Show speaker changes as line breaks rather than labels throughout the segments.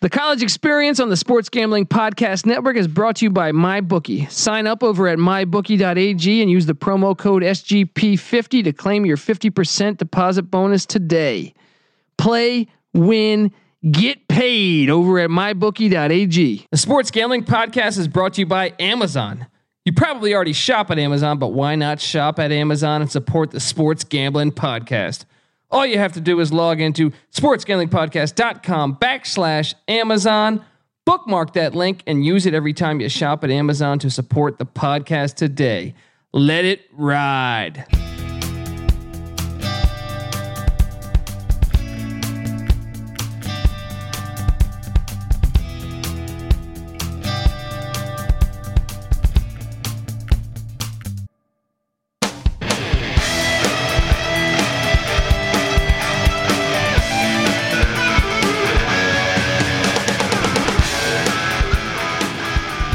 The college experience on the Sports Gambling Podcast Network is brought to you by MyBookie. Sign up over at mybookie.ag and use the promo code SGP50 to claim your 50% deposit bonus today. Play, win, Get paid over at mybookie.ag. The Sports Gambling Podcast is brought to you by Amazon. You probably already shop at Amazon, but why not shop at Amazon and support the Sports Gambling Podcast? All you have to do is log into sportsgamblingpodcast.com backslash Amazon, bookmark that link, and use it every time you shop at Amazon to support the podcast today. Let it ride.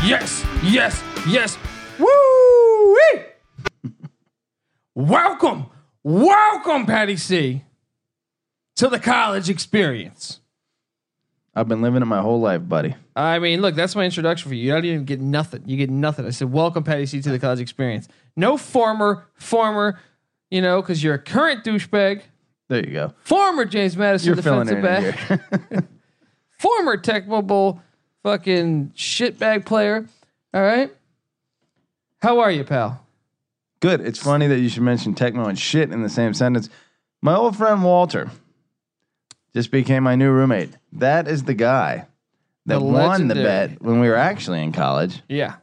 Yes, yes, yes. Woo! welcome, welcome, Patty C, to the college experience.
I've been living it my whole life, buddy.
I mean, look, that's my introduction for you. You don't even get nothing. You get nothing. I said, welcome, Patty C, to the college experience. No former, former, you know, because you're a current douchebag.
There you go.
Former James Madison
You're filling
defensive
it in
back.
here.
Former Tecmo Bowl fucking shitbag player. All right. How are you, pal?
Good. It's funny that you should mention Tecmo and shit in the same sentence. My old friend Walter just became my new roommate. That is the guy that
The
won the
legendary.
bet when we were actually in college
Yeah.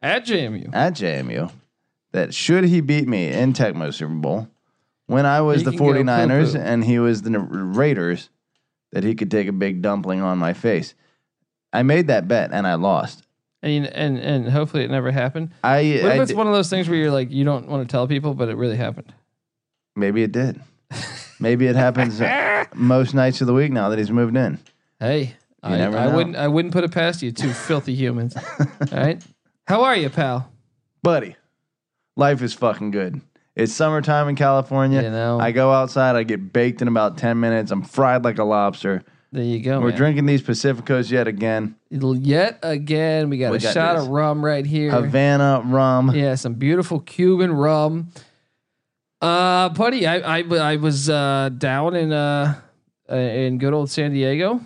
At JMU.
at JMU. That should he beat me in Tecmo Super Bowl when I was
You
the
can go
49ers
poo-poo.
and he was the N- Raiders, that he could take a big dumpling on my face. I made that bet and I lost.
and and and hopefully it never happened.
I,
What
I
if it's
d-
one of those things where you're like you don't want to tell people, but it really happened?
Maybe it did. Maybe it happens most nights of the week now that he's moved in.
Hey, I,
never
I
know.
wouldn't I wouldn't put it past you, two filthy humans. All right, how are you, pal?
Buddy, life is fucking good. It's summertime in California.
You know.
I go outside, I get baked in about 10 minutes. I'm fried like a lobster.
There you go.
We're
man.
drinking these Pacificos yet again.
Yet again, we got
We
a
got
shot
this.
of rum right here.
Havana rum.
Yeah, some beautiful Cuban rum. Uh, buddy, I I, I was uh, down in uh in good old San Diego.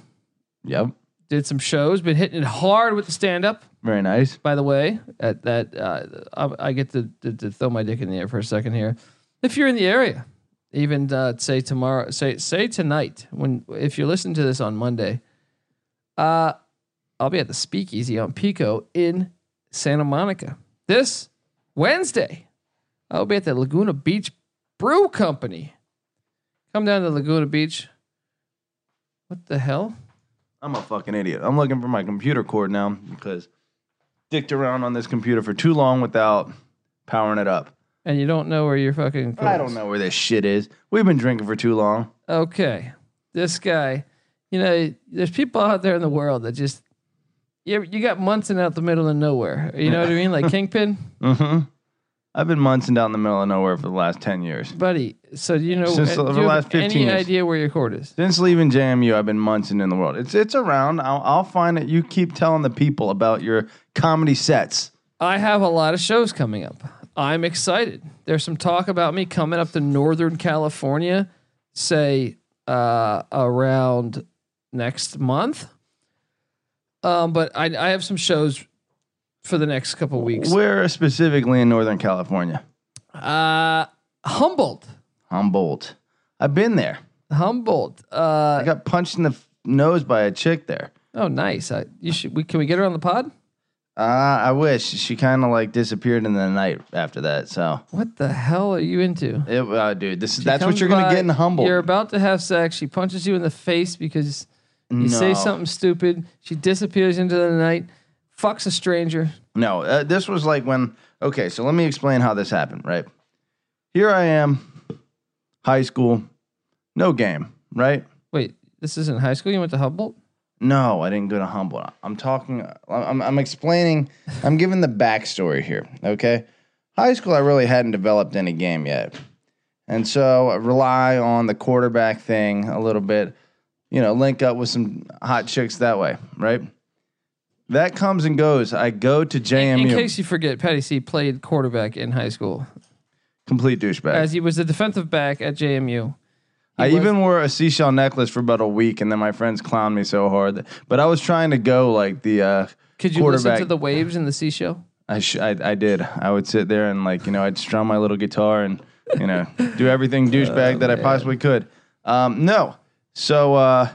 Yep.
Did some shows. Been hitting it hard with the stand up.
Very nice.
by the way, at that uh, I, I get to, to, to throw my dick in the air for a second here. If you're in the area, even uh, say tomorrow, say say tonight when if you're listening to this on Monday, uh, I'll be at the Speakeasy on Pico in Santa Monica this Wednesday. I'll be at the Laguna Beach Brew Company. Come down to Laguna Beach. What the hell?
I'm a fucking idiot. I'm looking for my computer cord now because dicked around on this computer for too long without powering it up.
And you don't know where you're fucking.
I don't know where this shit is. We've been drinking for too long.
okay, this guy, you know, there's people out there in the world that just, you, you got Munson out the middle of nowhere. You know what I mean? Like Kingpin,
Mm-hmm. I've been munching down the middle of nowhere for the last ten years.
buddy. So, do you know,
Since
do
the
you have
last 15
any
years.
idea where your court is?
Since leaving JMU, I've been munching in the world. It's it's around. I'll, I'll find it. You keep telling the people about your comedy sets.
I have a lot of shows coming up. I'm excited. There's some talk about me coming up to Northern California, say uh, around next month. Um, but I, I have some shows for the next couple weeks.
Where specifically in Northern California?
Uh, Humboldt.
Humboldt. I've been there.
Humboldt.
I
Uh,
got punched in the f- nose by a chick there.
oh, nice. I, you should. We, can we get her on the pod?
Uh, I wish she kind of like disappeared in the night after that. So,
What the hell are you into?
it, uh, dude, this is that's what
Comes
you're gonna
by,
get in Humboldt.
You're about to have sex. She punches you in the face because you say
No.
something stupid. She disappears into the night. Fucks a stranger.
No, uh, this was like when. Okay, so let me explain how this happened. Right here, I am, high school, no game. Right?
Wait, this isn't high school. You went to Humboldt.
No, I didn't go to Humboldt. I'm talking. I'm, I'm explaining. I'm giving the backstory here. Okay, high school, I really hadn't developed any game yet, and so I rely on the quarterback thing a little bit. you know, link up with some hot chicks that way, right? That comes and goes. I go to JMU,
In case you forget, Patty C played quarterback in high school
complete douchebag.
as he was a defensive back at JMU.
I
was-
even wore a seashell necklace for about a week, and then my friends clowned me so hard. That, but I was trying to go like the uh,
Could you listen to
quarterback.
the waves in the seashell?
I, sh- I I did. I would sit there and like you know I'd strum my little guitar and you know do
Oh,
everything douchebag that I possibly could. Um, no, so uh,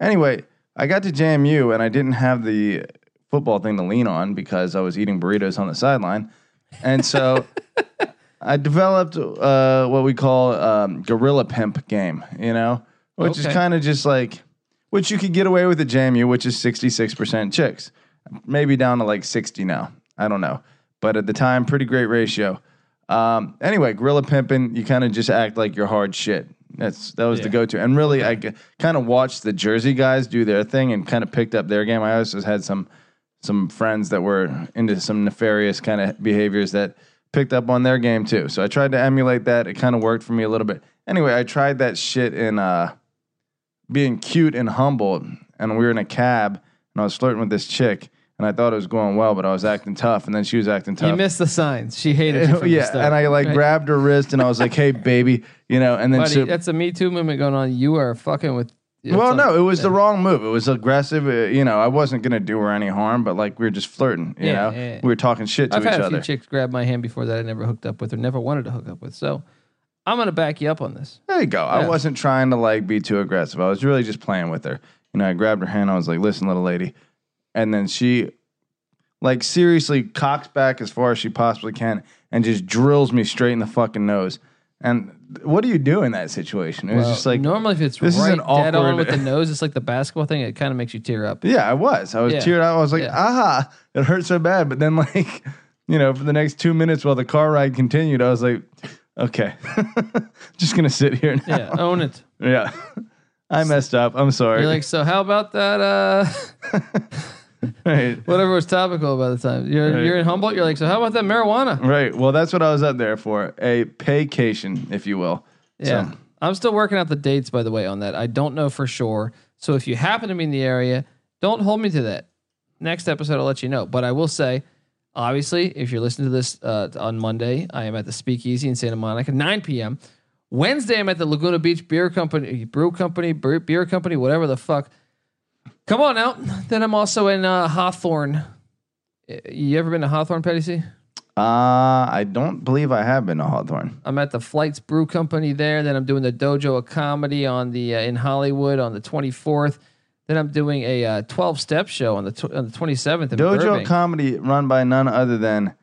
anyway, I got to JMU and I didn't have the football thing to lean on because I was eating burritos on the sideline, and so I developed uh, what we call um, gorilla pimp game. You know, which is
Okay.
kind of just like which you could get away with at JMU, which is sixty six percent chicks maybe down to like 60 now. I don't know. But at the time, pretty great ratio. Um, anyway, gorilla pimping, you kind of just act like you're hard shit. That's that was the
Yeah.
go-to, and really, I kind of watched the Jersey guys do their thing and kind of picked up their game. I also had some some friends that were into some nefarious kind of behaviors that picked up on their game too. So I tried to emulate that. It kind of worked for me a little bit. Anyway, I tried that shit in uh, being cute and humble, and we were in a cab, and I was flirting with this chick, and I thought it was going well, but I was acting tough, and then she was acting tough.
You missed the signs. She hated you. From
yeah,
the start.
and I like
Right.
grabbed her wrist, and I was like, "Hey, baby," you know, and then
Buddy,
so-
that's a Me Too movement going on. You are fucking with. it's
well,
a-
no, it was the wrong move. It was aggressive. uh, you know, I wasn't gonna do her any harm, but like we were just flirting. You
Yeah,
know,
yeah, yeah.
we were talking shit to
I've
each
had a
other.
few chicks grab my hand before that I never hooked up with or never wanted to hook up with. So I'm gonna back you up on this.
There you go. I
Yeah.
wasn't trying to like be too aggressive. I was really just playing with her. You know, I grabbed her hand. I was like, "Listen, little lady," and then she, like, seriously cocks back as far as she possibly can and just drills me straight in the fucking nose. And what do you do in that situation? It was just like,
normally if it's
this is
right
an
dead on
awkward-
with the nose, it's like the basketball thing. It kind of makes you tear up.
yeah, I was. I was
Yeah.
teared out. I was like,
Yeah.
"Aha!" It hurt so bad. But then, like, you know, for the next two minutes while the car ride continued, I was like, "Okay, just gonna sit here now."
Yeah, own it.
Yeah. I messed up. I'm sorry.
You're like, so how about that? Uh,
right.
whatever was topical by the time you're
Right.
you're in Humboldt. You're like, so how about that marijuana?
Right. Well, that's what I was up there for. A paycation, if you will.
Yeah,
So,
I'm still working out the dates by the way on that. I don't know for sure. So if you happen to be in the area, don't hold me to that. Next episode, I'll let you know. But I will say, obviously, if you're listening to this uh, on Monday, I am at the Speakeasy in Santa Monica, 9 p.m. Wednesday, I'm at the Laguna Beach Beer Company, Brew Company, Brew- Beer Company, whatever the fuck. Come on out. Then I'm also in uh, Hawthorne. Uh, You ever been to Hawthorne, Petty C?
uh, I don't believe I have been to Hawthorne.
I'm at the Flights Brew Company there. Then I'm doing the Dojo of Comedy on the uh, in Hollywood on the 24th. Then I'm doing a uh, 12 step show on the tw- on the 27th in
Dojo
Burbank.
comedy run by none other than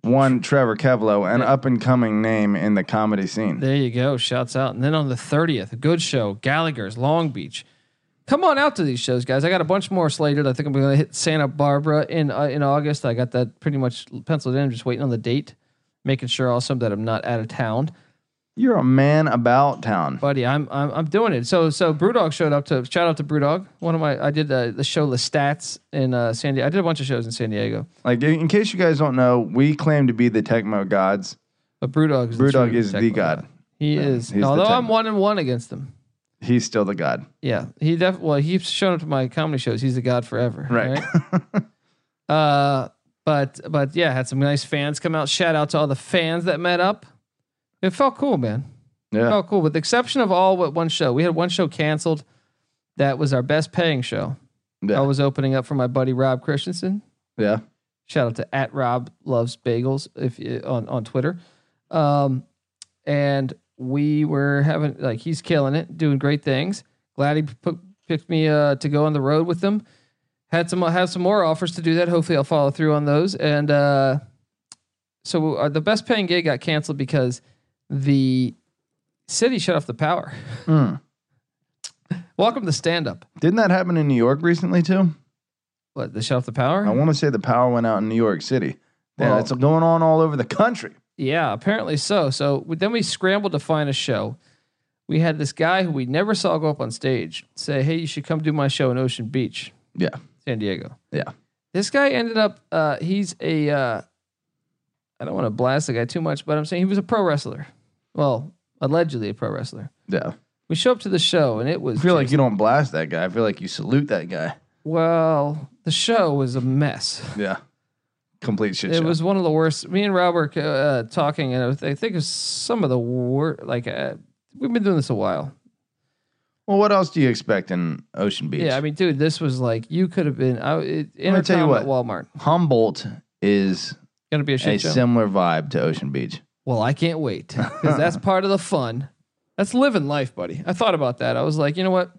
one Trevor Kevlo, an up and coming name in the comedy scene.
there you go. Shouts out. And then on the 30th, a good show, Gallagher's Long Beach. Come on out to these shows, guys. I got a bunch more slated. I think I'm going to hit Santa Barbara in uh, in August. I got that pretty much penciled in. I'm just waiting on the date, making sure also that I'm not out of town.
You're a man about town.
buddy. I'm I'm I'm doing it. So so Brewdog showed up to shout out to Brewdog. One of my I did uh, the show the stats in uh, San Diego. I did a bunch of shows in San Diego,
Like, in in case you guys don't know, we claim to be the Tecmo gods.
but Brewdog is
Brewdog
true
is the
technical
god.
He is.
he's the
Although I'm
technical-
one and one against him.
He's still the god.
Yeah, he def well he's shown up to my comedy shows. He's the god forever.
Right.
right? uh, but but yeah, had some nice fans come out. Shout out to all the fans that met up. It felt cool, man.
Yeah.
felt cool, with the exception of all but one show. We had one show canceled. That was our best paying show. I
Yeah.
was opening up for my buddy Rob Christensen.
Yeah.
Shout out to at Rob Loves Bagels if you, on on Twitter. Um, and we were having like he's killing it, doing great things. Glad he put, picked me uh, to go on the road with him. Had some have some more offers to do that. Hopefully, I'll follow through on those. And uh, so uh, the best paying gig got canceled because the city shut off the power.
Hmm.
Welcome to stand up.
Didn't that happen in New York recently, too?
What they shut off the power?
I want to say the power went out in New York City. Yeah,
Well-
it's going on all over the country.
Yeah, apparently so. So we- then we scrambled to find a show. We had this guy who we never saw go up on stage say, "Hey, you should come do my show in Ocean Beach,
Yeah,
San Diego."
Yeah.
This guy ended up. Uh, he's a. Uh, I don't want to blast the guy too much, but I'm saying he was a pro wrestler. Well, allegedly a pro wrestler.
yeah.
We show up to the show and it was
I feel like
just-
you don't blast that guy. I feel like you salute that guy.
well, the show was a mess.
Yeah. Complete shit
It
show.
was one of the worst. Me and Rob were uh, talking, and I was- I think it was some of the worst. Like uh, we've been doing this a while.
well, what else do you expect in Ocean Beach?
Yeah, I mean, dude, this was like you could have been. I, it,
me tell you
Intercom at
what.
Walmart.
Humboldt is
Gonna be a shit
a
show.
similar vibe to Ocean Beach.
well, I can't wait because that's part of the fun. That's living life, buddy. I thought about that. I was like, you know what?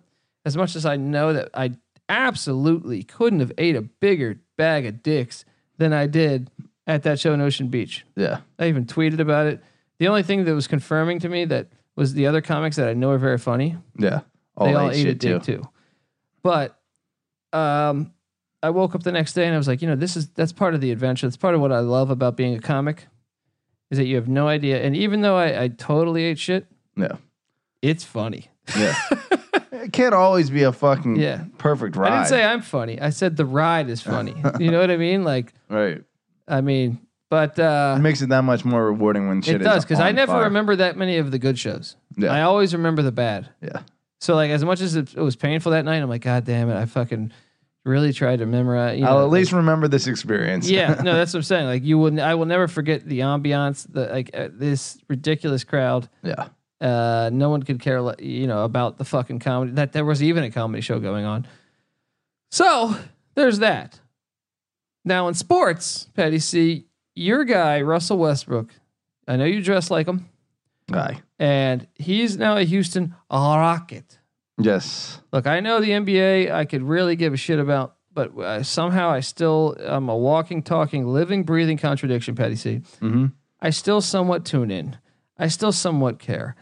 As much as I know that I absolutely couldn't have ate a bigger bag of dicks than I did at that show in Ocean Beach.
Yeah.
I even tweeted about it. The only thing that was confirming to me that was the other comics that I know are very funny.
Yeah. All
they all
that
ate a
shit too.
dick too. But um, I woke up the next day and I was like, you know, this is that's part of the adventure. That's part of what I love about being a comic, is that you have no idea. And even though I, I totally ate shit,
Yeah.
it's funny.
Yeah. it can't always be a fucking
Yeah.
perfect ride.
I didn't say I'm funny. I said the ride is funny. you know what I mean? Like,
right.
I mean, but uh,
It makes it that much more rewarding when shit
it does because
because
I never
fire.
remember that many of the good shows.
Yeah.
I always remember the bad.
Yeah.
So like as much as it, it was painful that night, I'm like, God damn it, I fucking really tried to memorize. You know,
I'll at
like-
least remember this experience.
yeah, no, that's what I'm saying. Like you wouldn't, I will never forget the ambiance, the like uh, this ridiculous crowd.
yeah.
Uh, no one could care, le- you know, about the fucking comedy that there was even a comedy show going on. So there's that. Now in sports, Patty C, your guy Russell Westbrook, I know you dress like him,
Aye.
and he's now a Houston Rocket.
Yes.
Look, I know the NBA I could really give a shit about, but uh, somehow I still I'm a walking, talking, living, breathing contradiction, Patty C.
Mm-hmm.
I still somewhat tune in. I still somewhat care.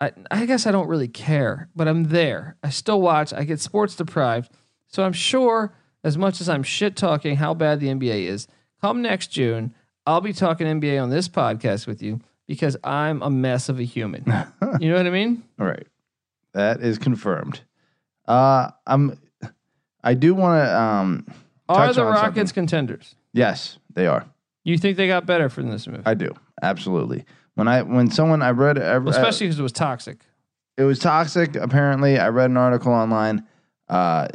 I, I guess I don't really care, but I'm there. I still watch. I get sports deprived. So I'm sure, as much as I'm shit talking how bad the NBA is, come next June, I'll be talking NBA on this podcast with you because I'm a mess of a human. you know what I mean?
All right. That is confirmed. Uh I'm I do want to um
Are
Touch
the
on
Rockets
something.
contenders?
yes, they are.
You think they got better from this move?
I do. Absolutely. When I when someone I read I,
Well, especially because it was toxic.
it was toxic apparently i read an article online uh,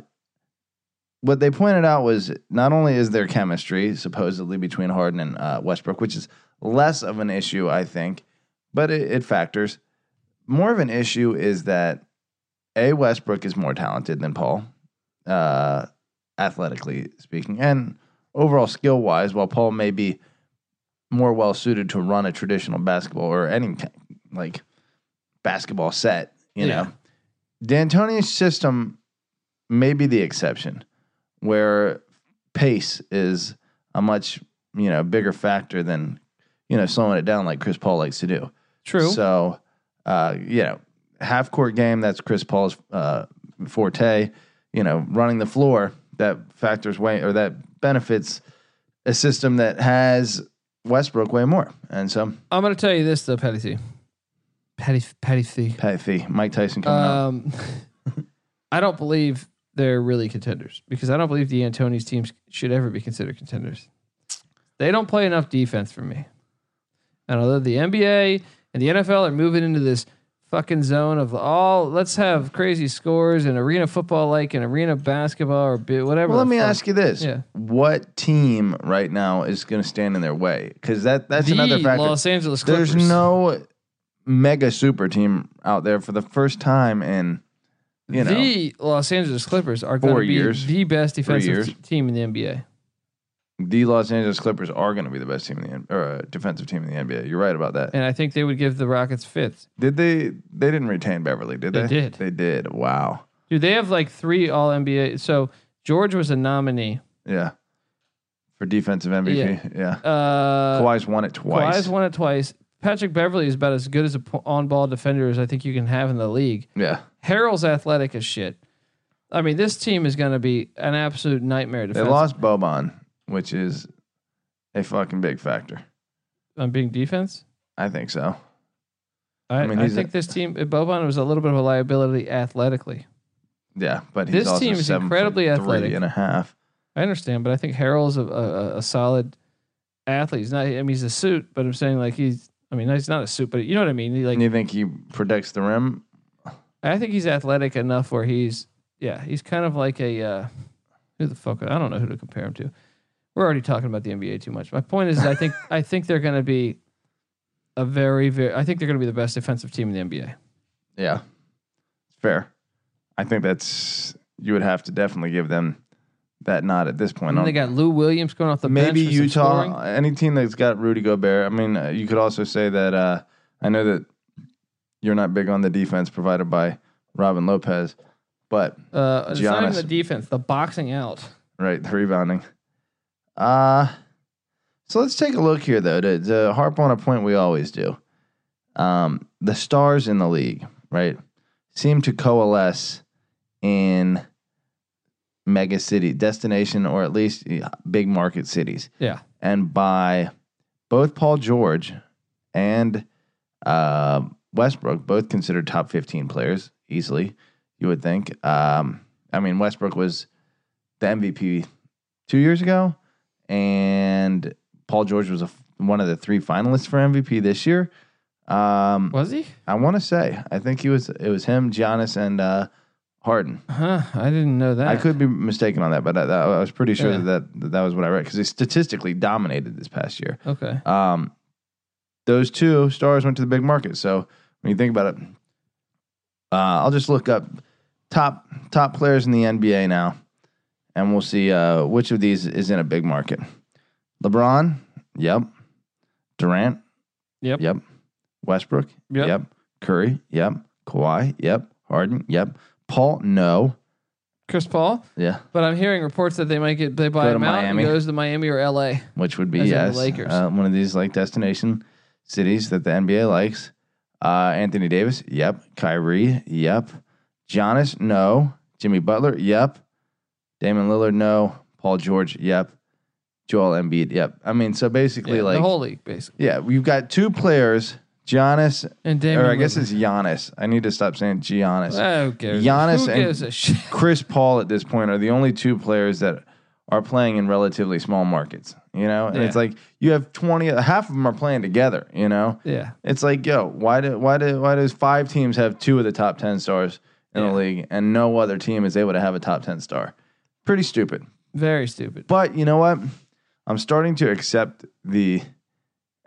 what they pointed out was not only is there chemistry supposedly between harden and uh, westbrook which is less of an issue i think but it, it factors more of an issue is that a westbrook is more talented than paul uh, athletically speaking and overall skill wise while paul may be more well suited to run a traditional basketball or any ki- like basketball set, you
Yeah.
know. D'Antoni's system may be the exception, where pace is a much you know bigger factor than you know slowing it down like Chris Paul likes to do.
True.
So, uh, you know, half court game, that's Chris Paul's uh, forte. You know, running the floor, that factors way or that benefits a system that has Westbrook way more. And so,
I'm going to tell you this though, Patty C. Patty Patty C.
Patty Fee, Mike Tyson coming up.
Um, I don't believe they're really contenders because I don't believe the Antoni's teams should ever be considered contenders. They don't play enough defense for me. And although the NBA and the NFL are moving into this fucking zone of all, let's have crazy scores and arena football like and arena basketball or bi- whatever.
Well, let
the
me
fuck.
ask you this:
Yeah.
What team right now is going to stand in their way? Because that that's
the
another factor.
Los Angeles Clippers.
There's no mega super team out there for the first time in you know
the Los Angeles Clippers are
Four
going to be
years.
the best defensive
years.
t- team in the NBA.
the Los Angeles Clippers are going to be the best team in the N- or uh, defensive team in the NBA. You're right about that.
And I think they would give the Rockets fifth.
Did they? They didn't retain Beverly, did
They
they?
did.
They did. Wow.
Dude, they have like three all NBA. So George was a nominee.
Yeah. For defensive MVP. Yeah.
Uh
Kawhi's won it twice.
Kawhi's won it twice. Patrick Beverly is about as good as a on ball defender as I think you can have in the league.
yeah.
Harrell's athletic as shit. I mean, this team is going to be an absolute nightmare
They
defense.
lost Boban, which is a fucking big factor.
on being defense.
I think so.
I, I,
I mean, he's a-
think this team, Boban was a little bit of a liability athletically.
Yeah, but he's
This
also
team is
seven
incredibly
foot
athletic.
Three and a half.
I understand, but I think Harrell's a, a, a solid athlete. He's not, I mean, he's a suit, but I'm saying like he's, I mean, he's not a suit, but you know what I mean? He like,
And you think he protects the rim?
I think he's athletic enough where he's yeah, he's kind of like a uh, who the fuck I don't know who to compare him to. We're already talking about the NBA too much. My point is, I think I think they're going to be a very very. I think they're going to be the best defensive team in the NBA.
Yeah, fair. I think that's you would have to definitely give them that nod at this point.
And
on
they got Lou Williams going off the
maybe
bench for some scoring.
Utah, any team that's got Rudy Gobert. I mean, uh, you could also say that uh, I know that you're not big on the defense provided by Robin Lopez, but
Uh, it's not even
Giannis.
the defense, the boxing out.
right, the rebounding. Uh so let's take a look here though to, to harp on a point we always do. Um, the stars in the league, right, seem to coalesce in mega city destination or at least yeah, big market cities.
Yeah.
and by both Paul George and uh, Westbrook, both considered top 15 players easily, you would think. Um, I mean, Westbrook was the MVP two years ago, and Paul George was a, one of the three finalists for MVP this year. Um,
Was he?
I want to say, I think he was. It was him, Giannis, and uh, Harden.
Huh. I didn't know that.
I could be mistaken on that, but I, I was pretty sure
Yeah.
that, that that was what I read because he statistically dominated this past year.
Okay.
Um, those two stars went to the big market. So when you think about it, uh, I'll just look up top top players in the NBA now, and we'll see uh, which of these is in a big market. LeBron, yep. Durant,
Yep.
yep. Westbrook,
Yep.
Curry, yep. Kawhi, yep. Harden, yep. Paul, no,
Chris Paul.
yeah.
But I'm hearing reports that they might get they buy
Go to
him out
Miami.
and goes to Miami or LA.
which would be
As in the
yes,
Lakers.
uh, one of these like destination cities that the NBA likes. Uh, Anthony Davis, yep. Kyrie, yep. Giannis, no. Jimmy Butler, yep. Damon Lillard, no. Paul George, yep. Joel Embiid, yep. I mean, so basically,
Yeah,
like,
the whole league, basically.
yeah, we've got two players, Giannis,
And Damian
or I guess
Lillard.
it's Giannis. I need to stop saying Giannis.
Oh, who cares?
Giannis
Who
and-
gives a shit?
Chris Paul at this point are the only two players that are playing in relatively small markets, you know? And it's
Yeah.
like you have 20 half of them are playing together, you know?
Yeah.
It's like, yo, why do why do why does five teams have two of the top 10 stars in
Yeah.
the league and no other team is able to have a top 10 star? Pretty stupid.
Very stupid.
But you know what? I'm starting to accept the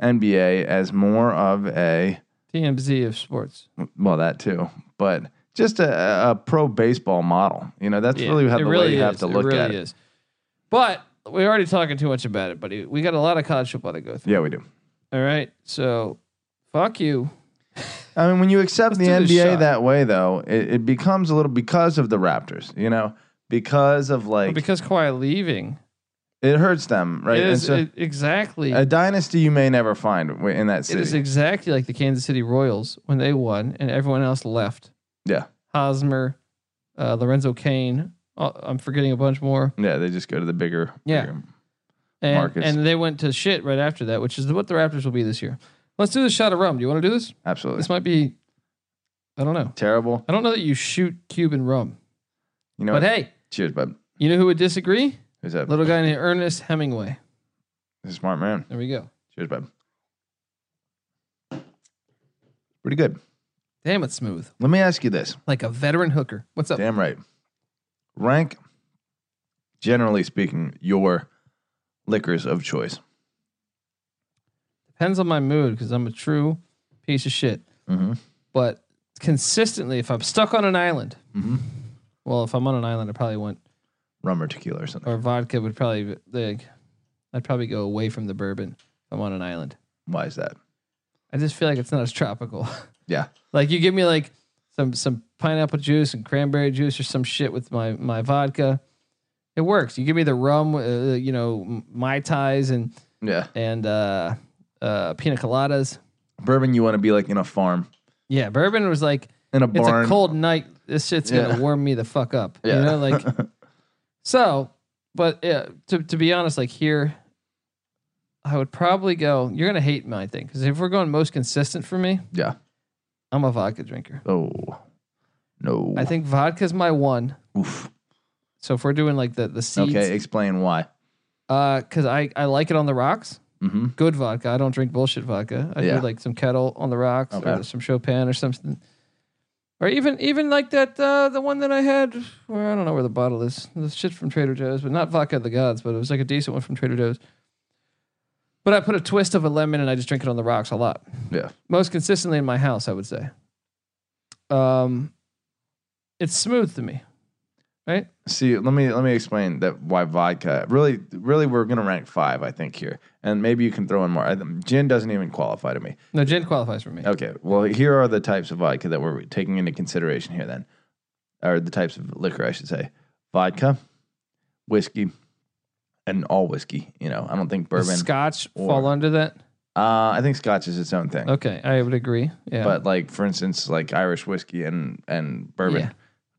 NBA as more of a
TMZ of sports.
well that too but just a, a pro baseball model you know that's
Yeah,
really how
it
the way you have
is.
to look
it really
at it
is. But we're already talking too much about it, buddy. We got a lot of college football to go through.
yeah we do
All right. So fuck you.
i mean when you
Let's
accept
do this
the nba
shot.
that way though it, it becomes a little because of the raptors you know because of like
because Kawhi leaving.
it hurts them right
It
And
is
so
it- exactly
a dynasty you may never find w- in that
it is
city
exactly like the Kansas City Royals when they won and everyone else left.
yeah
Hosmer, uh, Lorenzo Kane. uh, I'm forgetting a bunch more.
yeah they just go to the bigger
Yeah.
bigger-
And,
Marcus.
and they went to shit right after that, which is what the Raptors will be this year. Let's do this shot of rum. Do you want to do this?
absolutely
This might be, I don't know.
terrible
I don't know that you shoot Cuban rum.
you know
But
what?
hey,
cheers bud
you know who would disagree?
who's that
Little guy named Ernest Hemingway.
He's a smart man
There we go.
cheers bud pretty good
Damn, it's smooth.
let me ask you this
Like a veteran hooker. What's up?
Damn right. Rank, generally speaking, your liquors of choice.
Depends on my mood because I'm a true piece of shit.
Mm-hmm.
But consistently, if I'm stuck on an island,
Mhm.
well, if I'm on an island, I probably want,
Rum or tequila or something.
or vodka would probably, like, I'd probably go away from the bourbon if I'm on an island.
Why is that?
I just feel like it's not as tropical.
Yeah.
like you give me like some some pineapple juice and cranberry juice or some shit with my my vodka. It works. You give me the rum, uh, you know, m- mai tais and
Yeah.
and uh, uh, pina coladas.
Bourbon, you want to be like in a farm,
Yeah, bourbon was like
in a
it's
barn.
a cold night. This shit's
Yeah.
gonna warm me the fuck up.
Yeah.
You know, like so. But yeah, to to be honest, like here, I would probably go. You're gonna hate my thing because if we're going most consistent for me,
Yeah.
I'm a vodka drinker.
Oh, no.
I think vodka's my one.
Oof.
So if we're doing like the the seeds,
Okay. Explain why.
uh, because I I like it on the rocks.
Mm-hmm.
Good vodka. I don't drink bullshit vodka. I
Yeah.
do like some kettle on the rocks
Okay.
or some Chopin or something. Or even even like that uh, the one that I had where I don't know where the bottle is. This shit from Trader Joe's, but not vodka of the gods, but it was like a decent one from Trader Joe's. But I put a twist of a lemon and I just drink it on the rocks a lot.
Yeah.
Most consistently in my house, I would say. Um it's smooth to me.
See, let me let me explain that why vodka. Really, really, we're gonna rank five, I think here, and maybe you can throw in more. I, think gin doesn't even qualify to me.
No, gin qualifies for me.
Okay, well, here are the types of vodka that we're taking into consideration here. Then, or the types of liquor, I should say, vodka, whiskey, and all whiskey. You know, I don't think
Does
bourbon.
Scotch
or-
fall under that?
uh, I think Scotch is its own thing.
Okay, I would agree. Yeah.
But like, for instance, like Irish whiskey and and bourbon,
Yeah.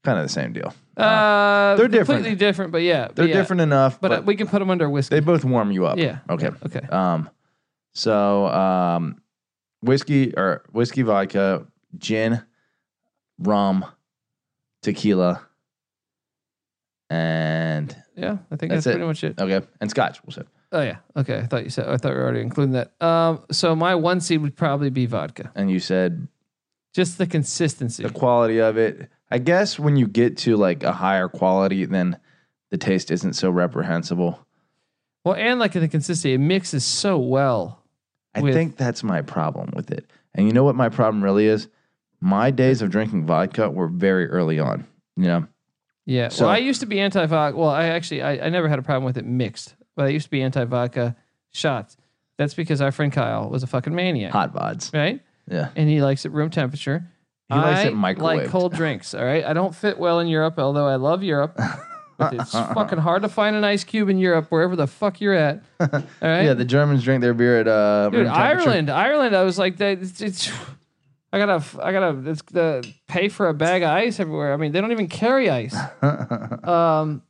kind of the same deal.
uh,
they're
completely different. but yeah. but
They're
yeah.
different enough,
But,
but,
uh, we can put them under whiskey.
they both warm you up.
yeah.
Okay.
Okay.
Um, so um, whiskey or whiskey vodka, gin, rum, tequila, and
Yeah, I think
That's
that's,
it.
pretty much it.
okay, and scotch. We'll say.
Oh yeah. Okay. I thought you said I thought we were already including that. Um so my one seed would probably be vodka.
And you said
Just the consistency.
the quality of it. I guess when you get to like a higher quality, then the taste isn't so reprehensible.
Well, and like the consistency, it mixes so well.
I
With-
think that's my problem with it. And you know what my problem really is? My days of drinking vodka were very early on. You know,
Yeah.
So-
well, I used to be anti vodka. Well, I actually I, I never had a problem with it mixed, but I used to be anti vodka shots. That's because our friend Kyle was a fucking maniac,
hot vods.
right?
Yeah.
And he likes it room temperature.
He likes
I
it microwaved.
Like cold drinks. All right. I don't fit well in Europe, although I love Europe. But it's fucking hard to find an ice cube in Europe, wherever the fuck you're at. All right.
Yeah, the Germans drink their beer at uh,
Dude,
room temperature.
Ireland, Ireland. I was like, they, it's, it's, I gotta, I gotta, it's the pay for a bag of ice everywhere. I mean, they don't even carry ice. um,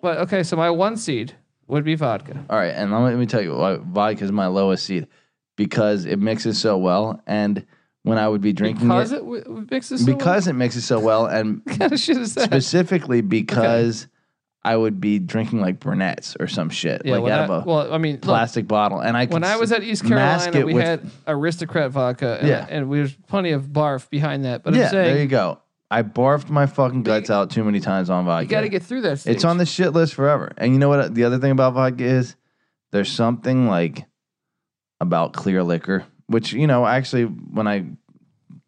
but okay, so my one seed would be vodka.
All right, and let me, let me tell you, why vodka is my lowest seed because it mixes so well, and when I would be drinking
Because
it,
it, w- w- mixes.
because it mixes so well,
so well.
and
what kind of shit is that?
specifically because I would be drinking like brunettes or some shit,
Yeah,
like
when
out
I-
of a
well, I mean, look,
plastic bottle, and I could
when I was
s-
at East
mask
Carolina,
it
we
with-
had aristocrat vodka, and,
Yeah.
and we there's plenty of barf behind that. But
yeah,
I'm saying
there you
you,
go. I barfed my fucking guts out too many times on vodka.
got to get through that. Stage.
It's on the shit list forever. And you know what? The other thing about vodka is there's something like about clear liquor, which you know actually when I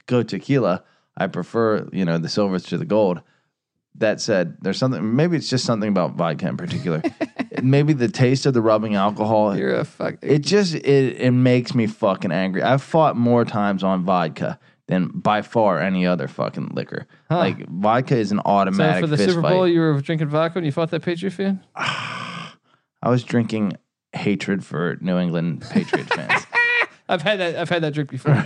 go tequila, I prefer you know the silvers to the gold. That said, there's something. Maybe it's just something about vodka in particular. maybe the taste of the rubbing alcohol.
You're a fuck.
it just it it makes me fucking angry. I've fought more times on vodka than by far any other fucking liquor.
Huh.
Like vodka is an
so
automatic
for the
fist
Super
fight.
Bowl, you were drinking vodka and you fought that Patriot fan.
I was drinking hatred for New England Patriot fans.
I've had that. I've had that drink before.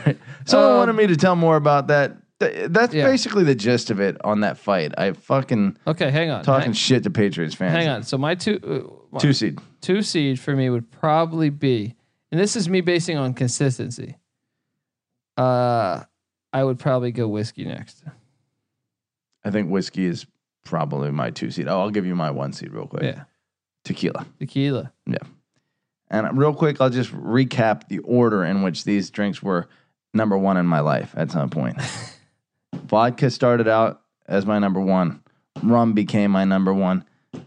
Someone
Um,
wanted me to tell more about that. Th- That's
Yeah.
basically the gist of it on that fight. I fucking
Okay, hang on.
talking
Hang,
shit to Patriots fans.
hang on. So my two uh,
Two seed.
two seed for me would probably be, and this is me basing on consistency. Uh, I would probably go whiskey next.
I think whiskey is probably my two seed. Oh, I'll give you my one seed real quick.
Yeah,
Tequila.
tequila.
And real quick, I'll just recap the order in which these drinks were number one in my life at some point. Vodka started out as my number one. Rum became my number one.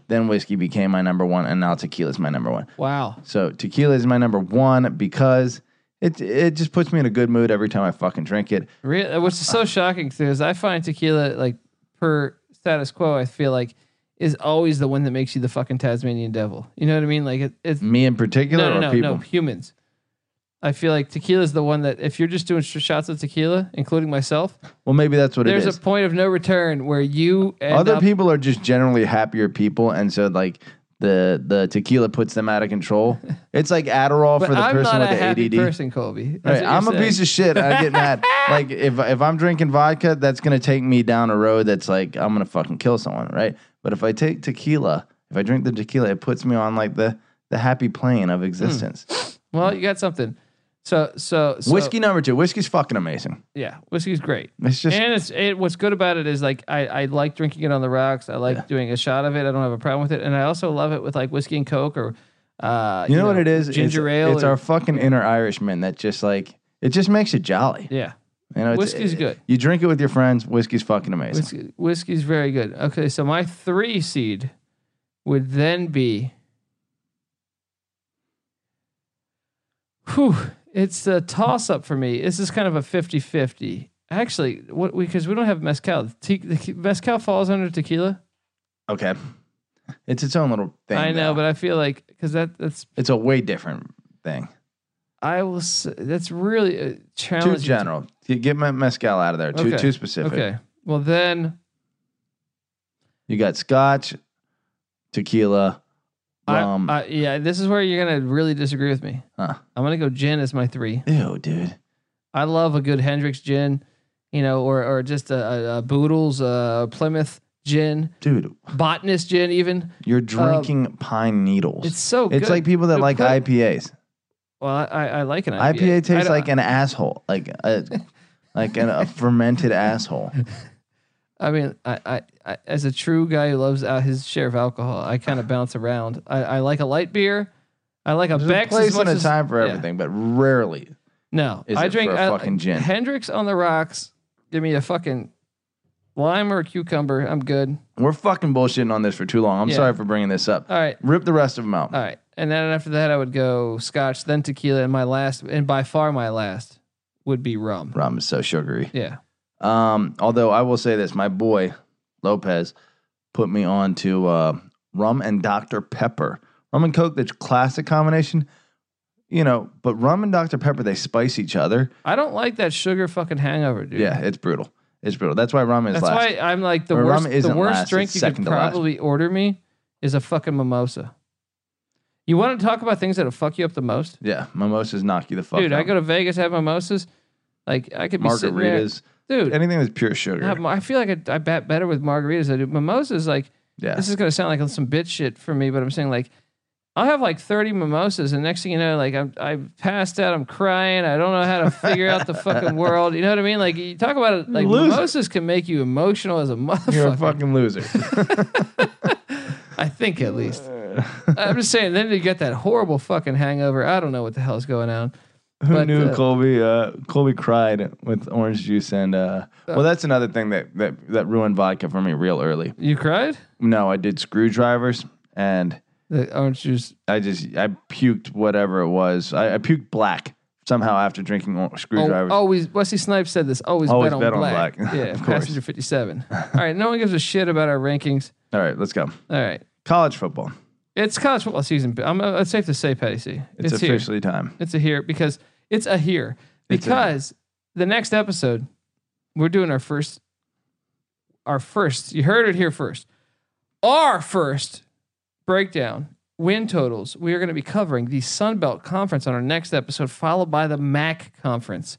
Then whiskey became my number one, and now tequila is my number one.
Wow.
So tequila is my number one because it it just puts me in a good mood every time I fucking drink it.
Really, which is so shocking too, is I find tequila like per status quo. I feel like is always the one that makes you the fucking Tasmanian devil. You know what I mean? Like it, it's
Me in particular,
no, no,
or
no,
Mm, people.
no, humans. I feel like tequila is the one that if you're just doing sh- shots of tequila, including myself,
Well, maybe that's what
there's
it
a
is.
point of no return where you end
Other
up,
people are just generally happier people, and so like the the tequila puts them out of control. It's like Adderall
But
for the
I'm
person
not
with
a
the
happy
ADD.
person, Colby. That's
Right,
what you're
I'm a
saying.
piece of shit. and I get mad. like if if I'm drinking vodka, that's gonna take me down a road that's like I'm gonna fucking kill someone, right? But if I take tequila, if I drink the tequila, it puts me on like the the happy plane of existence.
Well, you got something. So, Hmm. so, so
Whiskey number two. Whiskey's fucking amazing.
Yeah, whiskey's great.
It's just
and it's it, what's good about it is like I, I like drinking it on the rocks. I like doing a shot of it. I don't have a problem with it, and I also love it with like whiskey and coke or uh,
you know what it is.
ginger
it's,
ale.
It's
or-
our fucking inner Irishman that just like it just makes it jolly.
yeah,
You know, it's-
Whiskey's good.
You drink it with your friends. Whiskey's fucking amazing.
Whiskey, whiskey's very good. Okay, so my three seed would then be. Whew, it's a toss up for me. This is kind of a 50 50. Actually, what we because we don't have mezcal. Te- the mezcal falls under tequila.
Okay, it's its own little thing.
I know,
though.
but I feel like because that that's
it's a way different thing.
I will s that's really uh, a
Too
challenge.
general. You Get my mezcal out of there. Too
Okay.
too specific.
Okay, well then
You got scotch, tequila, rum.
I, I, yeah, this is where you're gonna really disagree with me.
Huh.
I'm gonna go gin as my three.
Ew, dude.
I love a good Hendrix gin, you know, or or just a, a, a Boodles, a Plymouth gin,
Dude,
botanist gin, even.
you're drinking pine needles.
Um, It's so good.
It's like people that
Dude,
like
put-
IPAs.
well, I- I, I like an IPA.
IPA,
I
tastes
don't-
like an asshole, like a like an, a fermented asshole.
I mean, I, I, I as a true guy who loves uh, his share of alcohol, I kind of bounce around. I, I like a light beer. I like a
There's a
Beck's as
place and
much
a
as-
time for
yeah.
everything, but rarely.
No,
Is
I
it
drink
for a
I-
fucking gin?
Hendrix on the rocks. Give me a fucking lime or a cucumber. I'm good.
We're fucking bullshitting on this for too long. I'm
Yeah. Uh,
sorry for bringing this up.
All right.
Rip the rest of them out.
All right. And then after that, I would go scotch, then tequila, and my last, and by far my last would be rum.
Rum is so sugary.
Yeah.
Um, although I will say this, my boy Lopez put me on to uh, rum and Dr Pepper. Rum and Coke, the classic combination. You know, but rum and Dr Pepper they spice each other.
I don't like that sugar fucking hangover, dude.
Yeah, it's brutal. It's brutal. That's why rum is
That's
last.
why I'm like the
Or rum
worst, the
isn't
worst
last, it's
drink you could
second to last.
probably order me is a fucking mimosa. You want to talk about things that'll fuck you up the most?
yeah, mimosas knock you the fuck
dude, I
out.
go to Vegas, have mimosas. Like I could be sitting there-
margaritas,
Dude,
anything that's pure sugar.
I, have- I feel like I, I bat better with margaritas. than I do mimosas. Like
yeah,
this is gonna sound like some bitch shit for me, but I'm saying like I'll have like 30 mimosas, and next thing you know, like I'm I passed out, I'm crying, I don't know how to figure out the fucking world. You know what I mean? Like you talk about it, like
Loser.
mimosas can make you emotional as a
you're
motherfucker.
a fucking loser.
I think at least. I'm just saying. Then you get that horrible fucking hangover. I don't know what the hell's going on.
Who
But,
knew
uh,
Colby? Uh, Colby cried with orange juice and. Uh, well, that's another thing that, that that ruined vodka for me real early.
You cried?
No, I did screwdrivers and
The orange juice,
I just I puked whatever it was. I, I puked black somehow after drinking or-
al-
screwdrivers.
always. Wesley Snipes said this. Always,
Always
bet,
bet
on
on
black.
black.
Yeah,
Of course.
passenger 57. All right, no one gives a shit about our rankings.
All right, let's go.
All right.
College football.
It's college football season. but I'm, uh, it's safe to say, Patty C.
It's,
It's, here.
officially time.
It's a here because it's a here
It's a here.
because the next episode we're doing our first, our first. You heard it here first. Our first breakdown win totals. We are going to be covering the Sun Belt Conference on our next episode, followed by the MAC Conference,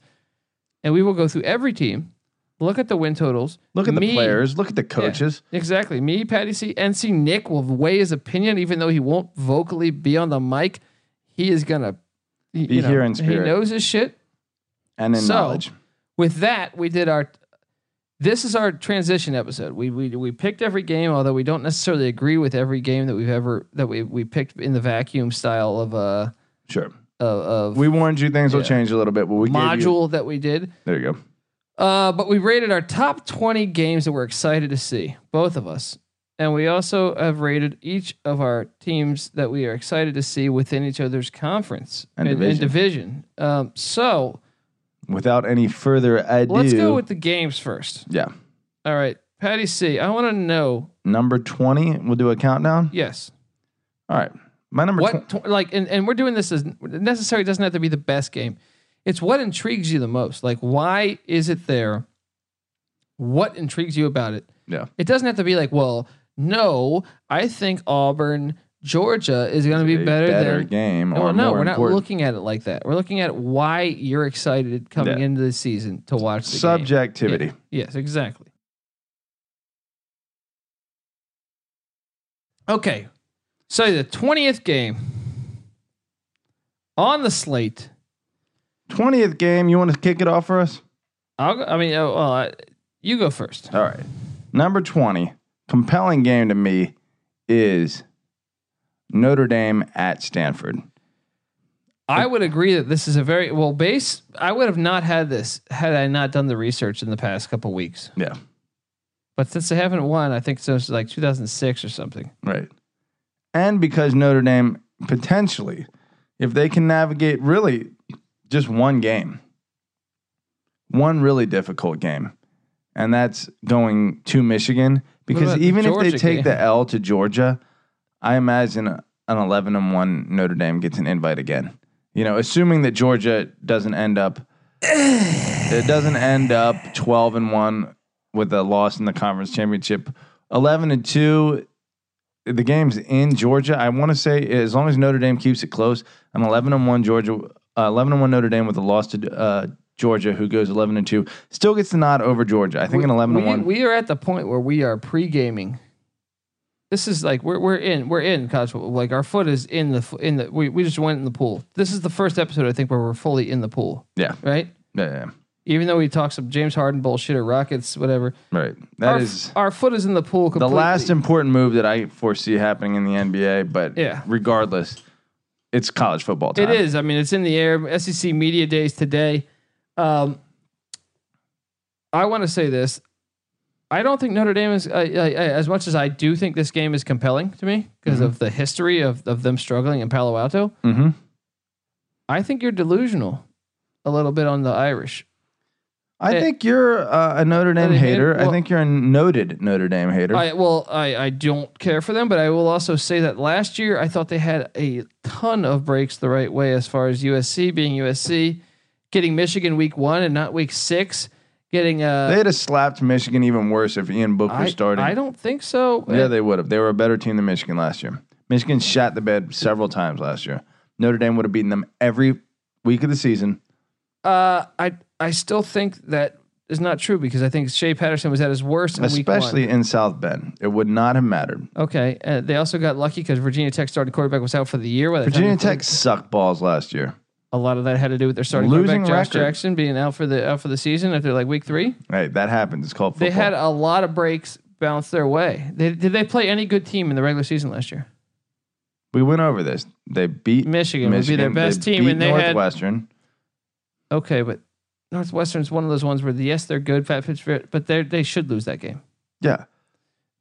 and we will go through every team, look at the win totals,
Look at the
Me-
players. Look at the coaches.
Exactly. Me, Patty C, NC Nick will weigh his opinion, even though he won't vocally be on the mic. He is gonna he,
Be here in
He
spirit.
knows his shit.
And in
So-
knowledge,
With that, we did our. This is our transition episode. We we we picked every game, although we don't necessarily agree with every game that we've ever that we we picked in the vacuum style of uh
sure.
of, of
We warned you things will
Yeah.
change a little bit, but we gave you.
module that we did.
There you go.
Uh, but we rated our top 20 games that we're excited to see, both of us. And we also have rated each of our teams that we are excited to see within each other's conference
And division.
division. Um, so
Without any further ado,
let's go with the games first.
yeah
All right. Patty C, I want to know,
number twenty. We'll do a countdown.
yes,
All right, my number.
what, tw- like, and, and we're doing this as necessary, doesn't have to be the best game. It's what intrigues you the most. Like, why is it there? What intrigues you about it?
tw- yeah,
It doesn't have to be like, well, no, I think Auburn, Georgia is going to be
a
better,
better
than.
game.
Well,
or
no,
more
we're not
important.
looking at it like that. We're looking at why you're excited coming
Yeah.
into the season to watch the game.
subjectivity.
Yeah. Yes, exactly. Okay, so the twentieth game on the slate.
Twentieth game. You want to kick it off for us?
I'll. Go, I mean, uh, well, I, you go first.
All right. Number 20, compelling game to me is Notre Dame at Stanford.
I would agree that this is a very well base. I would have not had this had I not done the research in the past couple weeks.
Yeah.
But since they haven't won, I think since like 2006 or something.
Right. And because Notre Dame potentially, if they can navigate really just one game, one really difficult game, and that's going to Michigan, because
about the
even if they
Georgia
take
game?
the L to Georgia, I imagine a- an 11 and 1 Notre Dame gets an invite again. You know, assuming that Georgia doesn't end up it doesn't end up 12 and 1 with a loss in the conference championship. 11 and 2 the game's in Georgia. I want to say as long as Notre Dame keeps it close, an 11 and 1 Georgia uh, 11 and 1 Notre Dame with a loss to uh, Georgia who goes 11 and 2 still gets the nod over Georgia. I think an 11
we,
and 1
We are at the point where we are pre gaming. This is like we're we're in we're in college football. Like our foot is in the f- in the we we just went in the pool. This is the first episode I think where we're fully in the pool.
Yeah.
Right.
Yeah, yeah,
Even though we talk some James Harden bullshit or Rockets whatever.
yeah. right. That
our,
is
our foot is in the pool.
the
Completely.
last important move that I foresee happening in the NBA, but
Yeah.
regardless, it's college football time.
It is. I mean, it's in the air. SEC media days today. Um, I want to say this. I don't think Notre Dame is uh, uh, as much as I do think this game is compelling to me because of the history of of them struggling in Palo Alto.
Mhm.
I think you're delusional a little bit on the Irish.
I
It-
think you're uh, a Notre Dame
Notre Dame-
hater. I
well-
think you're a noted Notre Dame hater.
I well, I I don't care for them, but I will also say that last year I thought they had a ton of breaks the right way as far as USC being USC, getting Michigan week one and not week six, getting uh
They'd have slapped Michigan even worse if Ian Book
I,
was starting.
I don't think so.
yeah, they would have. They were a better team than Michigan last year. Michigan shot the bed several times last year. Notre Dame would have beaten them every week of the season.
uh, I I still think that is not true because I think Shea Patterson was at his worst in week
Especially in South Bend, it would not have mattered.
one. Okay, uh, they also got lucky because Virginia Tech starting quarterback was out for the year. by the time
Virginia
they played.
Tech sucked balls last year.
a lot of that had to do with their starting
Losing
quarterback Josh
record.
Jackson being out for the out for the season after like week three.
Hey, that happens. It's called football.
They had a lot of breaks bounce their way. They, did they play any good team in the regular season last year?
we went over this. They beat
Michigan, would be their best
they
team,
beat
and they had
Northwestern.
okay, but Northwestern's one of those ones where yes, they're good, fat pitch, but they they should lose that game.
Yeah,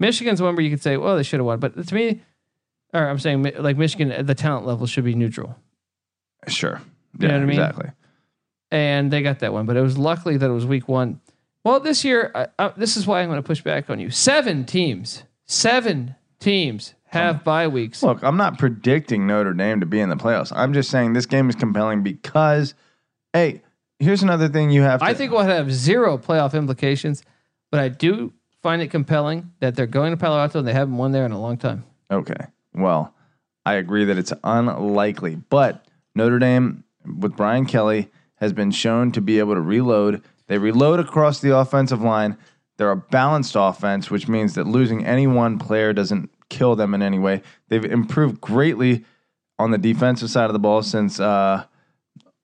Michigan's one where you could say, well, they should have won. But to me, or I'm saying Mi- like Michigan, at the talent level should be neutral.
sure.
You know
yeah,
what I mean?
exactly.
And they got that one, but it was luckily that it was week one. Well, this year, I, I, this is why I'm going to push back on you. Seven teams, seven teams have bye weeks.
Look, I'm not predicting Notre Dame to be in the playoffs. I'm just saying this game is compelling because, hey, here's another thing you have to.
I think we'll have zero playoff implications, but I do find it compelling that they're going to Palo Alto and they haven't won there in a long time.
Okay. Well, I agree that it's unlikely, but Notre Dame with Brian Kelly has been shown to be able to reload. They reload across the offensive line. They're a balanced offense, which means that losing any one player doesn't kill them in any way. They've improved greatly on the defensive side of the ball since uh,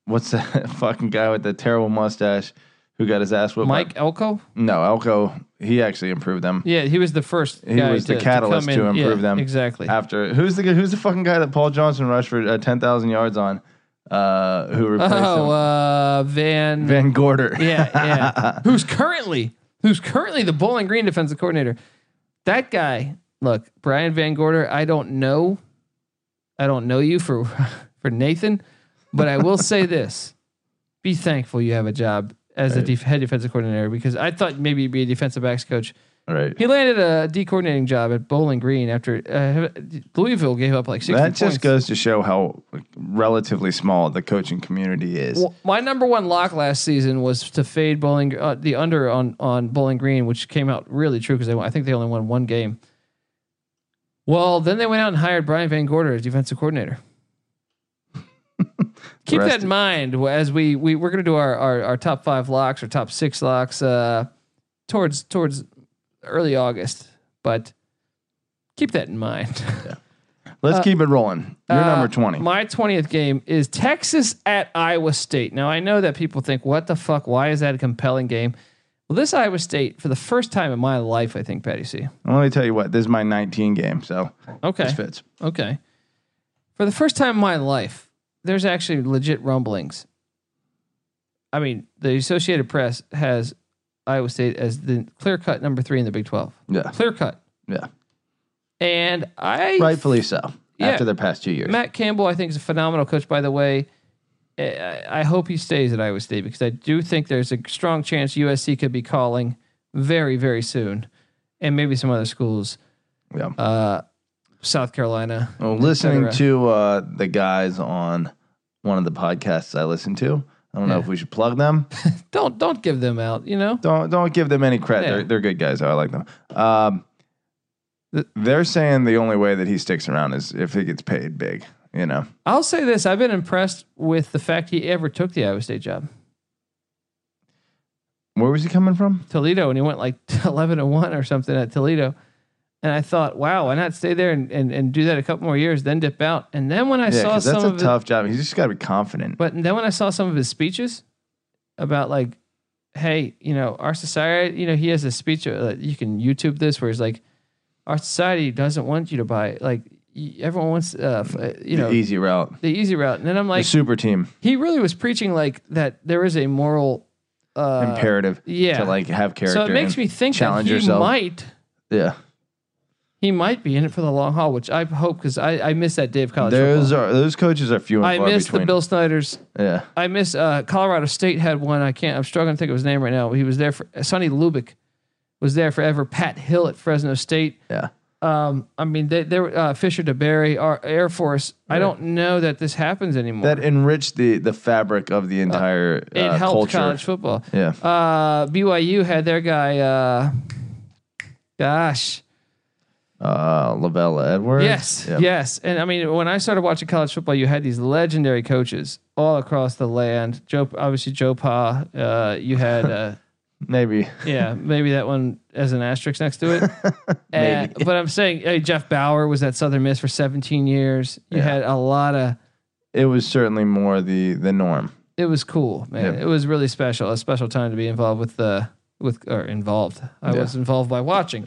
what's that fucking guy with the terrible mustache who got his ass whipped? by-
Mike Elko,
No, Elko. He actually improved them.
yeah, he was the first.
He
guy
was the
to- to
catalyst
come
to
in. Yeah,
improve them.
exactly.
After who's the who's the fucking guy that Paul Johnson rushed for uh, ten thousand yards on? Uh, who replaced him?
Oh, uh, Van.
Van Gorder.
Yeah, yeah. who's currently who's currently the Bowling Green defensive coordinator? That guy. Look, Brian Van Gorder. I don't know. I don't know you for for Nathan, but I will say this: be thankful you have a job as a def- head defensive coordinator because I thought maybe you'd be a defensive backs coach.
All right.
He landed a D coordinating job at Bowling Green after uh, Louisville gave up like sixty
That just
points.
goes to show how relatively small the coaching community is.
Well, my number one lock last season was to fade Bowling uh, the under on on Bowling Green, which came out really true because they won- I think they only won one game. Well, then they went out and hired Brian Van Gorder as defensive coordinator. Keep
rest
that in mind as we we we're going to do our, our our top five locks or top six locks uh, towards towards early August, but keep that in mind.
Let's keep it rolling. You're
Uh,
number twenty.
My 20th game is Texas at Iowa State. Now, I know that people think, what the fuck? Why is that a compelling game? Well, this Iowa State, for the first time in my life, I think, Patty C.
Let me tell you what. This is my 19 game, so
Okay.
this fits.
Okay. For the first time in my life, there's actually legit rumblings. I mean, the Associated Press has Iowa State as the clear cut number three in the Big 12.
Yeah.
Clear cut.
Yeah.
And I
Rightfully so.
Yeah.
After the past two years.
Matt Campbell, I think, is a phenomenal coach. By the way, I- I I hope he stays at Iowa State because I do think there's a strong chance USC could be calling very, very soon, and maybe some other schools,
yeah.
uh, South Carolina.
Well, listening
cetera.
to uh, the guys on one of the podcasts I listen to, I don't know
Yeah.
if we should plug them.
Don't don't give them out. You know,
don't don't give them any credit.
Yeah.
They're, they're good guys. I like them. Um,
Th-
they're saying the only way that he sticks around is if he gets paid big. You know,
I'll say this: I've been impressed with the fact he ever took the Iowa State job.
where was he coming from?
Toledo and he went like 11 and 1 or something at Toledo. And I thought, wow, why not stay there and, and, and do that a couple more years, then dip out? And then when I
yeah,
saw
'cause that's
some
a
of his,
tough job. He's just got to be confident.
but then when I saw some of his speeches about like, hey, you know, our society, you know, he has a speech uh, you can YouTube this where he's like, our society doesn't want you to buy like y- everyone wants uh, f- you know
the easy route,
the easy route. And then I'm
the
like,
super team
he really was preaching like that there is a moral uh,
imperative
yeah.
to like have character.
So it makes
and
me think that
challenge
he
yourself.
might
Yeah,
he might be in it for the long haul, which I hope because I, I miss that day of college.
those
football.
are uh, those coaches are few and
I
far
miss
between.
the Bill Snyder's.
yeah,
I miss uh, Colorado State had one. I can't. I'm struggling to think of his name right now. He was there for Sonny Lubick was there forever. Pat Hill at Fresno State.
yeah.
Um, I mean, they, they were uh, Fisher DeBerry, our Air Force. I don't know that this happens anymore.
That enriched the the fabric of the entire
it
uh,
helped
culture.
college football.
Yeah,
Uh, BYU had their guy. Uh, gosh,
uh, Lavella Edwards.
Yes,
Yeah.
yes. And I mean, when I started watching college football, you had these legendary coaches all across the land. Joe, obviously Joe Pa. Uh, you had, uh,
maybe.
yeah, maybe that one as an asterisk next to it. And- but I'm saying, hey, Jeff Bauer was at Southern Miss for 17 years. You
Yeah.
had a lot of.
it was certainly more the the norm.
It was cool, man.
Yeah.
It was really special. A special time to be involved with the with or involved. I
Yeah.
was involved by watching.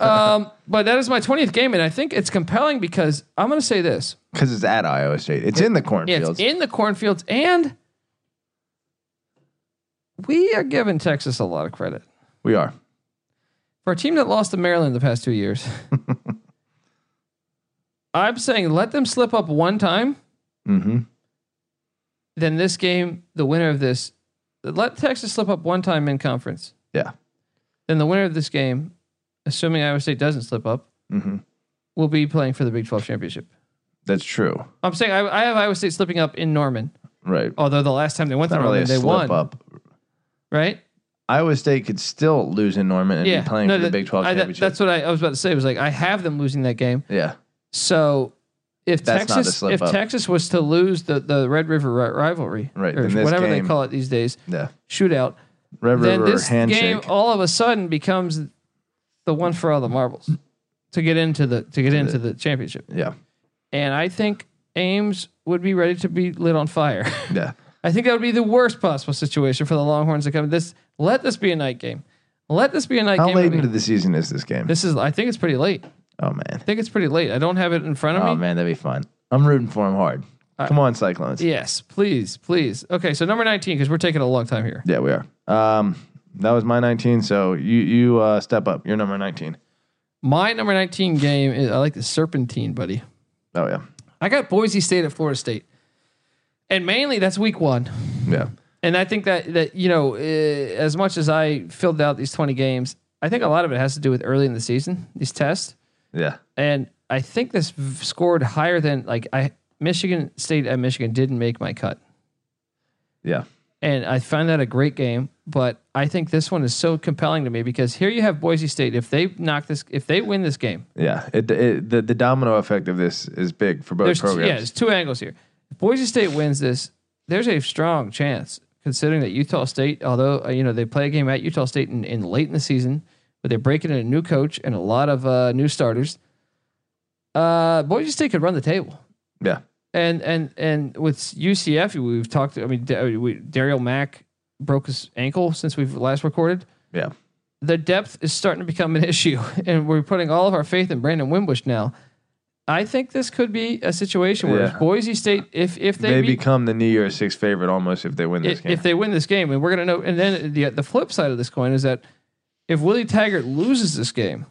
um, but that is my 20th game, and I think it's compelling because I'm going to say this.
Because it's at Iowa State. It's in the
Yeah,
cornfields.
it's in the cornfields, and we are giving Texas a lot of credit
we are.
for a team that lost to Maryland the past two years. I'm saying let them slip up one time,
Mm-hmm.
then this game, the winner of this, let Texas slip up one time in conference.
Yeah.
Then the winner of this game, assuming Iowa State doesn't slip up,
Mm-hmm.
will be playing for the Big 12 championship.
That's true.
I'm saying I, I have Iowa State slipping up in Norman,
Right.
although the last time they went
It's
to
not
Norman,
really a
they won,
slip up.
right?
Iowa State could still lose in Norman and be playing
No,
for the
that-
Big Twelve
I- that-
championship.
that's what I, I was about to say. It was like I have them losing that game.
yeah.
So if
That's not a
Texas
slip
if
up.
Texas was to lose the the Red River ri- rivalry,
Right,
or
then this
whatever
game-
they call it these days,
Yeah.
shootout,
Red
then
River
this game
handshake.
all of a sudden becomes the one for all the marbles to get into the to get into the championship.
yeah.
And I think Ames would be ready to be lit on fire.
Yeah.
I think that would be the worst possible situation for the Longhorns to come. This let this be a night game. Let this be a night
How
game. I
late
mean,
into the season is this game?
this is I think it's pretty late. I
oh man.
think it's pretty late. I don't have it in front of me.
Oh man, that'd be fun. I'm rooting for him hard. Come on, Cyclones. Yeah.
Yes, please, please. Okay, so number 19, because we're taking a long time here.
we are. Um, that was my 19. So you you uh, step up. You're number 19.
My number 19 game is I like the Serpentine, buddy.
Oh yeah.
I got Boise State at Florida State. And mainly that's week one.
Yeah.
And I think that, that you know, uh, as much as I filled out these 20 games, I think a lot of it has to do with early in the season, these tests.
Yeah.
And I think this v- scored higher than, like, I Michigan State at Michigan didn't make my cut.
Yeah.
and I find that a great game. But I think this one is so compelling to me because here you have Boise State. If they knock this, if they win this game,
Yeah, it, it the the domino effect of this is big for both
there's two,
programs.
yeah, there's two angles here. If Boise State wins this, there's a strong chance considering that Utah State, although uh, you know they play a game at Utah State in, in late in the season, but they're breaking in a new coach and a lot of uh, new starters. Uh, Boise State could run the table.
Yeah,
And and and with UCF, we've talked. I mean, Da- we, Daryl Mack broke his ankle since we've last recorded.
yeah,
the depth is starting to become an issue, and we're putting all of our faith in Brandon Wimbush now. I think this could be a situation where
Yeah.
if Boise State, if if they,
They
beat-
become the New Year's Six favorite almost if they win this
if,
game.
if they win this game, and we're gonna know. And then the the flip side of this coin is that if Willie Taggart loses this game,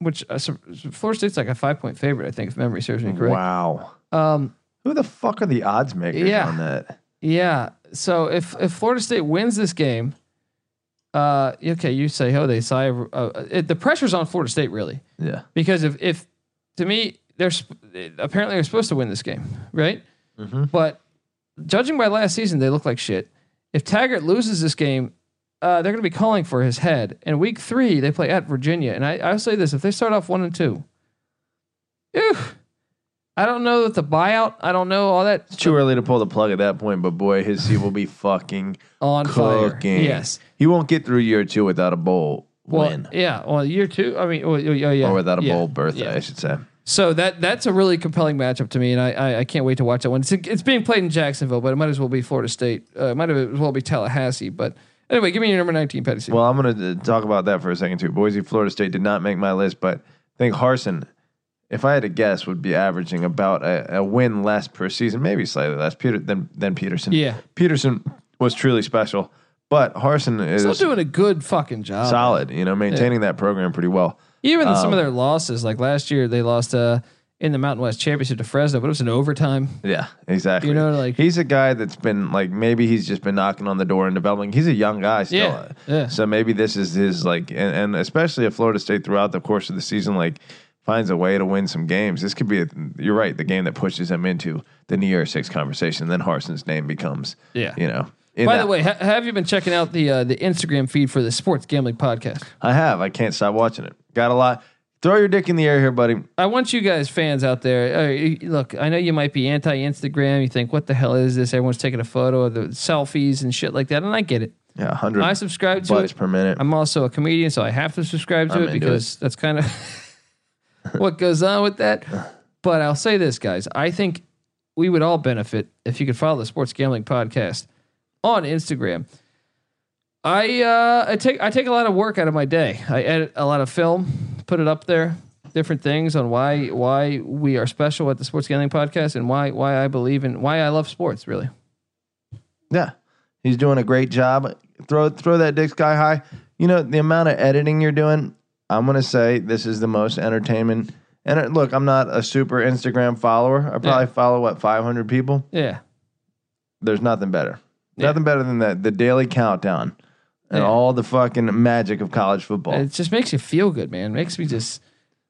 which uh, so- so Florida State's like a five point favorite, I think, if memory serves me correct.
Wow.
Um,
Who the fuck are the odds makers
Yeah.
on that?
yeah. So if if Florida State wins this game, uh, okay, you say, oh, they sigh. Of, uh, it, the pressure's on Florida State really
Yeah.
because if if to me they're sp- apparently they're supposed to win this game, right?
Mhm.
But judging by last season, they look like shit. If Taggart loses this game, uh, they're going to be calling for his head. And week three, they play at Virginia. And I, I'll say this: if they start off one and two, ew, I don't know that the buyout. I don't know all that
It's too early to pull the plug at that point, but boy, his seat will be fucking
on fire.
cooking.
Yes.
You won't get through year two without a bowl
Well,
win
yeah. Well, year two. I mean, well, yeah, yeah,
or without a
yeah,
bowl birthday,
yeah.
I should say.
So that that's a really compelling matchup to me, and I I, I can't wait to watch that one. It's, it's being played in Jacksonville, but it might as well be Florida State. Uh, it might as well be Tallahassee. But anyway, give me your number nineteen, Petty. C.
Well, I'm going to talk about that for a second too. Boise, Florida State did not make my list, but I think Harson, if I had to guess, would be averaging about a, a win less per season, maybe slightly less Peter, than than Peterson.
yeah,
Peterson was truly special, but Harson is
still doing a good fucking job.
solid. You know, maintaining that program pretty well.
Even in some of their losses, like last year, they lost uh, in the Mountain West Championship to Fresno, but it was an overtime.
Yeah, exactly.
You know, like-
he's a guy that's been like maybe he's just been knocking on the door and developing. He's a young guy still.
Yeah, yeah.
So maybe this is his like, and, and especially if Florida State throughout the course of the season like finds a way to win some games, this could be. A, you're right, the game that pushes him into the New Year Six conversation. Then Harson's name becomes.
Yeah.
You know. in
By
that-
the way, ha- have you been checking out the uh, the Instagram feed for the Sports Gambling Podcast?
I have. I can't stop watching it. Got a lot. Throw your dick in the air here, buddy.
I want you guys, fans out there, uh, y- look, I know you might be anti Instagram. You think, what the hell is this? Everyone's taking a photo of the selfies and shit like that. And I get it.
Yeah, hundred
I subscribe to
butts
it.
per minute.
I'm also a comedian, so I have to subscribe to
I'm
it
into
because that's kind of what goes on with that. But I'll say this, guys. I think we would all benefit if you could follow the Sports Gambling Podcast on Instagram. I uh, I take I take a lot of work out of my day. I edit a lot of film, put it up there, different things on why why we are special at the Sports Gambling Podcast and why why I believe in why I love sports. Really,
Yeah, he's doing a great job. Throw throw that dick sky high. You know the amount of editing you're doing. I'm gonna say this is the most entertainment. And uh, look, I'm not a super Instagram follower. I probably
Yeah.
follow what 500 people.
yeah,
There's nothing better.
Yeah.
Nothing better than that. The daily countdown and
Yeah.
all the fucking magic of college football.
It just makes you feel good, man. Makes me just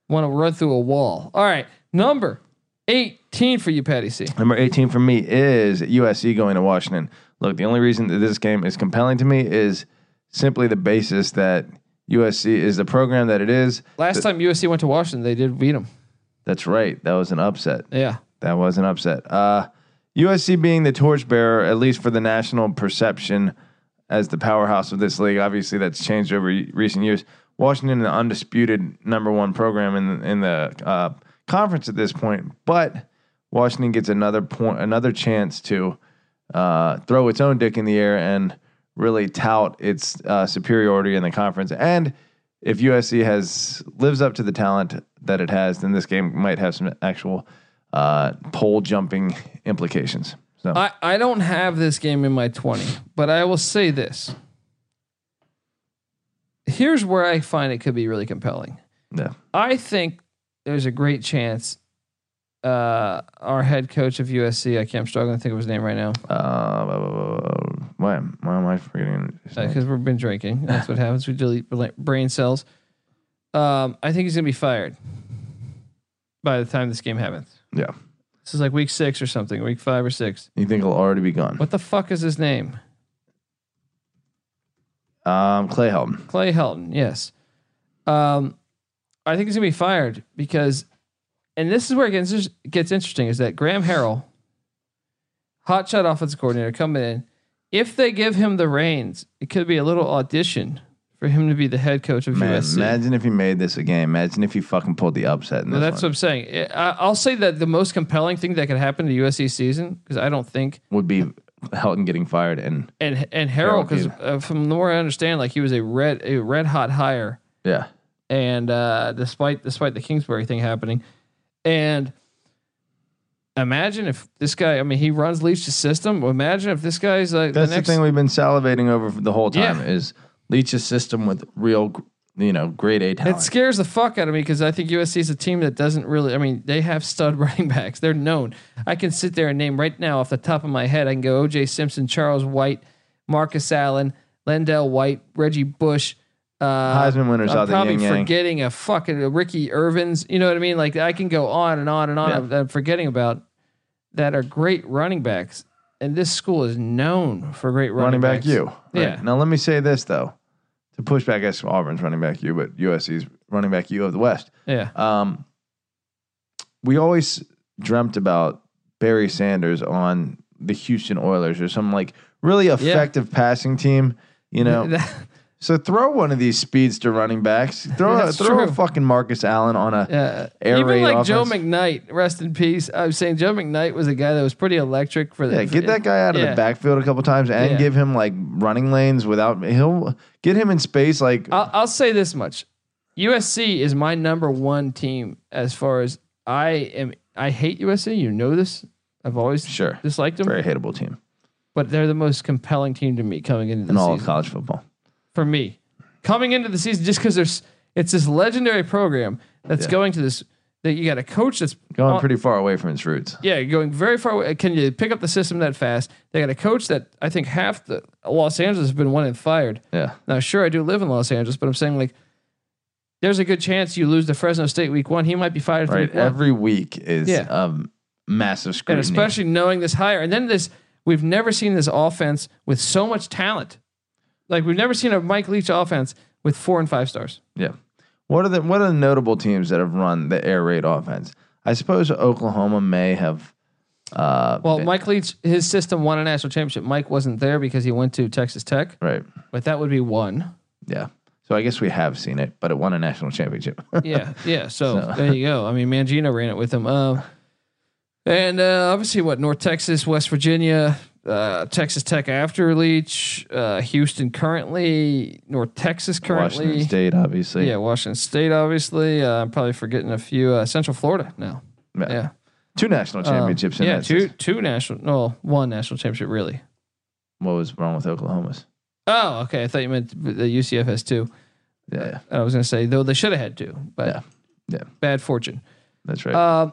want to run through a wall. All right, number eighteen for you, Patty C.
Number 18 for me is USC going to Washington. Look, the only reason that this game is compelling to me is simply the basis that USC is the program that it is.
Last time USC went to Washington, they did beat them.
That's right. That was an upset.
Yeah,
That was an upset. Uh, USC being the torchbearer, at least for the national perception as the powerhouse of this league. Obviously, that's changed over y- recent years. Washington, the undisputed number one program in in the uh, conference at this point, but Washington gets another point, another chance to uh, throw its own dick in the air and really tout its uh, superiority in the conference. And if USC has lives up to the talent that it has, then this game might have some actual uh, pole jumping implications. So
I I don't have this game in my twenty, but I will say this. Here's where I find it could be really compelling.
yeah,
I think there's a great chance. Uh, our head coach of USC, I can't, I'm struggling to think of his name right now
uh, blah, blah, blah, blah. why am why am I forgetting? his name?
because we've been drinking. That's what happens. We delete bla- brain cells. Um, I think he's gonna be fired by the time this game happens.
Yeah,
This is like week six or something, week five or six.
you think it'll already be gone?
What the fuck is his name?
Um, Clay Helton.
Clay Helton. Yes. Um, I think he's gonna be fired because, and this is where it gets it gets interesting is that Graham Harrell, hotshot offensive coordinator, coming in. If they give him the reins, it could be a little audition for him to be the head coach of
Man,
USC.
imagine if he made this a game. Imagine if he fucking pulled the upset in
Well,
this
that's what
one.
I'm saying. I, I'll say that the most compelling thing that could happen to USC season because I don't think
Would be Helton getting fired and
and and Harold
Harrell,
because
dude.
uh, from the more I understand, like he was a red a red hot hire,
yeah.
and uh, despite despite the Kingsbury thing happening, And imagine if this guy, I mean, he runs Leach's system. Imagine if this guy's like
That's
the
the,
next
thing we've been salivating over for the whole time
Yeah.
is Leach's system with real, you know, grade A talent.
It scares the fuck out of me because I think USC is a team that doesn't really. I mean, they have stud running backs. They're known. I can sit there and name right now off the top of my head. I can go O.J. Simpson, Charles White, Marcus Allen, Lendell White, Reggie Bush. Uh,
Heisman winners
I'm
out the
probably
yin yang.
forgetting a fucking a Ricky Irvins. You know what I mean? Like I can go on and on and on.
Yeah.
I'm, I'm forgetting about that are great running backs, and this school is known for great running,
running back
backs.
you.
Yeah.
Now let me say this though, to push back against Auburn's running back you, but USC's running back you of the West.
Yeah,
Um, we always dreamt about Barry Sanders on the Houston Oilers or some like really effective passing team. You know, so throw one of these speedster running backs. Throw a,
That's
throw a
true.
fucking Marcus Allen on a
Yeah.
Air
uh, Even
raid
like Joe
offense.
McKnight, rest in peace. I was saying Joe McKnight was a guy that was pretty electric for the
Yeah, get that guy out of
Yeah.
the backfield a couple times and
Yeah.
give him like running lanes without he'll get him in space like
I'll, I'll say this much: USC is my number one team as far as I am. I hate USC. You know this. I've always
Sure.
disliked them,
very hateable team
but they're the most compelling team to me coming into the
in all
season.
of college football.
for me coming into the season just because there's it's this legendary program that's
Yeah.
going to this that you got a coach that's
Going
on-
pretty far away from its roots.
Yeah, you're going very far away. Can you pick up the system that fast? They got a coach that I think half the Los Angeles has been one and fired.
Yeah.
Now, sure, I do live in Los Angeles, but I'm saying like, there's a good chance you lose to Fresno State week one. He might be fired after
Right.
week one.
Every week is
Yeah.
um massive
and
scrutiny.
especially knowing this hire, and then this, we've never seen this offense with so much talent. Like we've never seen a Mike Leach offense with four and five stars.
yeah. What are the what are the notable teams that have run the air raid offense? I suppose Oklahoma may have uh
Well,
been-
Mike Leach, his system won a national championship. Mike wasn't there because he went to Texas Tech,
right.
but that would be one.
Yeah. So I guess we have seen it, but it won a national championship.
yeah, yeah. So, there you go. I mean, Mangino ran it with him. Um, and uh, obviously, what North Texas, West Virginia, uh, Texas Tech after Leach, uh, Houston currently, North Texas currently,
Washington State, obviously.
yeah, Washington State obviously. Uh, I'm probably forgetting a few. Uh, Central Florida now.
Yeah.
Yeah,
Two national Uh, championships
Um,
in
yeah,
that
two
season.
two national, no, one national championship really.
What was wrong with Oklahoma's?
Oh, okay. I thought you meant the UCF has two.
Yeah, yeah.
I was gonna say though they should have had two, but
Yeah. Yeah.
bad fortune.
That's right.
Um,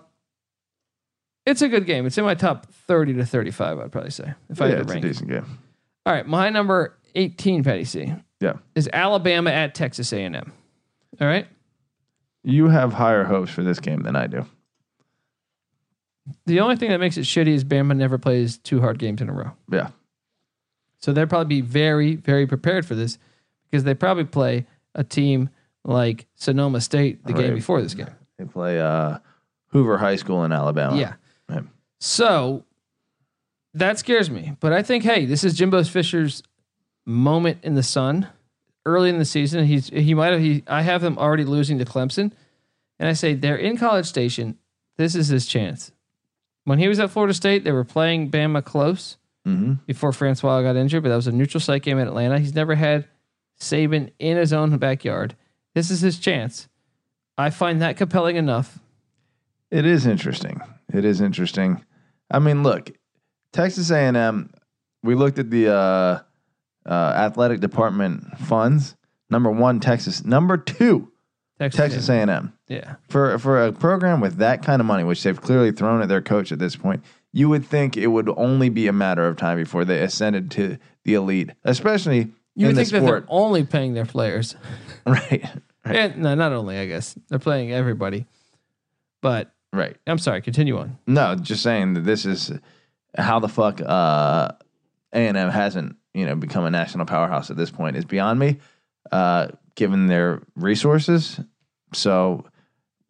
it's a good game. It's in my top 30 to 35, I'd probably say, if I
yeah,
had to
it's a
rank.
decent game.
All right, my number 18, Patty C.
Yeah.
Is Alabama at Texas A&M. All right?
You have higher hopes for this game than I do.
The only thing that makes it shitty is Bama never plays two hard games in a row.
Yeah.
So they'll probably be very, very prepared for this because they probably play a team like Sonoma State the game
Right.
before this game.
They play uh, Hoover High School in Alabama.
Yeah.
Right.
So that scares me. But I think, hey, this is Jimbo Fisher's moment in the sun early in the season. He's he might have he I have him already losing to Clemson. And I say they're in college station. This is his chance. When he was at Florida State, they were playing Bama close
hmm
before Francois got injured, but that was a neutral site game in Atlanta. He's never had Saban in his own backyard. This is his chance. I find that compelling enough.
It is interesting. It is interesting. I mean, look, Texas A&M. We looked at the uh, uh, athletic department funds. Number one, Texas. Number two, Texas A&M.
Yeah.
for for a program with that kind of money, which they've clearly thrown at their coach at this point, you would think it would only be a matter of time before they ascended to the elite, especially
You
in
would
the
think that they're
sport.
only paying their players.
right, right,
And no, not only, I guess. They're playing everybody. But
right.
I'm sorry, continue on.
No, just saying that this is how the fuck uh A and M hasn't you know become a national powerhouse at this point is beyond me, uh, given their resources. So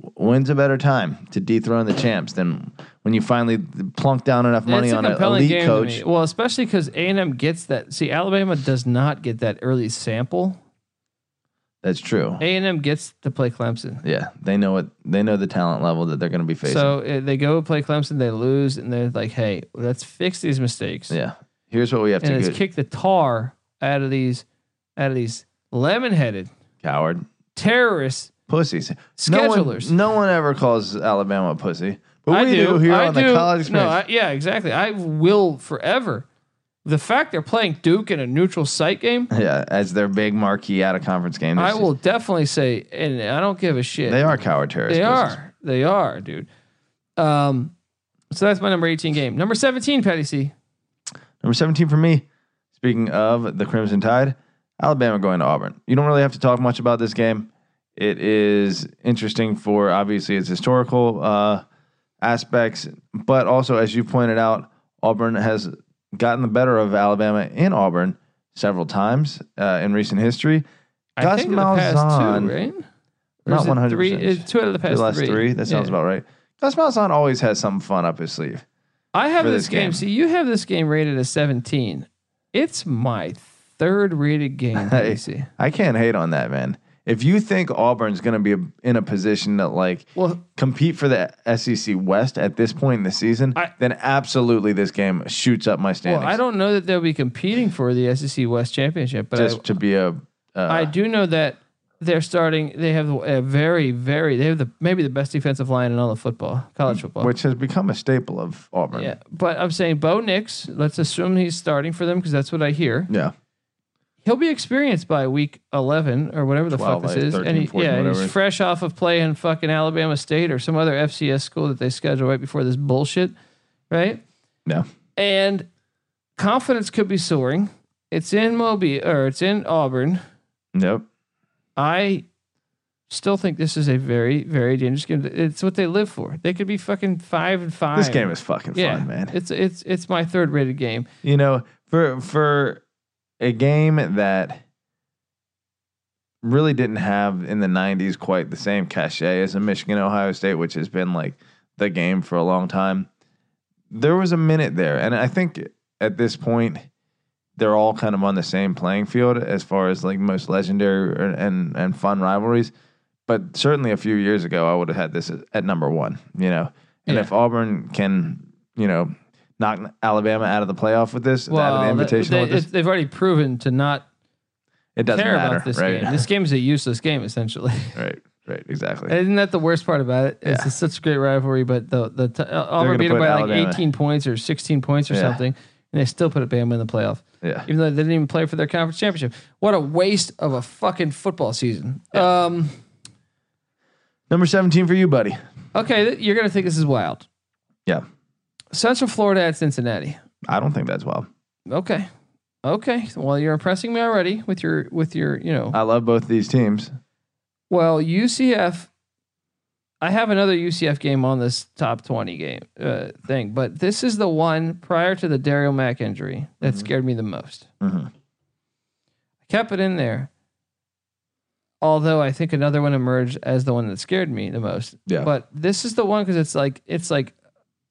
w- when's a better time to dethrone the champs than when you finally plunk down enough money
it's a
on an
compelling
elite
game to
coach?
me. Well, especially because A&M gets that. See, Alabama does not get that early sample.
That's true.
A&M gets to play Clemson.
Yeah, they know it. They know the talent level that they're going to be facing.
So uh, they go play Clemson, they lose, and they're like, hey, let's fix these mistakes.
yeah, here's what we have
and
to
let's
do,
kick the tar out of these, out of these lemon-headed
coward.
terrorists
pussies. No one-
Schedulers.
No one, ever calls Alabama a pussy, but
I
we do, here
I
on the college
No,
experience.
I, yeah, exactly. I will forever. The fact they're playing Duke in a neutral site game,
yeah, as their big marquee out of conference game.
I
It's
will definitely say, and I don't give a shit.
just- They are coward terrorists.
They
pussies.
are. They are, dude. Um, so that's my number 18 game. Number 17, Patty C.
Number 17 for me, speaking of the Crimson Tide, Alabama going to Auburn. You don't really have to talk much about this game. It is interesting for obviously its historical uh, aspects, but also, as you pointed out, Auburn has gotten the better of Alabama in Auburn several times uh, in recent history.
I
Gus
think in the past
Malzahn-
two, right? Or
Not
is it
100%.
Three, it's two out of the
The
past
last three.
three.
that sounds
Yeah.
about right. Gus Malzahn always has something fun up his sleeve.
I have
for
this,
this
game.
game.
See, you have this game rated as 17. It's my third rated game, Patty C.
I can't hate on that, man. If you think Auburn's going to be in a position that like
Well,
compete for the SEC West at this point in the season,
I-
then absolutely this game shoots up my
well,
standings.
I don't know that they'll be competing for the SEC West Championship, but I,
just to be a. Uh,
I do know that they're starting. They have a very, very. They have the maybe the best defensive line in all of football, college football.
Mm, which has become a staple of Auburn.
yeah, but I'm saying Bo Nix. Let's assume he's starting for them because that's what I hear.
Yeah.
He'll be experienced by week 11 or whatever the
12,
fuck
like
this is,
13,
and he-
14,
yeah, and
whatever.
he's fresh off of playing fucking Alabama State or some other FCS school that they schedule right before this bullshit, right?
Yeah.
And confidence could be soaring. It's in Mobile or it's in Auburn.
Nope.
I still think this is a very, very dangerous game. It's what they live for. They could be fucking five and five.
This game is fucking fun, man.
It's it's it's my third rated game.
you know, for for a game that really didn't have in the 90s quite the same cachet as a Michigan Ohio State, which has been like the game for a long time. There was a minute there, and I think at this point they're all kind of on the same playing field as far as like most legendary or- and and fun rivalries. But certainly a few years ago, I would have had this at- at number one, you know. And
Yeah.
if Auburn can, you know, knock Alabama out of the playoff with this, out of the
that-
invitation
they,
with this,
it's- they've already proven to not
it doesn't
care
matter,
about this
right?
game. This game is a useless game essentially.
right, right, exactly.
Isn't that the worst part about it? It's
Yeah.
just such a great rivalry, but the the t- uh, Auburn
gonna
beat them
put
by
Alabama-
like 18 points or 16 points or
Yeah.
something, and they still put Bama in the playoff.
yeah,
Even though they didn't even play for their conference championship. What a waste of a fucking football season. Um,
number seventeen for you, buddy.
Okay, th- you're gonna think this is wild.
Yeah,
Central Florida at Cincinnati.
I don't think that's wild.
Okay, okay. Well, you're impressing me already with your with your you know.
I love both these teams.
Well, UCF. I have another UCF game on this top twenty game uh, thing, but this is the one prior to the Daryl Mack injury that
Mm-hmm.
scared me the most.
Mhm.
I kept it in there. Although I think another one emerged as the one that scared me the most.
Yeah.
But this is the one because it's like it's like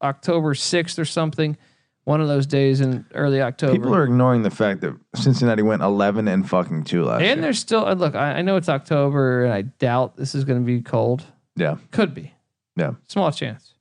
October sixth or something, one of those days in early October.
People are ignoring the fact that Cincinnati went eleven and fucking two
and
last year.
there's still uh, look. I, I know it's October, and I doubt this is going to be cold.
Yeah,
Could be.
Yeah.
Small chance.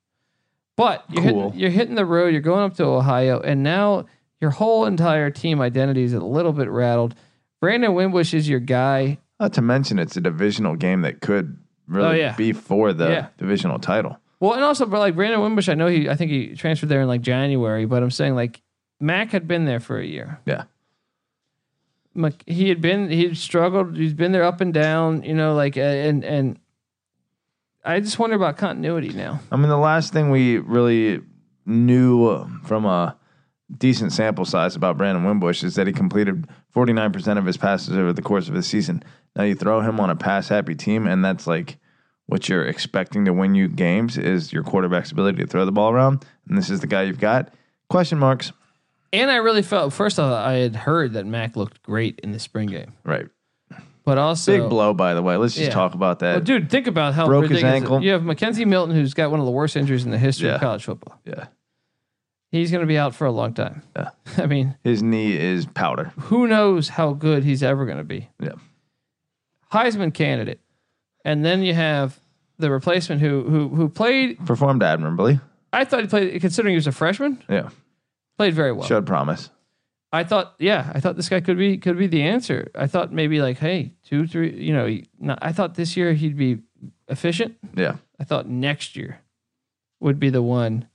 But you're,
Cool.
hitting, you're hitting the road. You're going up to Ohio, and now your whole entire team identity is a little bit rattled. Brandon Wimbush is your guy.
not to mention it's a divisional game that could really
Oh, yeah.
be for the
Yeah.
divisional title.
Well, and also, but like Brandon Wimbush, I know he. I think he transferred there in like January, but I'm saying like Mac had been there for a year.
Yeah,
Mc- he had been he had struggled he's been there up and down you know like uh, and and i just wonder about continuity now
I mean the last thing we really knew um, from a decent sample size about Brandon Wimbush is that he completed forty nine percent of his passes over the course of the season. Now you throw him on a pass happy team, and that's like what you're expecting to win you games is your quarterback's ability to throw the ball around, and this is the guy you've got. Question marks.
and i really felt first off i had heard that mac looked great in the spring game
Right.
but also
Big blow, by the way. Let's just
Yeah.
talk about that.
Well, Uh, dude think about how
Broke his
ridiculous-
ankle.
you have mackenzie milton who's got one of the worst injuries in the history
Yeah.
of college football
yeah.
he's going to be out for a long time
Yeah.
i mean
His knee is powder.
who knows how good he's ever going to be
Yeah.
heisman candidate and then you have the replacement who who who played
Performed admirably.
i thought he played considering he was a freshman
Yeah.
played very well
Showed promise.
I thought, yeah, I thought this guy could be could be the answer. I thought maybe like, hey, two, three, you know, he- no, I thought this year he'd be efficient.
Yeah,
I thought next year would be the one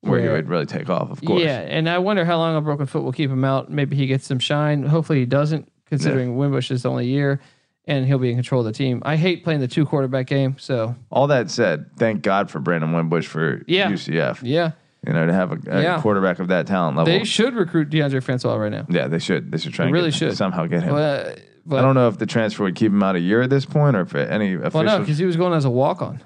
where he
Yeah.
would really take off, of course.
Yeah, and I wonder how long a broken foot will keep him out. Maybe he gets some shine. Hopefully he doesn't, considering Wimbush is the only year, and he'll be in control of the team. I hate playing the two quarterback game, so
All that said, thank God for Brandon Wimbush for
Yeah.
UCF.
yeah,
You know, to have a, a
Yeah.
quarterback of that talent level.
they should recruit DeAndre Francois right now.
yeah, they should. They should try.
They
and
really
get-
should.
somehow get him.
But, but
I don't know if the transfer would keep him out a year at this point, or if any
well,
official
no, because he was going as a walk on.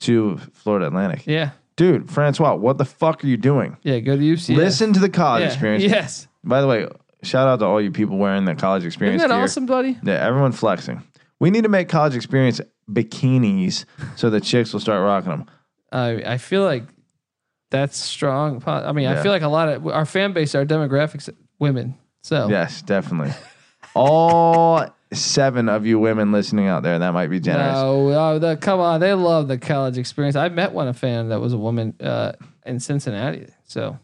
to Florida Atlantic.
Yeah,
Dude, Francois, what the fuck are you doing?
yeah, go to UCF.
Listen to the college
yeah.
experience.
Yes,
By the way, shout out to all you people wearing the college
isn't
experience
that
gear.
awesome, buddy?
Yeah, everyone flexing. We need to make college experience bikinis so the chicks will start rocking them.
I I feel like that's strong. po- I mean,
Yeah.
I feel like a lot of our fan base, our demographics, women. So
Yes, definitely. all seven of you women listening out there, that might be generous.
No, oh, the, come on. They love the college experience. I met one a fan that was a woman uh, in Cincinnati. So,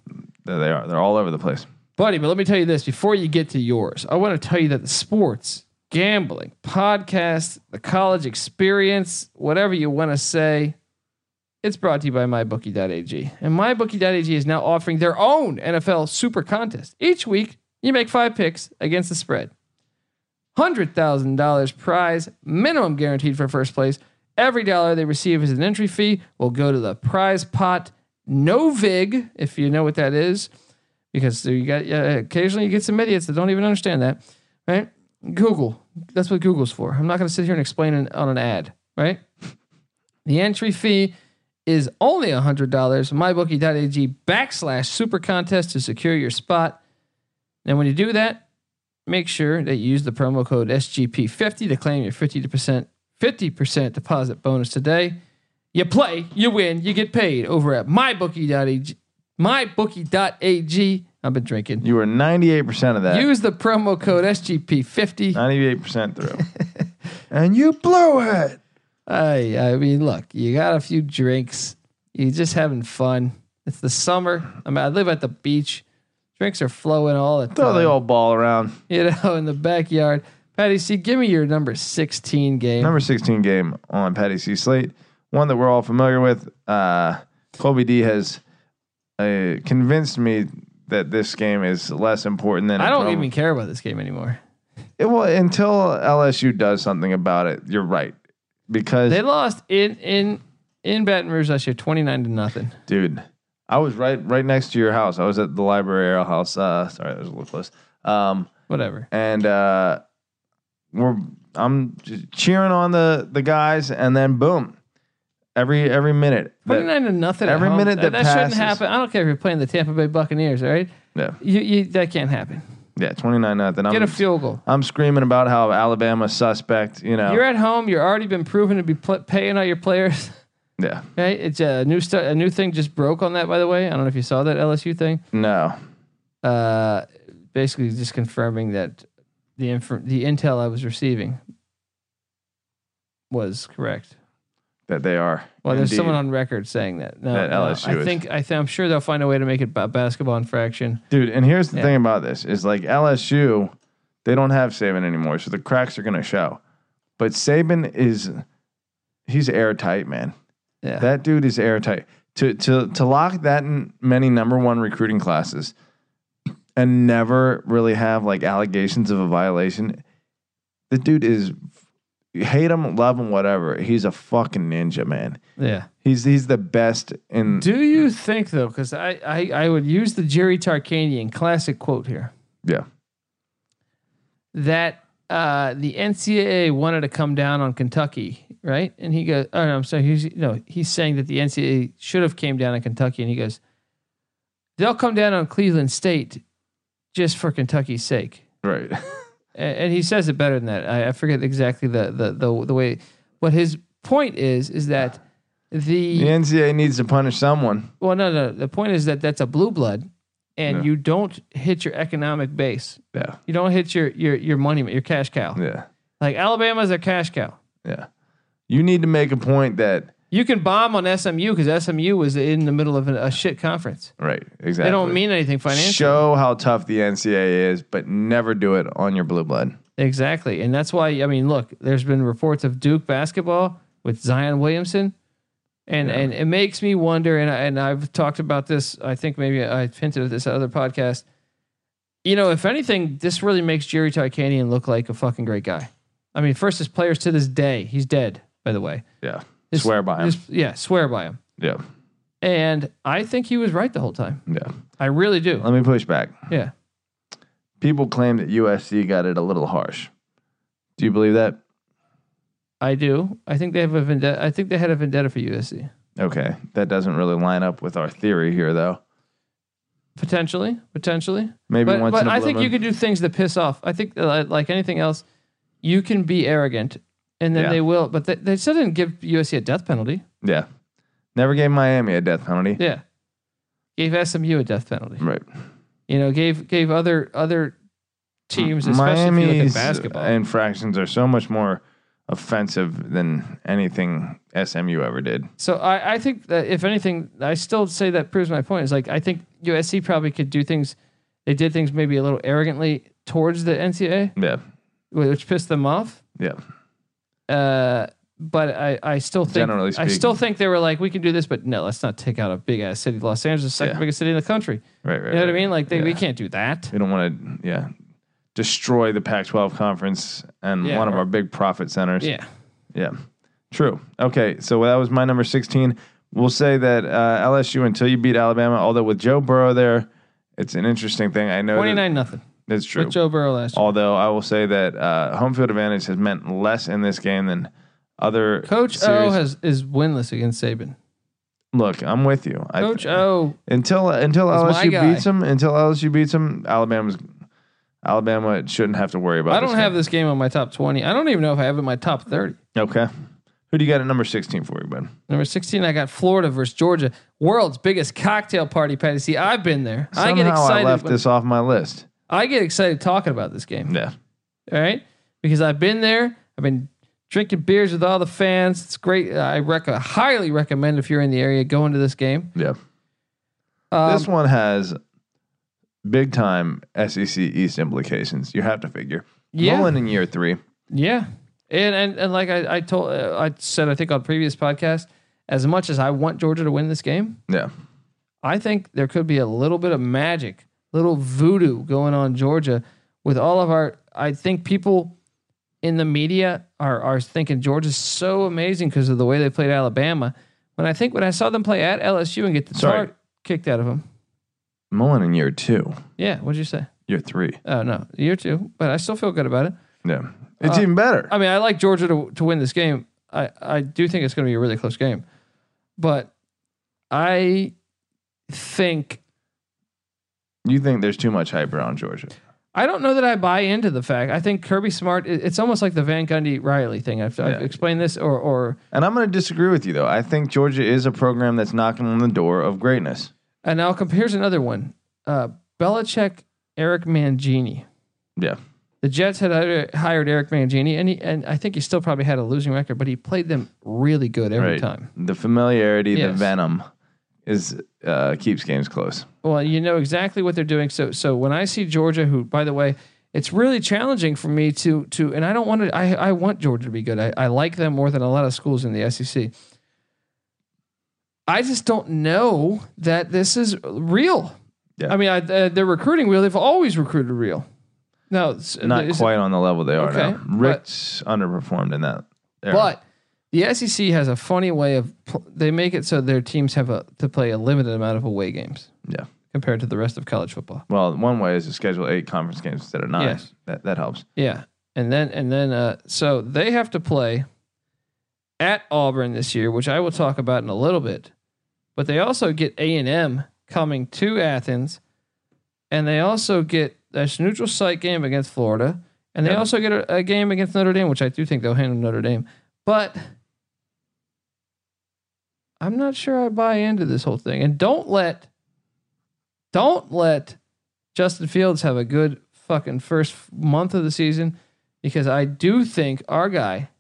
There they are. They're all over the place.
buddy, but let me tell you this before you get to yours, I want to tell you that the sports, gambling, podcast, the college experience, whatever you want to say, it's brought to you by mybookie.ag. And mybookie.ag is now offering their own NFL super contest. Each week, you make five picks against the spread. $100,000 prize, minimum guaranteed for first place. Every dollar they receive as an entry fee will go to the prize pot. No VIG, if you know what that is, because you got yeah, occasionally you get some idiots that don't even understand that, right? Google. That's what Google's for. I'm not going to sit here and explain it on an ad, right? The entry fee is only $100. MyBookie.ag backslash super contest to secure your spot. And when you do that, make sure that you use the promo code SGP50 to claim your 50% 50% deposit bonus today. You play, you win, you get paid over at mybookie.ag. Mybookie.ag. I've been drinking.
You were 98% of that.
Use the promo code SGP50.
98% through. and you blew it.
I I mean, look, you got a few drinks. You're just having fun. It's the summer. I mean, I live at the beach. Drinks are flowing all the
Throw
time.
the old ball around.
you know, in the backyard. Patty C, give me your number 16 game.
Number 16 game on Patty C. Slate, one that we're all familiar with. Uh, Colby D has uh, convinced me that this game is less important than
I don't
it prob-
even care about this game anymore.
It will until LSU does something about it. You're right because
They lost in in in Baton Rouge last year, 29 to nothing.
dude, I was right right next to your house. I was at the library at our house. Uh, sorry, that was a little close. Um,
Whatever.
and uh, we're I'm just cheering on the the guys, and then boom, every every minute. that-
29 to nothing. at
every
home.
minute that
shouldn't
passes-
happen. I don't care if you're playing the Tampa Bay Buccaneers, all right?
yeah,
You, you that can't happen.
yeah, twenty nine nothing. I'm,
Get a field goal.
I'm screaming about how Alabama suspect. You know,
You're at home. You're already been proven to be pl- paying all your players.
yeah,
Right? It's a new stu- a new thing just broke on that. By the way, I don't know if you saw that LSU thing.
no,
Uh, basically, just confirming that the inf- the intel I was receiving was correct.
that they are.
Well, there's
indeed.
someone on record saying that. No,
That
no,
LSU
I
is-
think I think I'm sure they'll find a way to make it a basketball infraction.
dude. And here's the
Yeah.
thing about this is like LSU, they don't have Saban anymore, so the cracks are gonna show. But Saban is, he's airtight, man.
Yeah.
That dude is airtight. To to to lock that n- many number one recruiting classes, and never really have like allegations of a violation. The dude is, you hate him, love him, whatever. He's a fucking ninja, man.
yeah.
He's he's the best in.
Do you think though? Because I, I I would use the Jerry Tarkanian classic quote here.
Yeah,
that uh, the NCAA wanted to come down on Kentucky, right? And he goes, "Oh no, I'm sorry." He's no, he's saying that the NCAA should have came down on Kentucky, and he goes, "They'll come down on Cleveland State just for Kentucky's sake."
right.
A- And, he says it better than that. I, I forget exactly the, the the the way. What his point is is that the
The NCAA needs to punish someone.
well, no, no. The point is that that's a blue blood, and
Yeah.
you don't hit your economic base.
Yeah,
You don't hit your your your money, your cash cow.
yeah.
Like Alabama's a cash cow.
Yeah. You need to make a point that
You can bomb on SMU because SMU was in the middle of a, a shit conference.
Right. Exactly.
They don't mean anything financially.
Show how tough the NCAA is, but never do it on your blue blood.
Exactly. And that's why, I mean, look, there's been reports of Duke basketball with Zion Williamson. And
Yeah.
and it makes me wonder, and I, and I've talked about this. I think maybe I hinted at this at other podcast. You know, if anything, this really makes Jerry Tarkanian look like a fucking great guy. I mean, first his players to this day, he's dead. By the way,
Yeah.
His-
Swear by him.
His- yeah, swear by him.
yeah.
And I think he was right the whole time.
Yeah.
I really do.
Let me push back.
Yeah,
People claim that USC got it a little harsh. Do you believe that?
I do. I think they have a vendetta. I think they had a vendetta for USC
Okay. That doesn't really line up with our theory here, though.
potentially, potentially.
Maybe
but,
once
but
in a
I
blue
think you
moon.
can do things that piss off. I think uh, like anything else, you can be arrogant, and then
Yeah.
they will. But they, they still didn't give USC a death penalty.
Yeah. Never gave Miami a death penalty.
Yeah, gave SMU a death penalty.
Right.
You know, gave gave other other teams, especially if you look at
Miami's uh,
basketball.
infractions are so much more offensive than anything SMU ever did.
so I, I think that if anything, I still say that proves my point. Is like I think USC probably could do things. They did things maybe a little arrogantly towards the NCAA,
Yeah.
which pissed them off.
Yeah.
Uh, but I, I still think
Generally
I still think they were like, we can do this, but no, let's not take out a big ass city, Los Angeles, second
Yeah.
biggest city in the country.
Right. Right.
You know what I
right.
mean? Like they, we
Yeah.
can't do that.
We don't want to, yeah, destroy the Pac-12 conference and
Yeah,
one of
or-
our big profit centers.
Yeah.
Yeah. True. Okay. So that was my number 16. We'll say that uh, LSU until you beat Alabama, although with Joe Burrow there, it's an interesting thing. I know that-
Twenty nine nothing
that's true.
with Joe Burrow last year.
Although I will say that uh, home field advantage has meant less in this game than other
Coach O
series.
has is winless against Saban.
Look, I'm with you. I-
Coach O,
until until
He's my
LSU
guy.
beats them, until LSU beats them, Alabama's Alabama shouldn't have to worry about.
I don't
this
have
game.
this game on my top twenty. I don't even know if I have it in my top thirty.
Okay. Who do you got at number 16 for you, bud?
Number sixteen, I got Florida versus Georgia, world's biggest cocktail party. Patty, see, I've been there. I get
Somehow
excited.
I left
when-
this off my list.
I get excited talking about this game.
Yeah.
All right. Because I've been there. I've been drinking beers with all the fans. It's great. I rec- highly recommend if you're in the area going to this game.
Yeah.
Um,
this one has big time SEC East implications. You have to figure.
Yeah.
Mullen in year three.
Yeah. And, and, and like I, I told, uh, I said, I think on previous podcast, as much as I want Georgia to win this game,
Yeah.
I think there could be a little bit of magic, little voodoo going on in Georgia with all of our. I think people in the media are are thinking Georgia's so amazing because of the way they played Alabama. When I think when I saw them play at LSU and get the
Sorry.
tar kicked out of them,
Mullen in year two.
yeah, what'd you say?
Year three.
Oh no, year two, but I still feel good about it.
Yeah. It's
Uh,
even better.
I mean, I like Georgia to to win this game. I I do think it's going to be a really close game, but I think
you think there's too much hype around Georgia.
I don't know that I buy into the fact. I think Kirby Smart. it- It's almost like the Van Gundy Riley thing. I've, I've
Yeah.
explained this, or or
And I'm going to disagree with you, though. I think Georgia is a program that's knocking on the door of greatness.
and now here's another one. Uh, Belichick, Eric Mangini.
Yeah.
The Jets had hired- hired Eric Mangini, and he, and I think he still probably had a losing record, but he played them really good every
Right.
time.
The familiarity, the
Yes.
venom is uh, keeps games close.
Well, you know exactly what they're doing. So so when I see Georgia, who by the way, it's really challenging for me to to and I don't want to I, I want Georgia to be good. I, I like them more than a lot of schools in the SEC. I just don't know that this is real.
Yeah.
I mean, I, uh, they're recruiting real. They've always recruited real. No, it's,
Not
it's-
quite on the level they are
Okay,
now.
but-
Rick's underperformed in that. era.
But the SEC has a funny way of pl- they make it so their teams have a, to play a limited amount of away games.
Yeah.
compared to the rest of college football.
Well, one way is to schedule eight conference games instead of nine.
Yes.
That that helps.
Yeah. And then and then uh so they have to play at Auburn this year, which I will talk about in a little bit. But they also get A&M coming to Athens and they also get a neutral site game against Florida and they
Yeah.
also get a, a game against Notre Dame, which I do think they'll handle Notre Dame. But I'm not sure I buy into this whole thing. And don't let don't let Justin Fields have a good fucking first f- month of the season because I do think our guy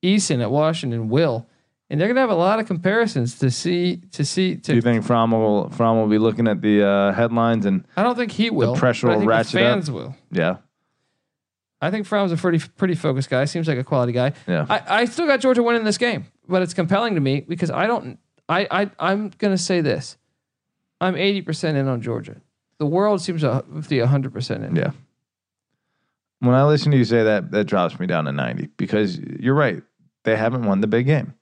Eason at Washington will and they're gonna have a lot of comparisons to see to see
Do
to.
you think Fromm will Fromm will be looking at the uh, headlines and
I don't think he will.
pressure
but I
will
think
ratchet up.
fans will.
yeah
I think Fromm's a pretty pretty focused guy. Seems like a quality guy.
yeah
I, I still got Georgia winning this game, but it's compelling to me because I don't. I, I I'm gonna say this. I'm 80 percent in on Georgia. The world seems to be 100 percent in.
yeah? When I listen to you say that, that drops me down to ninety because you're right. They haven't won the big game.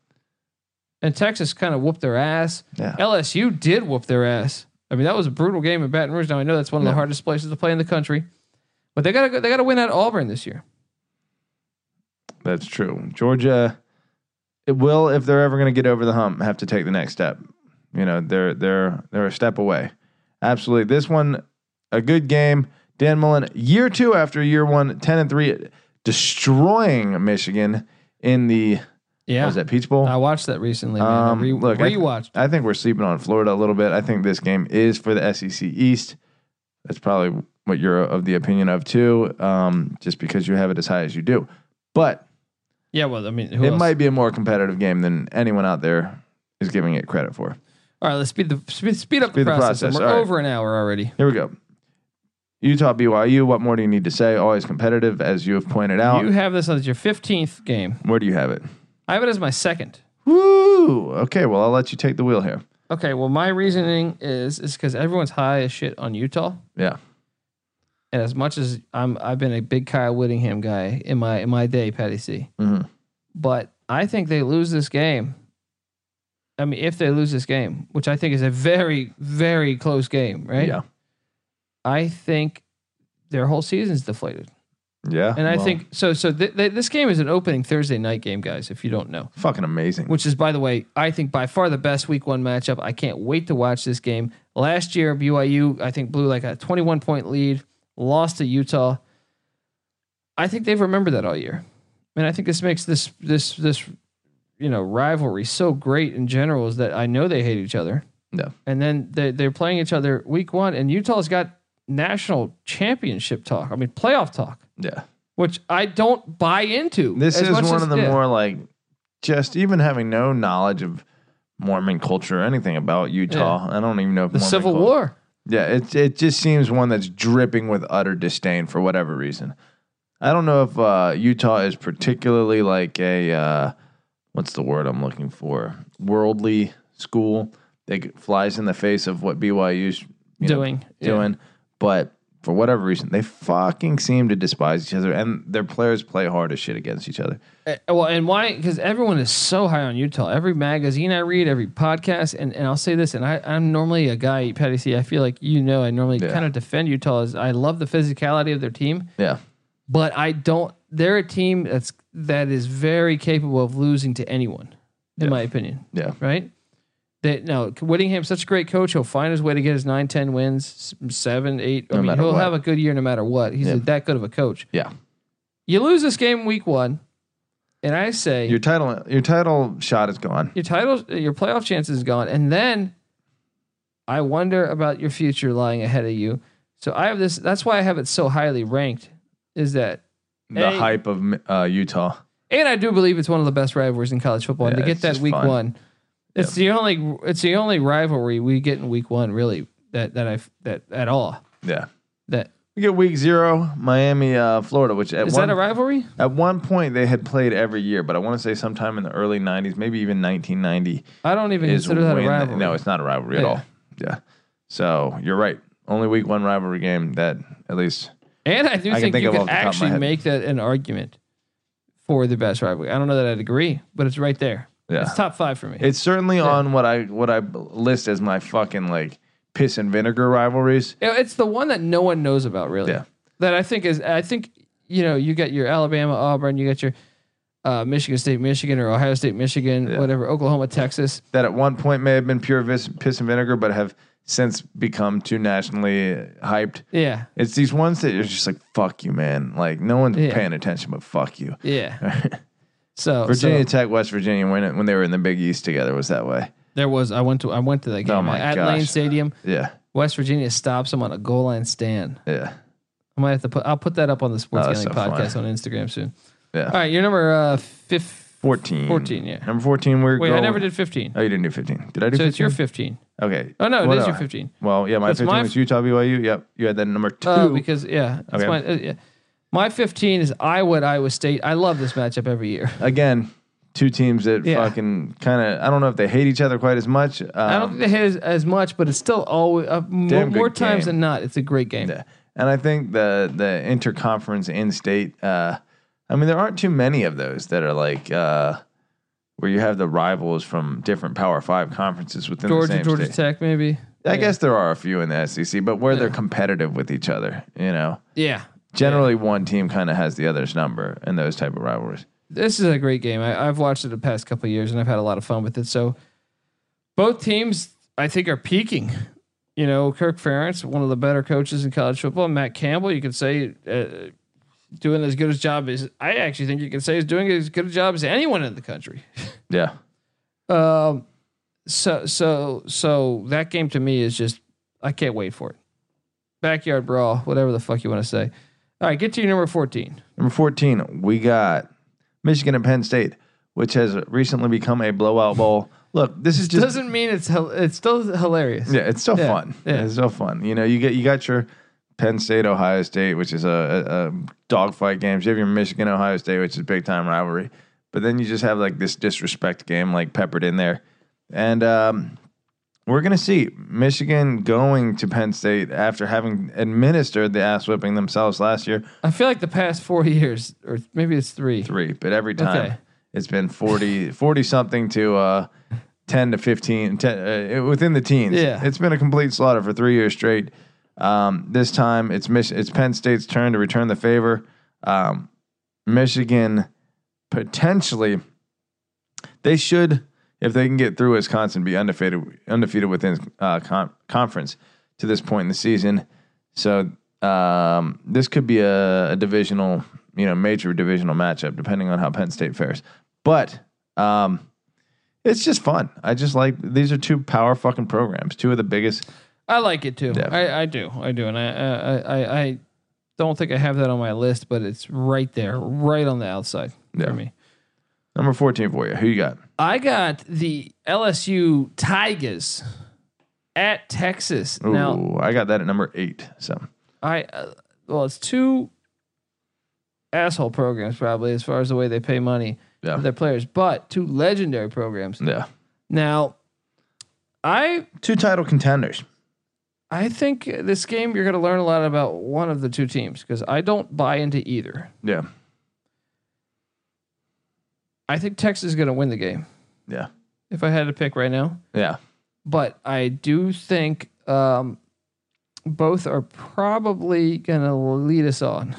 And Texas kind of whooped their ass.
Yeah.
LSU did whoop their ass. I mean, that was a brutal game in Baton Rouge. Now I know that's one of the
Yeah.
hardest places to play in the country, but they got to they got to win at Auburn this year.
That's true. Georgia, it will if they're ever going to get over the hump, have to take the next step. You know, they're they're they're a step away. Absolutely, this one a good game. Dan Mullen, year two after year one, 10 and three, destroying Michigan in the what was that Peach Bowl?
I watched that recently. Man.
Um,
I re-
look, I-
rewatched.
I think we're sleeping on Florida a little bit. I think this game is for the SEC East. That's probably what you're of the opinion of too, um, just because you have it as high as you do. But
yeah, well, I mean, who
it
else?
might be a more competitive game than anyone out there is giving it credit for.
All right, let's speed the speed, speed up
Speed
the
the
process.
process,
We're
all right.
over an hour already.
Here we go. Utah BYU. What more do you need to say? Always competitive, as you have pointed out.
You have this as your 15th game.
Where do you have it?
I have it as my second.
Woo! Okay, well I'll let you take the wheel here.
Okay, well, my reasoning is is because everyone's high as shit on Utah,
Yeah,
and as much as I'm, I've been a big Kyle Whittingham guy in my in my day, Patty C.
Mhm.
But I think they lose this game. I mean, if they lose this game, which I think is a very very close game, right?
yeah,
I think their whole season's deflated,
yeah.
and I
Well,
think so. So th- th- this game is an opening Thursday night game, guys. If you don't know.
fucking amazing.
which is by the way, I think by far the best week one matchup. I can't wait to watch this game. Last year, BYU, I think, blew like a 21 point lead, lost to Utah. I think they've remembered that all year. And I think this makes this this this you know rivalry so great in general is that I know they hate each other.
Yeah.
And then they they're playing each other week one, and Utah's got national championship talk. I mean playoff talk,
Yeah,
which I don't buy into.
this
as
is
much
one
as-
of the
yeah.
more like just even having no knowledge of Mormon culture or anything about Utah. I don't even know if
the
Mormon
Civil
culture-
War.
Yeah, it it just seems one that's dripping with utter disdain for whatever reason. I don't know if uh, Utah is particularly like a uh, what's the word I'm looking for worldly school that g- flies in the face of what BYU's you know,
Doing, yeah.
doing, but for whatever reason they fucking seem to despise each other and their players play hard as shit against each other.
Uh, Well, and why? Because everyone is so high on Utah. Every magazine I read, every podcast, and, and I'll say this, and I, I'm normally a guy, Patty C. I feel like you know, I normally
Yeah.
kind of defend Utah. As I love the physicality of their team,
Yeah,
but I don't. They're a team that's that is very capable of losing to anyone, in my opinion.
yeah,
Right? They, now Whittingham's such a great coach. He'll find his way to get his nine, ten wins, s- seven, eight. I
No
mean,
matter
he'll
what.
have a good year no matter what. He's
Yeah.
that good of a coach.
yeah.
You lose this game week one, and I say
Your title your title shot is gone.
your title, your playoff chance is gone. And then I wonder about your future lying ahead of you. So I have this. That's why I have it so highly ranked. Is that
The
Hey.
hype of uh, Utah.
and I do believe it's one of the best rivalries in college football. and
Yeah,
to get
it's
that
just
week
fun.
one, it's the only it's the only rivalry we get in week one really that that I that at all
Yeah.
that
We get week zero, Miami, uh, Florida, which at
is
one,
that a rivalry?
at one point they had played every year, but I want to say sometime in the early 90s, maybe even 1990,
I don't even
is
consider that
when
a
the-
rivalry.
no, it's not a rivalry at
Yeah.
all. Yeah. So you're right. Only week one rivalry game that at least
And I do
I can
think,
think
you
of off
could
the top of my
actually
head.
make that an argument for the best rivalry. I don't know that I'd agree, but it's right there.
Yeah.
It's top five for me.
it's certainly on what I what I list as my fucking like piss and vinegar rivalries.
Yeah, It's the one that no one knows about really.
Yeah.
That I think is I think you know you got your Alabama, Auburn, you got your uh, Michigan State, Michigan, or Ohio State, Michigan, whatever, Oklahoma, Texas.
That at one point may have been pure vis- piss and vinegar, but have since become too nationally hyped.
Yeah,
It's these ones that you're just like, fuck you, man. Like no one's
Yeah.
paying attention, but fuck you.
yeah. so
Virginia
so
Tech, West Virginia, when it, when they were in the Big East together, was that way.
there was I went to I went to that game
Oh my
at
gosh.
Lane Stadium.
Yeah,
West Virginia stops him on a goal line stand.
yeah,
I might have to put I'll put that up on the Sports
Oh, that's
Gambling
so
podcast on Instagram soon.
yeah.
All right, you're number uh, fifth.
14.
14, yeah.
Number 14, we're
Wait,
going.
I never did 15.
Oh, you didn't do 15. Did I do
So
15?
it's your 15.
Okay.
Oh, no, it
Well,
is your 15.
Well, yeah, my
It's
15
my-
was Utah BYU. Yep. You had that number two.
Oh, because, yeah. That's
Okay.
my, uh, yeah. my 15 is Iowa at Iowa State. I love this matchup every year.
Again, two teams that
Yeah.
fucking kind of, I don't know if they hate each other quite as much. Um,
I don't think they hit as, as much, but it's still always uh, more,
Damn good
more times
game.
than not. It's a great game.
Yeah. And I think the the interconference in state. Uh, I mean, there aren't too many of those that are like uh, where you have the rivals from different Power Five conferences within the
Georgia,
same
Georgia
state.
Tech, maybe.
I
Yeah.
guess there are a few in the SEC, but where they're
Yeah.
competitive with each other, you know,
Yeah,
generally one team kind of has the other's number in those type of rivalries.
this is a great game. I, I've watched it the past couple of years, and I've had a lot of fun with it. So, both teams, I think, are peaking. You know, Kirk Ferentz, one of the better coaches in college football. Matt Campbell, you could say, uh, doing as good a job as I actually think you can say is doing as good a job as anyone in the country.
Yeah,
Um, so so so that game to me is just I can't wait for it. Backyard brawl, whatever the fuck you want to say. All right, get to your number fourteen.
number fourteen, we got Michigan and Penn State, which has recently become a blowout bowl. Look, this is just
Doesn't mean it's hel- it's still hilarious.
Yeah, it's still
Yeah,
fun.
yeah.
It's still fun. You know, you get you got your Penn State, Ohio State, which is a, a, a dogfight games. You have your Michigan, Ohio State, which is big time rivalry. But then you just have like this disrespect game like peppered in there, and um, we're gonna see Michigan going to Penn State after having administered the ass whipping themselves last year
I feel like the past four years, or maybe it's three.
three, but every time
Okay.
it's been 40, 40 something to uh, 10 to 15, 10, uh, within the teens.
Yeah.
It's been a complete slaughter for three years straight. Um, this time it's Mich- it's Penn State's turn to return the favor. Um, Michigan potentially they should if they can get through Wisconsin be undefeated undefeated within uh, con- conference to this point in the season. So um, this could be a, a divisional, you know, major divisional matchup depending on how Penn State fares. But um, it's just fun. I just like these are two power fucking programs, two of the biggest.
I like it too.
Yeah.
I, I do. I do, and I, I I I don't think I have that on my list, but it's right there, right on the outside
Yeah.
for me.
Number fourteen for you. Who you got?
I got the LSU Tigers at Texas.
Ooh,
Now
I got that at number eight. So
I uh, well, it's two asshole programs probably as far as the way they pay money
Yeah.
for their players, but two legendary programs.
yeah,
Now, I
two title contenders.
I think this game you're going to learn a lot about one of the two teams because I don't buy into either.
Yeah,
I think Texas is going to win the game
yeah,
if I had to pick right now,
yeah.
but I do think um, both are probably going to lead us on.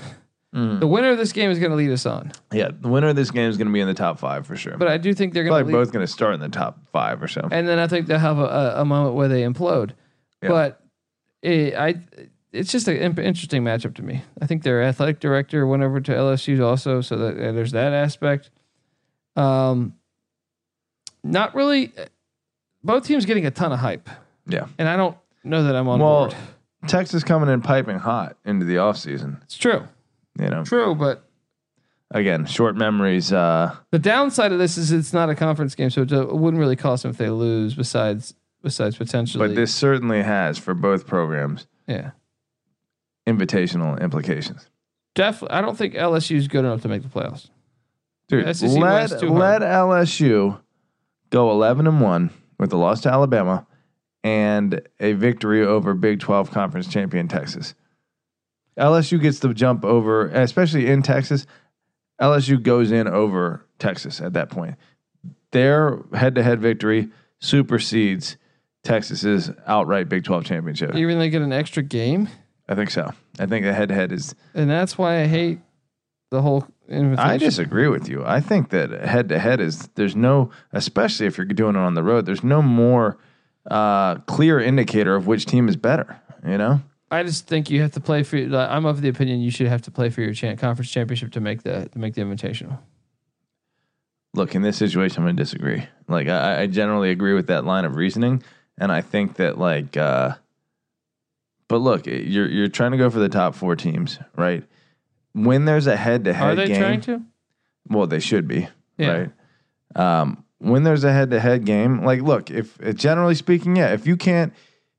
Mm.
The winner of this game is going to lead us on,
Yeah, the winner of this game is going to be in the top five for sure.
but I do think they're going to
Probably
lead
both going to start in the top five or so.
and then I think they'll have a, a, a moment where they implode.
Yeah.
But it, I, it's just an imp- interesting matchup to me. I think their athletic director went over to LSU also, so that uh, there's that aspect. Um, not really. uh, Both teams getting a ton of hype,
Yeah.
and I don't know that I'm on
Well-
board.
Texas coming in piping hot into the offseason.
It's true,
You know,
true, but
again, short memories. Uh,
the downside of this is it's not a conference game, so it do- it wouldn't really cost them if they lose. Besides, besides potentially,
but this certainly has for both programs
yeah,
invitational implications.
definitely. I don't think LSU is good enough to make the playoffs.
Dude,
The SEC
let,
West too
let LSU go 11 and 1 with a loss to Alabama and a victory over Big 12 conference champion Texas. LSU gets the jump over, especially in Texas. LSU goes in over Texas at that point. Their head to head victory supersedes Texas's outright Big 12 championship.
Even they get an extra game,
I think so. I think the head to head is
and that's why I hate the whole invitation.
I disagree with you. I think that head to head is there's no, especially if you're doing it on the road, there's no more uh, clear indicator of which team is better. You know,
I just think you have to play for. your- like, I'm of the opinion you should have to play for your chan- conference championship to make the to make the invitational.
look in this situation, I'm gonna disagree. Like I, I generally agree with that line of reasoning, and I think that like, uh, but look, eh, you're you're trying to go for the top four teams, right? When there's a head to
Are
head
they
game,
trying to?
well, they should be,
Yeah.
right? Um, when there's a head-to-head game, like look, if if generally speaking, yeah, if you can't,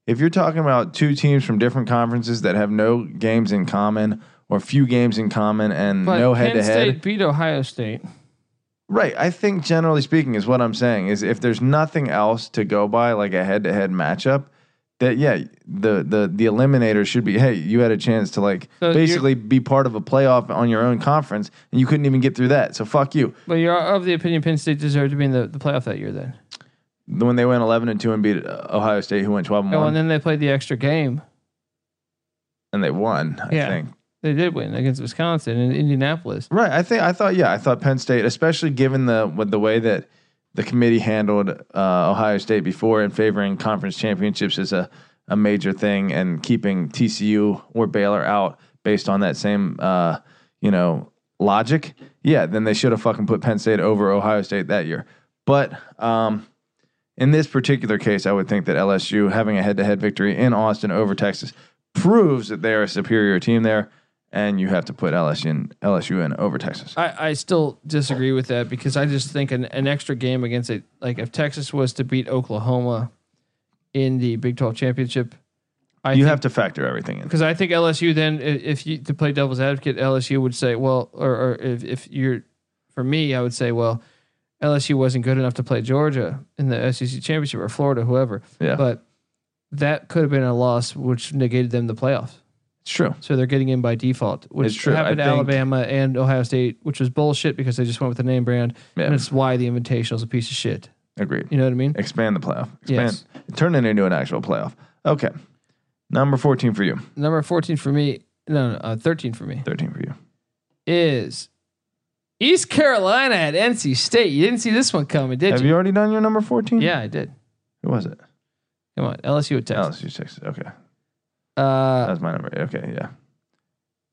if you're talking about two teams from different conferences that have no games in common or few games in common and
But
no
Penn
head-to-head,
State beat Ohio State.
Right. I think generally speaking is what I'm saying is if there's nothing else to go by, like a head to head matchup, that yeah, the the the eliminator should be, hey, you had a chance to like
So you're-
basically be part of a playoff on your own conference and you couldn't even get through that. So fuck you.
But you're of the opinion Penn State deserved to be in the, the playoff that year then.
When they went eleven and two and beat uh, Ohio State, who went twelve and
Oh,
one,
and then they played the extra game.
and they won. I
Yeah.
think.
They did win against Wisconsin and Indianapolis.
Right. I think I thought yeah, I thought Penn State, especially given the with the way that the committee handled uh, Ohio State before and favoring conference championships as a a major thing and keeping TCU or Baylor out based on that same uh, you know logic. Yeah, then they should have fucking put Penn State over Ohio State that year. But um, in this particular case, I would think that LSU having a head-to-head victory in Austin over Texas proves that they are a superior team there, and you have to put LSU in, LSU in over Texas.
I, I still disagree with that because I just think an, an extra game against it, like if Texas was to beat Oklahoma in the Big 12 championship, I
you
think,
have to factor everything in.
because I think LSU then, i- if you to play devil's advocate, LSU would say, well, or, or if, if you're, for me, I would say, well, LSU wasn't good enough to play Georgia in the SEC championship or Florida, whoever.
Yeah,
But that could have been a loss which negated them the playoffs.
it's true.
So they're getting in by default,
It's
which
true. I
happened to
think-
Alabama and Ohio State, which was bullshit because they just went with the name brand,
Yeah,
and it's why the Invitational is a piece of shit.
agreed.
You know what I mean?
Expand the playoff. Expand.
Yes.
Turn it into an actual playoff. Okay. Number fourteen for you.
Number fourteen for me, no, no uh, thirteen for me
Thirteen for you.
is East Carolina at NC State. You didn't see this one coming, did
Have
you?
you already done your number fourteen?
Yeah, I did.
Who was it?
Come on, LSU at Texas.
LSU Texas. Okay, that
Uh,
was my number. Okay, yeah.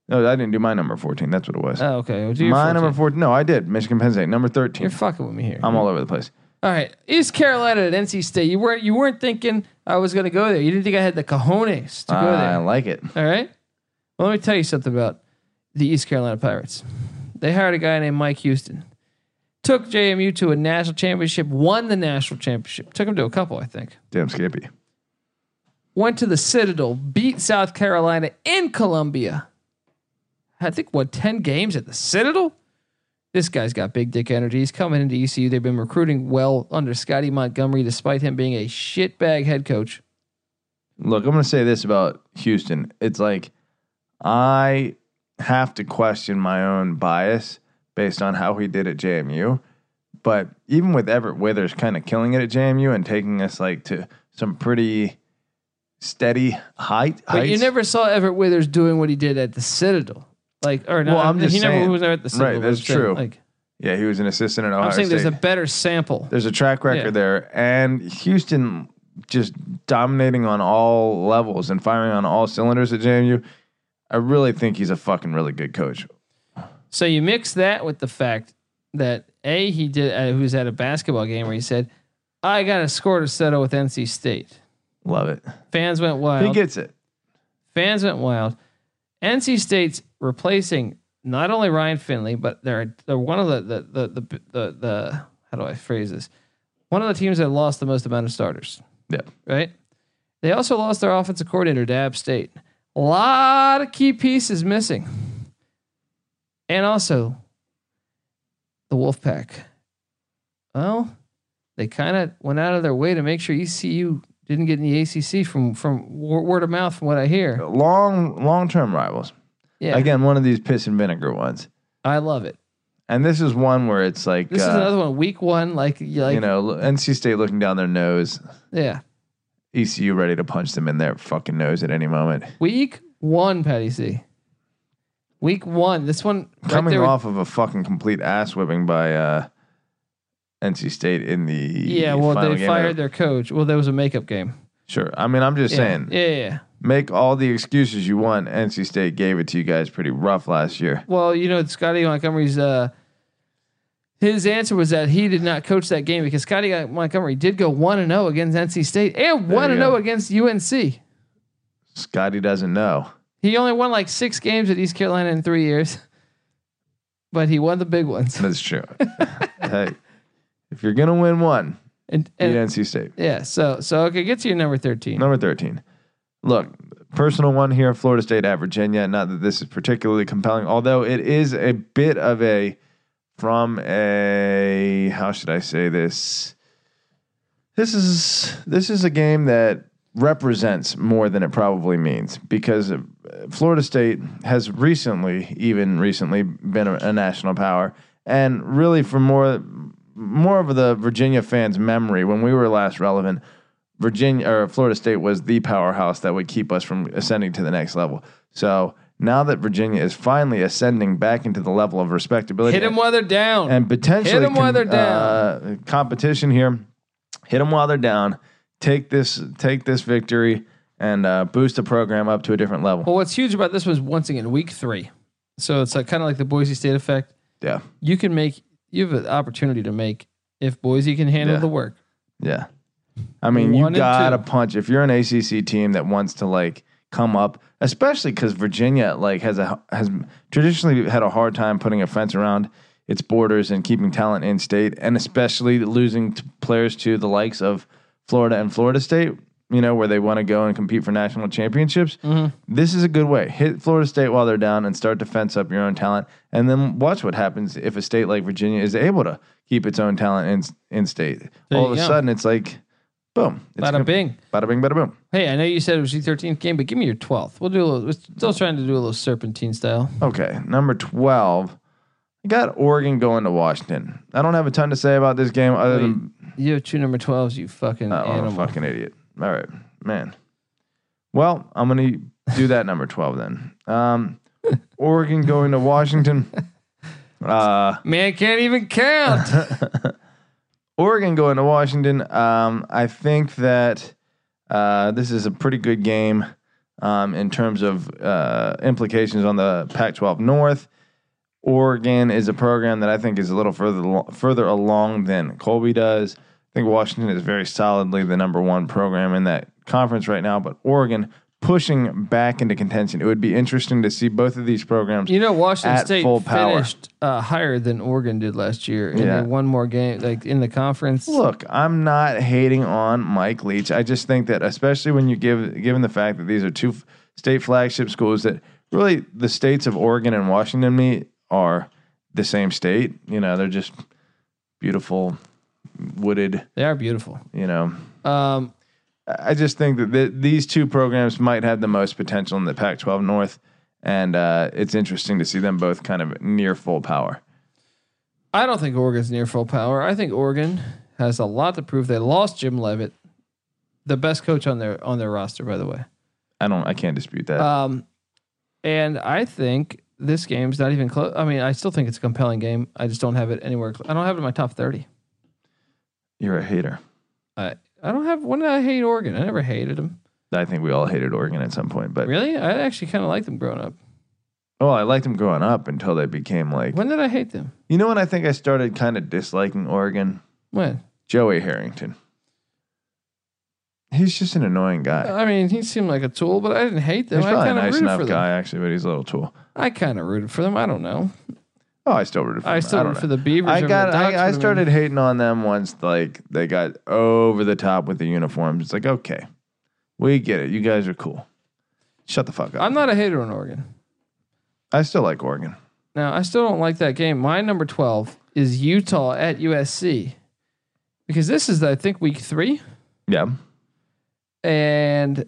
No, I didn't do my number fourteen. That's what it was.
oh, okay. Well, do your
my
14.
number Um, fourteen. No, I did. Michigan Penn State. Number
You're
thirteen.
fucking with me here.
I'm all over the place.
All right, East Carolina at NC State. You weren't you weren't thinking I was going to go there. You didn't think I had the cojones to go there.
I like it.
All right. Well, let me tell you something about the East Carolina Pirates. They hired a guy named Mike Houston. Took JMU to a national championship, won the national championship. Took him to a couple, I think.
Damn skippy.
Went to the Citadel, beat South Carolina in Columbia. I think won 10 games at the Citadel. This guy's got big dick energy. He's coming into ECU. They've been recruiting well under Scotty Montgomery, despite him being a shitbag head coach.
Look, I'm going to say this about Houston. It's like I have to question my own bias based on how he did at JMU. But even with Everett Withers kind of killing it at JMU and taking us like to some pretty steady height,
But you
heights,
never saw Everett Withers doing what he did at the Citadel. Like, or no,
Well, I'm just
he
saying-
never was at the Citadel.
Right, that's
I'm saying,
true.
Like,
yeah, he was an assistant at Ohio
I'm saying
State.
there's a better sample.
there's a track record
Yeah.
there and houston just dominating on all levels and firing on all cylinders at jmu i really think he's a fucking really good coach
So you mix that with the fact that a he did uh, he was at a basketball game where he said, "I got a score to settle with NC State."
love it
Fans went
he
wild.
gets it
Fans went wild. NC State's replacing not only Ryan Finley, but they're they're one of the the the the, the, the how do I phrase this? One of the teams that lost the most amount of starters.
yeah
right? They also lost their offensive coordinator to App State. A lot of key pieces missing. And also, the Wolfpack. Well, they kind of went out of their way to make sure ECU didn't get in the ACC from from wor- word of mouth, from what I hear.
long long term rivals
Yeah,
again one of these piss and vinegar ones
I love it.
and this is one where it's like
This is
uh,
another one, week one, like you- like
you know nc state looking down their nose
yeah,
ecu ready to punch them in their fucking nose at any moment
week one, Patty C. Week one, this one right
coming
there with-
off of a fucking complete ass whipping by uh, NC State in the
Yeah, well,
final
they
game.
fired their coach. Well, there was a makeup game.
Sure, I mean, I'm just
Yeah.
saying,
Yeah, yeah, yeah.
make all the excuses you want. NC State gave it to you guys pretty rough last year.
Well, you know, Scotty Montgomery's uh his answer was that he did not coach that game because Scotty Montgomery did go one and zero against NC State and
There
one
you
and
go.
zero against UNC.
Scotty doesn't know.
He only won like six games at East Carolina in three years, but he won the big ones.
That's true. hey, If you're gonna win one,
And,
beat
and yeah.
NC State.
so so okay, get to your number thirteen.
Number thirteen. Look, personal one here: Florida State at Virginia. Not that this is particularly compelling, although it is a bit of a from a how should I say this? This is this is a game that represents more than it probably means because uh, Florida State has recently, even recently, been a, a national power, and really for more more of the Virginia fans' memory when we were last relevant. Virginia or Florida State was the powerhouse that would keep us from ascending to the next level. So now that Virginia is finally ascending back into the level of respectability,
Hit them while they're down.
and potentially
Hit 'em while they're
uh, competition here. Hit them while they're down. Take this, take this victory, and uh, boost the program up to a different level.
well, what's huge about this was once again week three, so it's like kind of like the Boise State effect.
Yeah,
You can make you have an opportunity to make if Boise can handle
Yeah.
the work.
yeah. I mean,
One
you
and
gotta
two.
punch if you're an ACC team that wants to like come up, especially because Virginia like has a has traditionally had a hard time putting a fence around its borders and keeping talent in state, and especially losing t- players to the likes of Florida and Florida State. You know where they want to go and compete for national championships.
Mm-hmm.
This is a good way. Hit Florida State while they're down and start to fence up your own talent, and then watch what happens if a state like Virginia is able to keep its own talent in in state.
There
All
you
of a
go.
sudden, it's like, boom, it's
Bada
gonna-
bing.
Bada bing, bada boom.
Hey, I know you said it was your 13th game, but give me your 12th. We'll do a little, we're still trying to do a little serpentine style.
Okay, number 12. I got Oregon going to Washington. I don't have a ton to say about this game other than
You have two number 12s, you fucking
oh, I'm a
animal.
fucking idiot. All right, man. Well, I'm going to do that number 12 then. Um, Oregon going to Washington. Uh,
Man can't even count.
Oregon going to Washington. Um, I think that uh, this is a pretty good game um, in terms of uh, implications on the Pac-12 North. Oregon is a program that I think is a little further al- further along than Colby does. I think Washington is very solidly the number one program in that conference right now, but Oregon pushing back into contention. It would be interesting to see both of these programs.
you know, Washington
At
State
full power.
finished uh, higher than Oregon did last year. And
Yeah.
they won more game, like in the conference.
Look, I'm not hating on Mike Leach. I just think that, especially when you give, given the fact that these are two f- state flagship schools, that really the states of Oregon and Washington meet are the same state. You know, they're just beautiful, wooded.
They are beautiful.
You know,
Um,
I I just think that th- these two programs might have the most potential in the Pac-12 North, and uh, it's interesting to see them both kind of near full power.
I don't think Oregon's near full power. I think Oregon has a lot to prove. They lost Jim Levitt, the best coach on their on their roster, by the way.
I don't, I can't dispute that.
Um, and I think this game's not even close. I mean, I still think it's a compelling game. I just don't have it anywhere. Cl- I don't have it in my top thirty.
You're a hater.
I I don't have. When did I hate Oregon? I never hated them.
I think we all hated Oregon at some point, but
Really? I actually kind of liked them growing up.
Oh, I liked them growing up until they became like.
When did I hate them?
You know when I think I started kind of disliking Oregon?
When?
Joey Harrington. He's just an annoying guy.
I mean, he seemed like a tool, but I didn't hate them.
he's
I
probably a
kind of
nice
rooted for
enough
them.
guy, actually, but he's a little tool.
I kind of rooted for them. I don't know.
Oh, I still rooted for
I
him.
still
don't
rooted for
know.
the Beavers.
I
over
got.
The Ducks,
I, I
but mean,
started hating on them once, like they got over the top with the uniforms. It's like, okay, we get it. You guys are cool. Shut the fuck up.
I'm not a hater on Oregon.
I still like Oregon.
Now, I still don't like that game. My number 12 is Utah at USC because this is, I think, week three.
Yeah.
And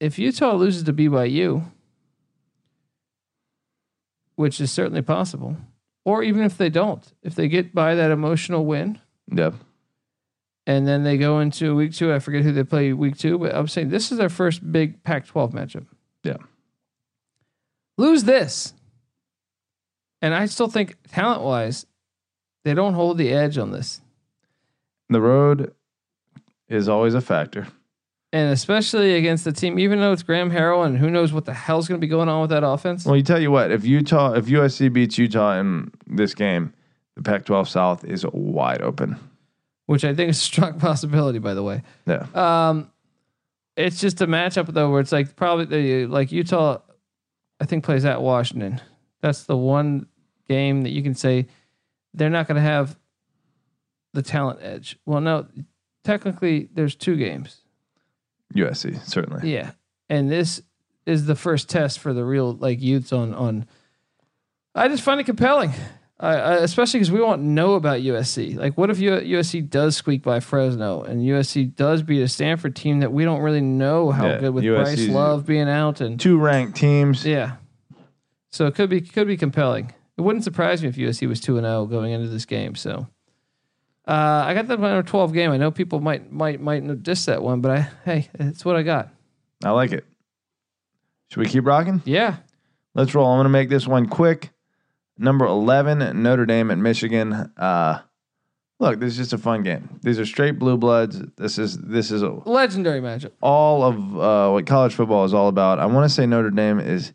if Utah loses to BYU, which is certainly possible, or even if they don't, if they get by that emotional win
Yeah.
and then they go into week two, I forget who they play week two, but I'm saying this is their first big Pac 12 matchup.
Yeah.
Lose this. And I still think talent wise, they don't hold the edge on this.
The road is always a factor.
And especially against the team, even though it's Graham Harrell and who knows what the hell's going to be going on with that offense.
Well, you tell you what, if Utah, if USC beats Utah in this game, the Pac-12 South is wide open.
which I think is a strong possibility, by the way.
Yeah,
Um, it's just a matchup though, where it's like probably the, like Utah, I think plays at Washington. That's the one game that you can say they're not going to have the talent edge. Well, no, technically there's two games.
USC certainly.
Yeah, and this is the first test for the real like youths on on. I just find it compelling, I, I, especially because we won't know about USC. Like, what if U, USC does squeak by Fresno and USC does beat a Stanford team that we don't really know how
Yeah,
good with Bryce
USC 's
Love being out and
Two ranked teams.
yeah, so it could be could be compelling. It wouldn't surprise me if USC was two and zero going into this game. So. Uh, I got the number twelve game. I know people might might might diss that one, but I hey, it's what I got.
I like it. Should we keep rocking?
Yeah,
Let's roll. I'm going to make this one quick. Number 11, Notre Dame at Michigan. Uh, look, this is just a fun game. These are straight blue bloods. This is this is
legendary matchup.
all of uh, what college football is all about. I want to say Notre Dame is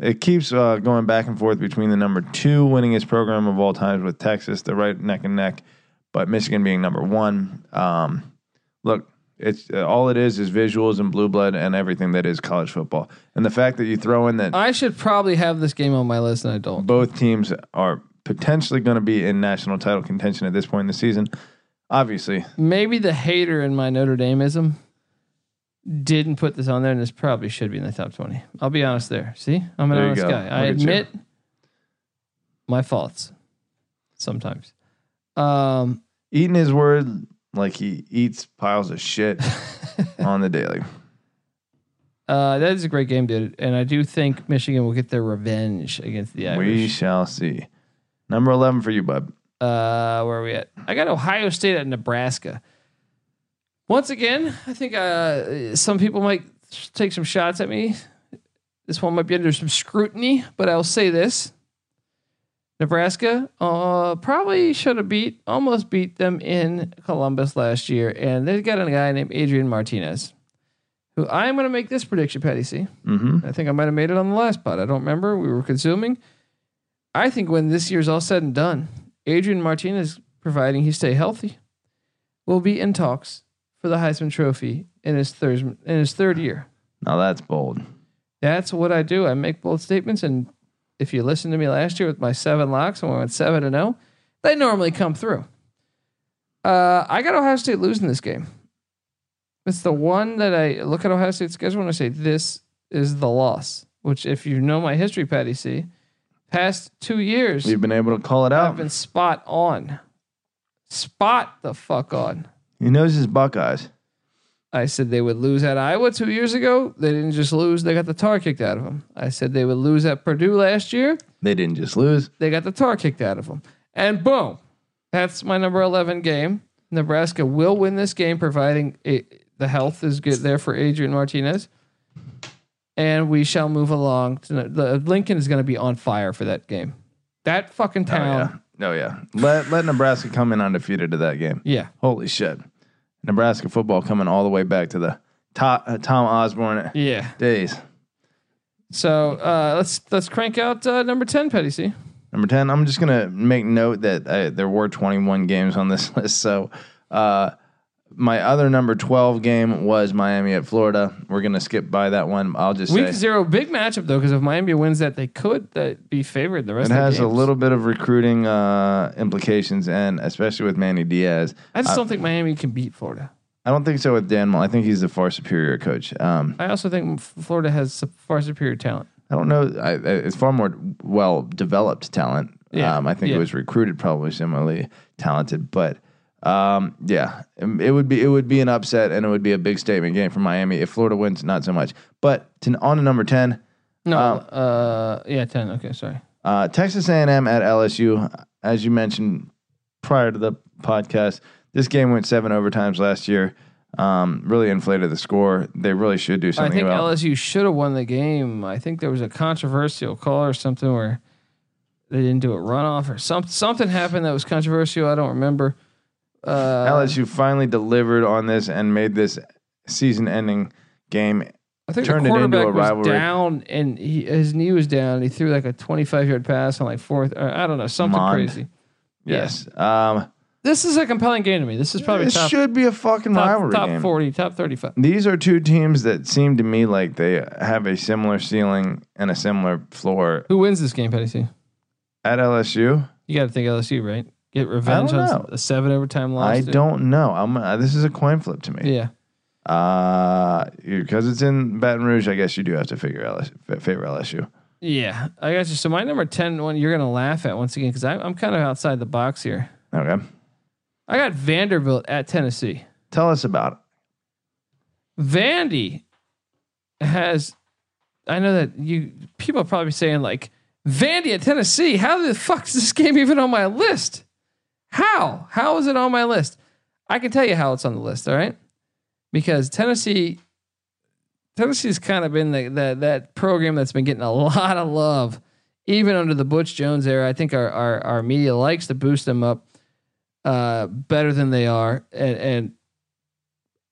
it keeps uh, going back and forth between the number two winningest program of all times with Texas, the right neck and neck, but Michigan being number one. Um, look, it's uh, all it is is visuals and blue blood and everything that is college football. And the fact that you throw in that
I should probably have this game on my list, and I don't.
both teams are potentially going to be in national title contention at this point in the season. Obviously,
Maybe the hater in my Notre Dameism didn't put this on there, and this probably should be in the top twenty. I'll be honest there. See, I'm an
There you
honest
go.
guy. I
Look at you.
admit my faults sometimes. Um,
eating his word like he eats piles of shit on the daily.
uh, that is a great game, dude, and I do think Michigan will get their revenge against the
We
Irish.
shall see. Number 11 for you, bub.
uh, where are we at? I got Ohio State at Nebraska. Once again, I think uh, some people might take some shots at me. This one might be under some scrutiny, but I'll say this: Nebraska uh, probably should have beat, almost beat them in Columbus last year, and they got a guy named Adrian Martinez, who I'm going to make this prediction, Patty C.
Mm-hmm.
I think I might have made it on the last pod. I don't remember. We were consuming. I think when this year's all said and done, Adrian Martinez, providing he stay healthy, will be in talks for the Heisman Trophy in his third in his third year.
Now that's bold.
That's what I do. I make bold statements, and if you listen to me last year with my seven locks, when we went seven and zero, they normally come through. Uh, I got Ohio State losing this game. It's the one that I look at Ohio State's schedule and I say this is the loss. Which, if you know my history, Patty C, past two years
You've been able to call it
I've
out.
been spot on, spot the fuck on.
He knows his Buckeyes.
I said they would lose at Iowa two years ago. They didn't just lose; they got the tar kicked out of them. I said they would lose at Purdue last year.
They didn't just lose.
They got the tar kicked out of them. And boom, that's my number eleven game. Nebraska will win this game, providing it, the health is good there for Adrian Martinez. And we shall move along. To, the Lincoln is going to be on fire for that game. That fucking
Oh, yeah.
town.
Oh, yeah. Let, let Nebraska come in undefeated to that game.
yeah.
Holy shit. Nebraska football coming all the way back to the to- uh, Tom Osborne
yeah,
days.
So uh, let's let's crank out uh, number ten, Petty C.
Number 10, I'm just going to make note that uh, there were 21 games on this list. So, uh, my other number 12 game was Miami at Florida. We're going to skip by that one. I'll just
Week
say
zero, big matchup though, because if Miami wins that, they could uh, be favored the rest.
it
of the
has a
games.
little bit of recruiting uh, implications, and especially with Manny Diaz.
I just don't think Miami can beat Florida.
I don't think so with Dan Mullen. I think he's a far superior coach. Um,
I also think F- Florida has su- far superior talent.
I don't know. I, I- it's far more well developed talent.
Yeah,
Um, I think
yeah.
it was recruited probably similarly talented, but um, yeah, um, it would be it would be an upset and it would be a big statement game for Miami if Florida wins. Not so much, but to, on to number ten,
No,
Um,
uh, yeah, ten. Okay, sorry.
uh, Texas A and M at LSU. As you mentioned prior to the podcast, this game went seven overtimes last year. Um, really inflated the score. They really should do
I
something
think
about.
LSU should have won the game. I think there was a controversial call or something where they didn't do a runoff or some something happened that was controversial. I don't remember. Uh,
LSU finally delivered on this and made this season-ending game.
I think
turned
the
it into
quarterback
a
was
rivalry.
down and he, his knee was down. And he threw like a twenty-five yard pass on like fourth. Or I don't know something
Mond.
crazy.
Yes, um,
This is a compelling game to me. This is probably
this
top,
should be a fucking
top,
rivalry
top
game.
40, top 35.
These are two teams that seem to me like they have a similar ceiling and a similar floor
Who wins this game, Petty C?
at LSU.
You got to think LSU, right? get revenge
don't
on
know.
a seven overtime loss?
I
dude?
don't know. I'm. Uh, this is a coin flip to me.
Yeah.
Uh, because it's in Baton Rouge. I guess you do have to figure LSU, fa- favor LSU.
Yeah, I got you. So my number 10 one you're going to laugh at once again because I'm kind of outside the box here.
Okay,
I got Vanderbilt at Tennessee.
tell us about it.
Vandy has, I know that you people are probably saying like, Vandy at Tennessee. How the fuck is this game even on my list? How? How is it on my list? I can tell you how it's on the list. All right, because Tennessee, Tennessee's kind of been the, the that program that's been getting a lot of love, even under the Butch Jones era. I think our our, our media likes to boost them up uh, better than they are, and, and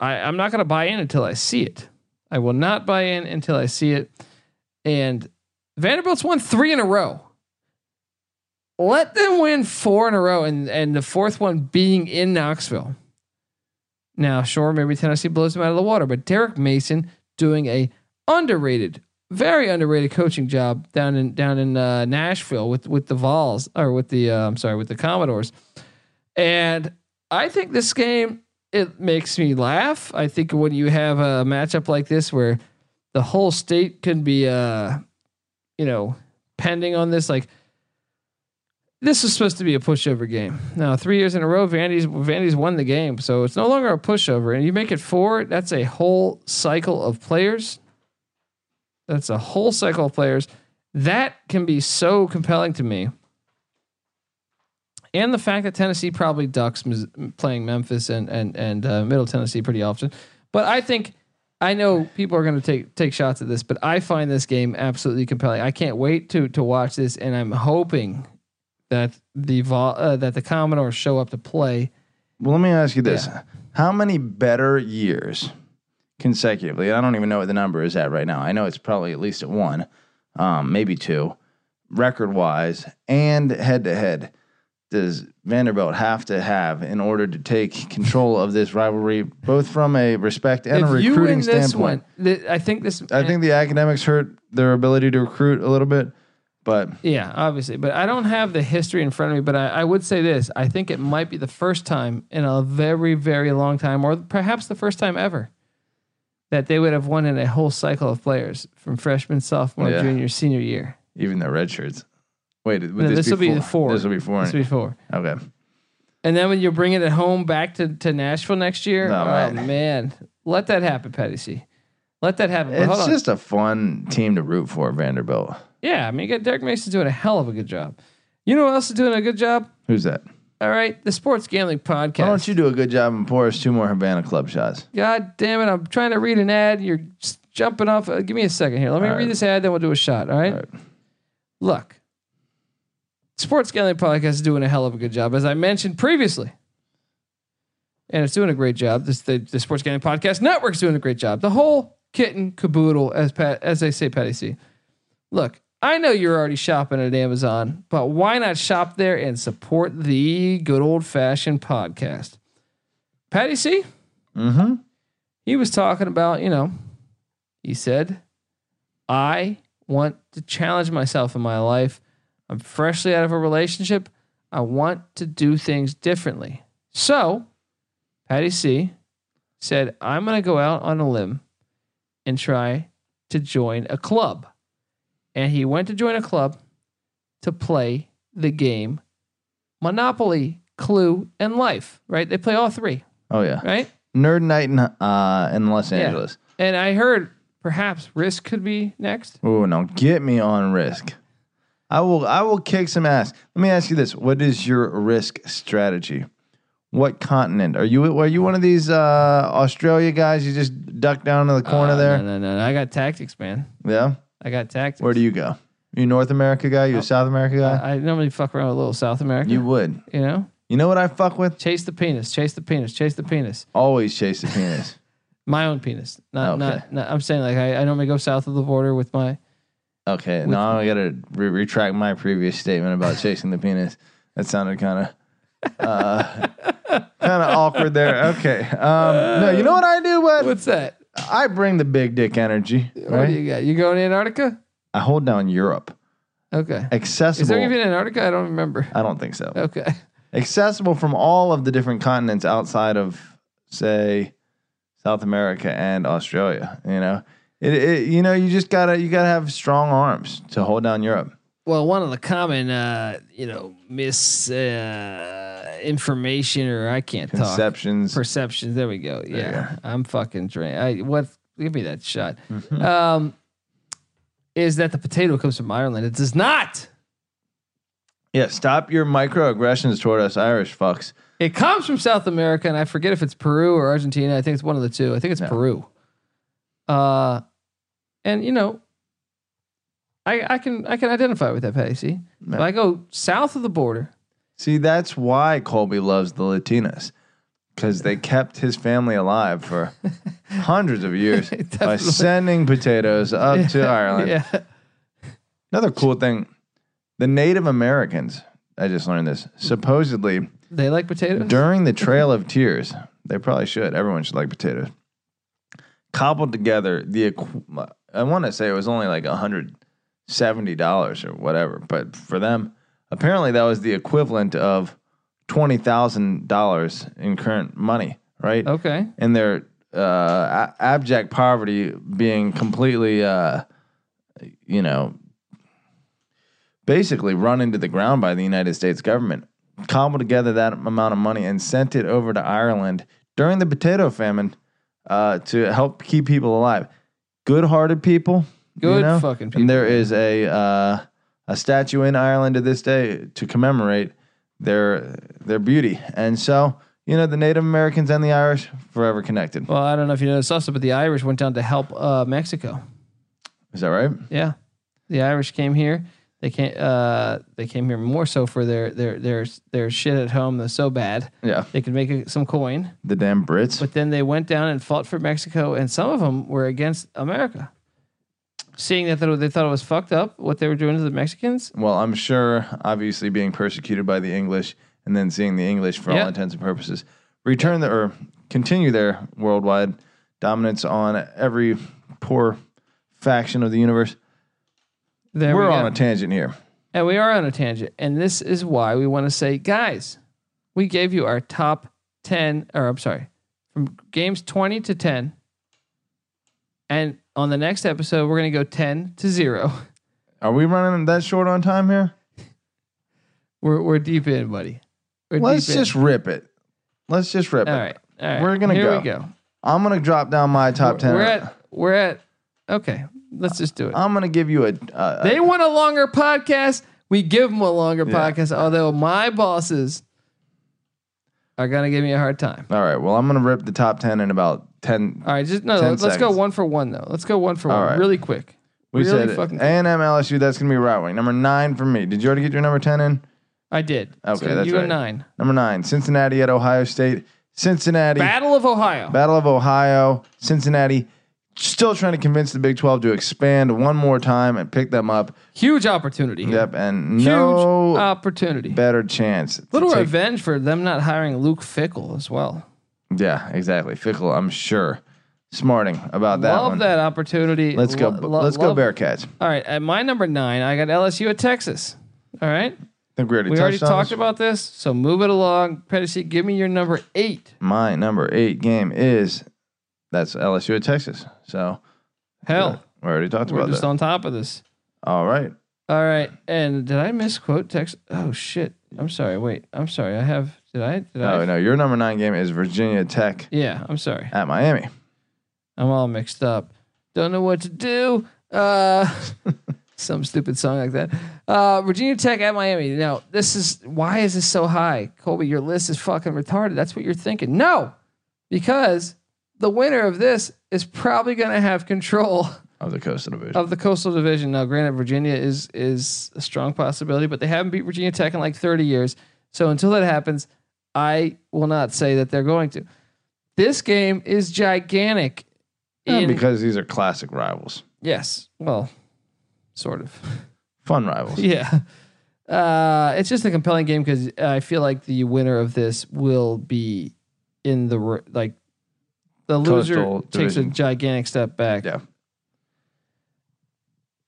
I, I'm not going to buy in until I see it. I will not buy in until I see it. And Vanderbilt's won three in a row. Let them win four in a row, and, and the fourth one being in Knoxville. Now, sure, maybe Tennessee blows them out of the water, but Derek Mason doing a underrated, very underrated coaching job down in down in uh, Nashville with with the Vols or with the uh, I'm sorry with the Commodores, and I think this game it makes me laugh. I think when you have a matchup like this where the whole state can be uh you know pending on this like this is supposed to be a pushover game. Now, 3 years in a row Vandy's Vandy's won the game, so it's no longer a pushover and you make it 4, that's a whole cycle of players. That's a whole cycle of players. That can be so compelling to me. And the fact that Tennessee probably ducks Mis- playing Memphis and and and uh, Middle Tennessee pretty often, but I think I know people are going to take take shots at this, but I find this game absolutely compelling. I can't wait to to watch this, and I'm hoping that the Vol- uh, that the Commodores show up to play.
Well, let me ask you this: How many better years consecutively? I don't even know what the number is at right now. I know it's probably at least at one, um, maybe two, record-wise and head-to-head. Does Vanderbilt have to have in order to take control of this rivalry, both from a respect and a
if you
recruiting
win this
standpoint?
one, th- I think this.
I think the academics hurt their ability to recruit a little bit, but
Yeah, obviously. But I don't have the history in front of me, but I, I would say this. I think it might be the first time in a very, very long time, or perhaps the first time ever, that they would have won in a whole cycle of players from freshman, sophomore,
Yeah.
junior, senior year.
even their red shirts. Wait, would
No,
this,
this'll be
be
the four.
This will be four.
That's before.
okay.
And then when you bring it at home back to, to Nashville next year,
No,
oh, man.
man.
let that happen, Petty C. Let that happen. But hold
It's
on.
just a fun team to root for, Vanderbilt.
yeah, I mean, you got Derek Mason's doing a hell of a good job. You know who else is doing a good job?
Who's that?
All right, the Sports Gambling Podcast.
Why don't you do a good job and pour us two more Havana Club shots?
God damn it. I'm trying to read an ad. and You're s- jumping off. Uh, give me a second here. Let me
All
read
right.
this ad, then we'll do a shot. All right.
All right.
Look, Sports Gambling Podcast is doing a hell of a good job, as I mentioned previously. And it's doing a great job. This the, the Sports Gambling Podcast Network's doing a great job. The whole kit and caboodle, as Pat, as they say, Patty C. Look, I know you're already shopping at Amazon, but why not shop there and support the good old fashioned podcast? Patty C,
Mm-hmm.
he was talking about, you know, he said, I want to challenge myself in my life. I'm freshly out of a relationship. I want to do things differently. So, Patty C said, I'm going to go out on a limb and try to join a club. And he went to join a club to play the game Monopoly, Clue, and Life, right? They play all three,
Oh yeah,
right?
Nerd Night in uh, in Los Angeles.
And I heard perhaps Risk could be next.
Oh no, get me on risk. I will. I will kick some ass. Let me ask you this: What is your risk strategy? What continent are you? Are you one of these uh, Australia guys? You just duck down to the corner
Uh,
there.
No, no, no, no. I got tactics, man.
Yeah.
I got tactics.
Where do you go? You North America guy? You a South America guy?
I, I normally fuck around with a little South America.
you
You,
would.
know,
You know what I fuck with?
chase the penis, chase the penis, chase the penis.
Always chase the penis.
My own penis. Not,
Okay.
not, not. I'm saying like I, I normally go south of the border with my.
Okay, now I gotta re- retract my previous statement about chasing the penis. That sounded kind of uh, kind of awkward there. Okay, um, no, you know what I do? What
What's that?
I bring the big dick energy.
What do
Right?
you got? You going to Antarctica?
I hold down Europe
Okay.
accessible.
Is there even Antarctica? I don't remember. Oh.
I don't think so.
Okay.
accessible from all of the different continents outside of say South America and Australia. You know, it, it you know you just gotta you gotta have strong arms to hold down Europe.
Well, one of the common, uh, you know, mis uh, information or I can't talk
Conceptions.
perceptions. There we go.
you
Yeah, I'm fucking drained. I what? Give me that shot. Um, is that the potato comes from Ireland? It does not.
yeah, stop your microaggressions toward us Irish fucks.
It comes from South America, and I forget if it's Peru or Argentina. I think it's one of the two. I think it's
No.
Peru. Uh, and you know, I I can I can identify with that, Patty. See,
No.
if I go south of the border,
See, that's why Colby loves the Latinas. Because they kept his family alive for hundreds of years by
Definitely.
sending potatoes up to Ireland.
yeah,
Another cool thing the Native Americans, I just learned this, supposedly
they like potatoes.
during the Trail of Tears, they probably should, everyone should like potatoes, cobbled together the, equ- I want to say it was only like $170 or whatever, but for them, apparently that was the equivalent of $20,000 in current money, right?
okay,
and their uh, a- abject poverty being completely, uh, you know, basically run into the ground by the United States government, cobbled together that amount of money and sent it over to Ireland during the potato famine uh, to help keep people alive. Good hearted people. you
good
know?
fucking people.
And there is a uh, a statue in Ireland to this day to commemorate their their beauty. And so, you know, the Native Americans and the Irish forever connected.
well, I don't know if you noticed also, but the Irish went down to help uh, Mexico.
Is that right?
Yeah, the Irish came here. They came. Uh, they came here more so for their their their their shit at home. That's so bad
Yeah.
they could make some coin.
The damn Brits.
But then they went down and fought for Mexico, and some of them were against America, seeing that they thought it was fucked up what they were doing to the Mexicans.
Well, I'm sure obviously being persecuted by the English and then seeing the English for
Yeah.
all intents and purposes return the or continue their worldwide dominance on every poor faction of the universe.
There
We're
we
on
go.
a tangent here.
and we are on a tangent, and this is why we want to say, guys, we gave you our top ten, or I'm sorry, from games twenty to ten, and on the next episode we're gonna go ten to zero.
Are we running that short on time here?
We're we're deep in, buddy. We're
Let's
deep
just rip it. Let's just rip
in. all
it.
right. All right,
We're gonna
Here
go.
We go.
I'm gonna drop down my top ten.
We're at. We're at. Okay, let's just do it.
I'm gonna give you a. a
They want a longer podcast. We give them a longer
Yeah.
podcast. Although my bosses are gonna give me a hard time.
all right. Well, I'm gonna rip the top ten in about ten.
All right, just no.
10
Let's go
seconds.
one for one though. Let's go one for
All
one,
right.
really quick.
We
really
said A
fucking-
and M LSU. That's gonna be right wing. Number nine for me. Did you already get your number ten in?
I did.
Okay, that's
you
right.
and nine.
Number nine. Cincinnati at Ohio State. Cincinnati.
Battle of Ohio.
Battle of Ohio. Cincinnati. Still trying to convince the Big 12 to expand one more time and pick them up.
Huge opportunity. Here.
Yep, and
Huge
no
opportunity.
better chance. to
Little
take-
revenge for them not hiring Luke Fickle as well.
Yeah, exactly. Fickle, I'm sure. Smarting about that
Love
one.
that opportunity.
Let's go.
Lo- lo-
let's go
love-
Bearcats. I
All right, at my number nine, I got LSU at Texas. All right,
think we already
we
touched
already
on
talked
this.
about this, so move it along. Pedicy, give me your number eight.
My number eight game is that's LSU at Texas. So
Hell,
we already talked
we're
about
just
that.
on top of this.
All right.
All right, and did I misquote Texas? Oh shit! I'm sorry. Wait, I'm sorry. I have. Did I? Did I?
Oh, No, no. Your number nine game is Virginia Tech
Yeah, I'm sorry.
at Miami.
I'm all mixed up. Don't know what to do. Uh, some stupid song like that. Uh, Virginia Tech at Miami. Now, this is why is this so high, Colby? Your list is fucking retarded. That's what you're thinking. No, because the winner of this is probably going to have control
Of the Coastal Division.
of the Coastal Division. Now, granted, Virginia is is a strong possibility, but they haven't beat Virginia Tech in like 30 years. So until that happens, I will not say that they're going to. This game is gigantic.
Yeah,
in-
because these are classic rivals,
yes, well, sort of.
fun rivals.
yeah. Uh, it's just a compelling game because I feel like the winner of this will be in the r- like the loser
Coastal
takes a
Division.
gigantic step back.
Yeah.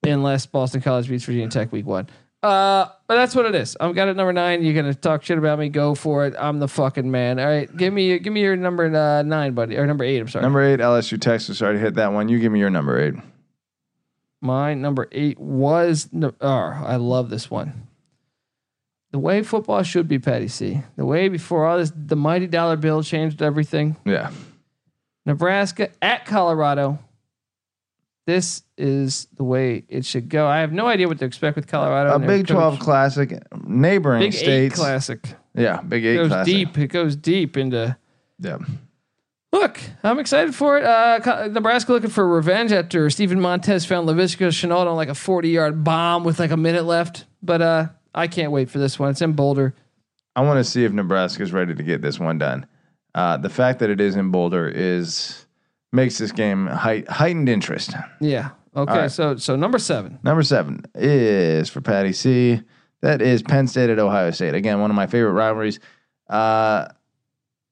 Unless Boston College beats Virginia Tech week one. Uh, but that's what it is. I've got it number nine. You're gonna talk shit about me. Go for it. I'm the fucking man. All right, give me give me your number uh, nine, buddy, or number eight. I'm sorry.
Number eight, LSU Texas. Already hit that one. You give me your number eight.
My number eight was. no- Oh, I love this one. The way football should be, Patty C. The way before all this, the mighty dollar bill changed everything.
Yeah.
Nebraska at Colorado. This is the way it should go. I have no idea what to expect with Colorado.
A
and their
Big 12
coach.
classic, neighboring
Big Eight
states.
classic.
Yeah, Big Eight
goes
classic.
deep. It goes deep into.
Yeah.
Look, I'm excited for it. Uh, Co- Nebraska looking for revenge after Stephen Montez found Lavisca Chenault on like a 40 yard bomb with like a minute left. But uh, I can't wait for this one. It's in Boulder.
I want to see if Nebraska's ready to get this one done. Uh, the fact that it is in Boulder is makes this game height, heightened interest.
Yeah. Okay.
All right.
So so number seven.
Number seven is for Patty C. That is Penn State at Ohio State. Again, one of my favorite rivalries. Uh,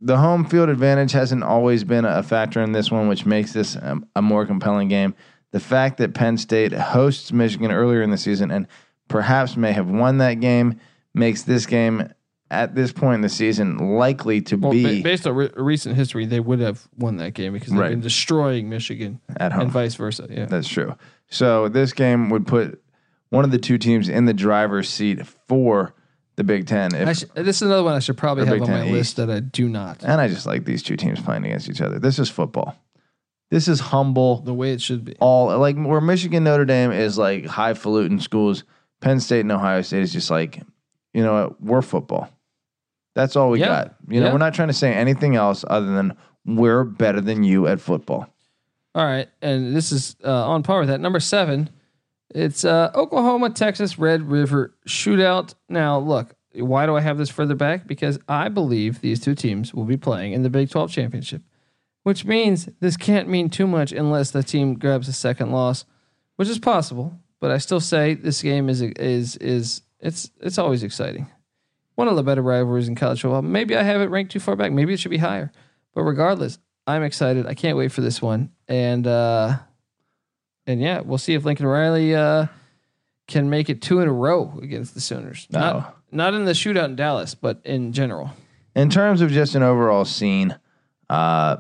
the home field advantage hasn't always been a factor in this one, which makes this um, a more compelling game. The fact that Penn State hosts Michigan earlier in the season and perhaps may have won that game makes this game at this point in the season likely to
Well, ba-
be
based on re- recent history, they would have won that game because they've
Right. Oh.
been destroying Michigan
at home.
and vice versa. Yeah.
That's true. So this game would put one of the two teams in the driver's seat for the Big Ten. If,
I sh- this is another one I should probably
Or
have
Big
on
Ten
my
East.
list that I do not.
and I just like these two teams playing against each other. This is football. This is humble.
The way it should be.
All like where Michigan Notre Dame is like highfalutin schools. Penn State and Ohio State is just like, you know what? We're football. That's all we
Yeah.
got. You know,
Yeah.
we're not trying to say anything else other than we're better than you at football.
All right, and this is uh, on par with that. Number seven, it's uh, Oklahoma Texas Red River Shootout. Now, look, why do I have this further back? Because I believe these two teams will be playing in the Big Twelve championship, which means this can't mean too much unless the team grabs a second loss, which is possible. But I still say this game is is is it's it's always exciting. One of the better rivalries in college football. Maybe I have it ranked too far back. Maybe it should be higher. But regardless, I'm excited. I can't wait for this one. And uh and yeah, we'll see if Lincoln Riley uh can make it two in a row against the Sooners. Not not in the shootout in Dallas, but in general.
in terms of just an overall scene, uh,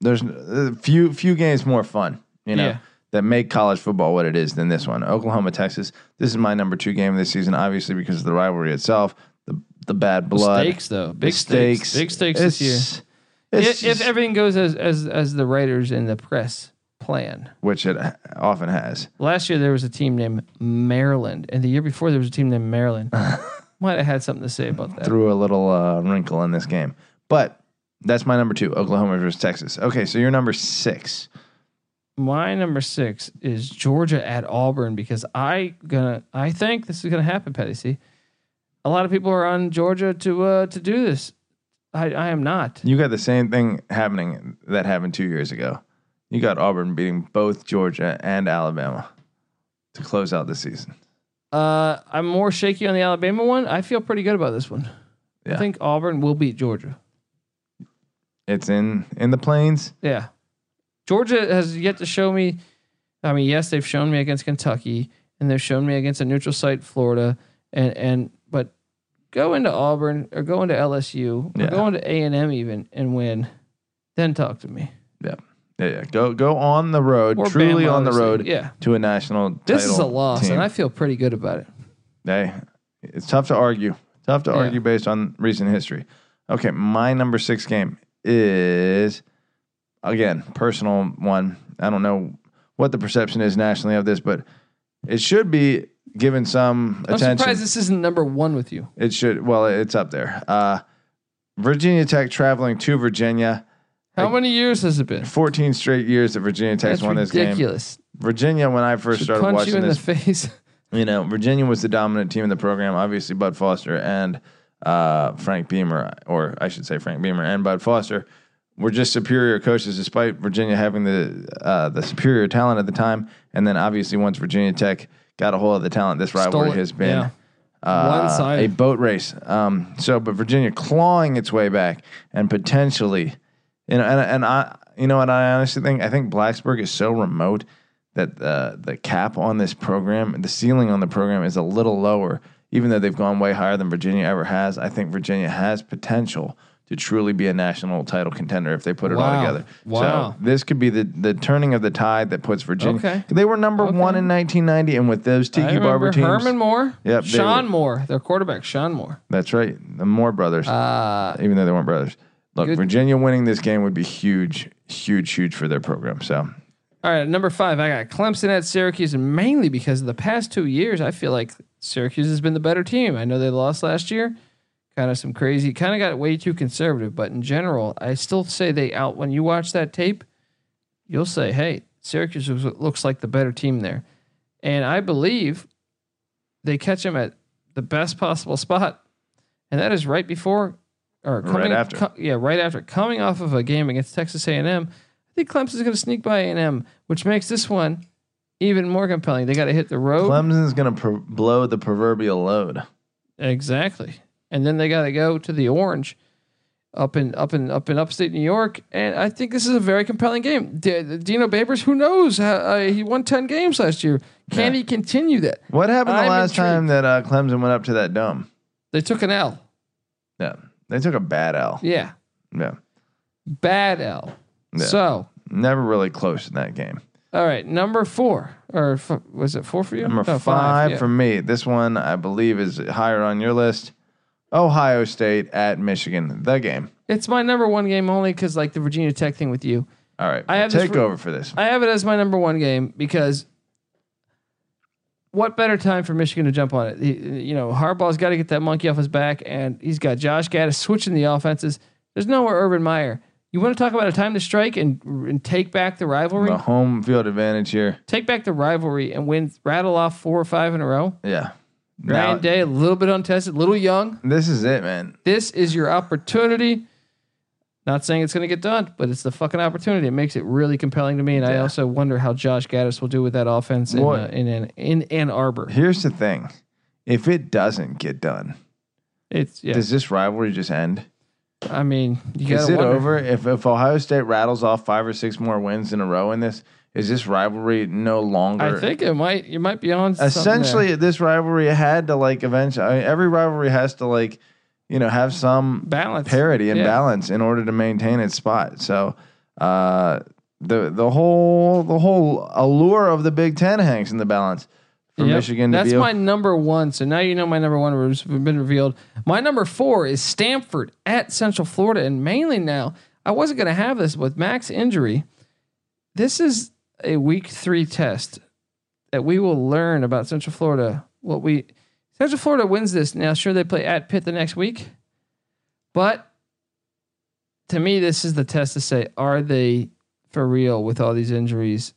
there's a few few games more fun, you know,
Yeah.
that make college football what it is than this one. Oklahoma, Texas. This is my number two game of this season, obviously because of the rivalry itself, the the bad blood,
Stakes though.
the
Big stakes. Big stakes this year.
It's-
I-
it's
If,
just-
everything goes as, as as the writers and the press plan.
which it often has.
Last year there was a team named Maryland, and the year before there was a team named Maryland. Might have had something to say about that.
threw a little uh, wrinkle in this game. But that's my number two, Oklahoma versus Texas. Okay, so you're number six.
my number six is Georgia at Auburn because I gonna I think this is gonna happen, Petty C. A lot of people are on Georgia to uh to do this. I, I am not.
You got the same thing happening that happened two years ago. You got Auburn beating both Georgia and Alabama to close out the season.
Uh I'm more shaky on the Alabama one. I feel pretty good about this one. I
Yeah.
think Auburn will beat Georgia.
It's in in the plains.
Yeah. Georgia has yet to show me. I mean, yes, they've shown me against Kentucky and they've shown me against a neutral site, Florida, and and but go into Auburn or go into LSU or
Yeah.
go into A and M even and win, then talk to me.
Yeah, yeah. Go go on the road,
Or
truly
Bama,
on the
obviously.
road
Yeah,
to a national.
this is a
title
loss,
team.
and I feel pretty good about it.
Hey, it's tough to argue. Tough to
Yeah.
argue based on recent history. Okay, my number six game is again personal one. I don't know what the perception is nationally of this, but it should be given some
I'm
attention.
surprised this isn't number one with you.
It should. Well, it's up there. Uh, Virginia Tech traveling to Virginia.
How many years has it been?
14 straight years that Virginia Tech's
That's
won this game.
ridiculous.
Virginia, when I first
Should
started
punch
watching
you in
this,
the face.
you know, Virginia was the dominant team in the program. Obviously, Bud Foster and uh, Frank Beamer, or I should say Frank Beamer and Bud Foster, were just superior coaches, despite Virginia having the uh, the superior talent at the time. And then, obviously, once Virginia Tech got a hold of the talent, this rivalry
it.
has been
Yeah.
uh,
One-sided.
a boat race. Um, so, but Virginia clawing its way back and potentially, you know, and and I, you know what I honestly think I think Blacksburg is so remote that uh, the cap on this program, the ceiling on the program, is a little lower, even though they've gone way higher than Virginia ever has. I think Virginia has potential to truly be a national title contender if they put it all
Wow.
together.
Wow.
So this could be the the turning of the tide that puts Virginia.
Okay.
They were number one in 1990, and with those
I
Tiki Barber
remember
teams,
Herman Moore.
Yep, they
Sean
were-
Moore, their quarterback, Sean Moore.
that's right, the Moore brothers
Uh,
even though they weren't brothers. Look,
Good.
Virginia winning this game would be huge, huge, huge for their program. So
all right, number five, I got Clemson at Syracuse, and mainly because of the past two years, I feel like Syracuse has been the better team. I know they lost last year, kind of some crazy, kind of got way too conservative, but in general, I still say they out. When you watch that tape, you'll say, "Hey, Syracuse was, looks like the better team there," and I believe they catch them at the best possible spot, and that is right before or
Right
coming,
after.
co- yeah, right after coming off of a game against Texas A&M. I think Clemson's going to sneak by A&M, which makes this one even more compelling. They got to hit the road
Clemson's going to pro- blow the proverbial load.
exactly, and then they got to go to the Orange. Up in up in up in upstate New York, and I think this is a very compelling game. D- Dino Babers, who knows? How, uh, he won ten games last year. Can he continue that?
What happened the
I'm
last
intrigued.
time that uh, Clemson went up to that dome?
They took an L.
Yeah, they took a bad L.
Yeah,
Yeah,
bad L.
Yeah.
So,
never really close in that game.
all right, number four or f- was it four for you? Oh,
Number
No,
five, for me. This one I believe is higher on your list. Ohio State at Michigan, the game.
yeah. It's my number one game only because like the Virginia Tech thing with you.
All right,
I have this
take
re-
over for this.
I have it as my number one game because what better time for Michigan to jump on it? He- you know, Harbaugh's got to get that monkey off his back, and he's got Josh Gaddis switching the offenses. There's nowhere Urban Meyer. You want to talk about a time to strike and and take back the rivalry?
The home field advantage here.
Take back the rivalry and win. Rattle off four or five in a row.
Yeah. Now,
Ryan Day, a little bit untested, a little young.
this is it, man.
This is your opportunity. Not saying it's going to get done, but it's the fucking opportunity. It makes it really compelling to me, and I
Yeah.
also wonder how Josh Gaddis will do with that offense in,
What?
uh, in, in in Ann Arbor.
Here's the thing. If it doesn't get done,
It's yeah.
does this rivalry just end?
I mean, you got
Is
to
it
wonder.
over? If if Ohio State rattles off five or six more wins in a row in this, is this rivalry no longer?
I think it might. You might be on. something there.
essentially this rivalry had to like eventually. I mean, every rivalry has to like, you know, have some
balance.
parity and
Yeah.
balance in order to maintain its spot. So, uh, the the whole the whole allure of the Big Ten hangs in the balance for
Yep.
Michigan to
That's
be.
my number one. So now you know my number one has been revealed. My number four is Stanford at Central Florida, and mainly now I wasn't going to have this with Max injury. This is a week three test that we will learn about Central Florida. What we Central Florida wins this now. Sure, they play at Pitt the next week, but to me, this is the test to say are they for real with all these injuries.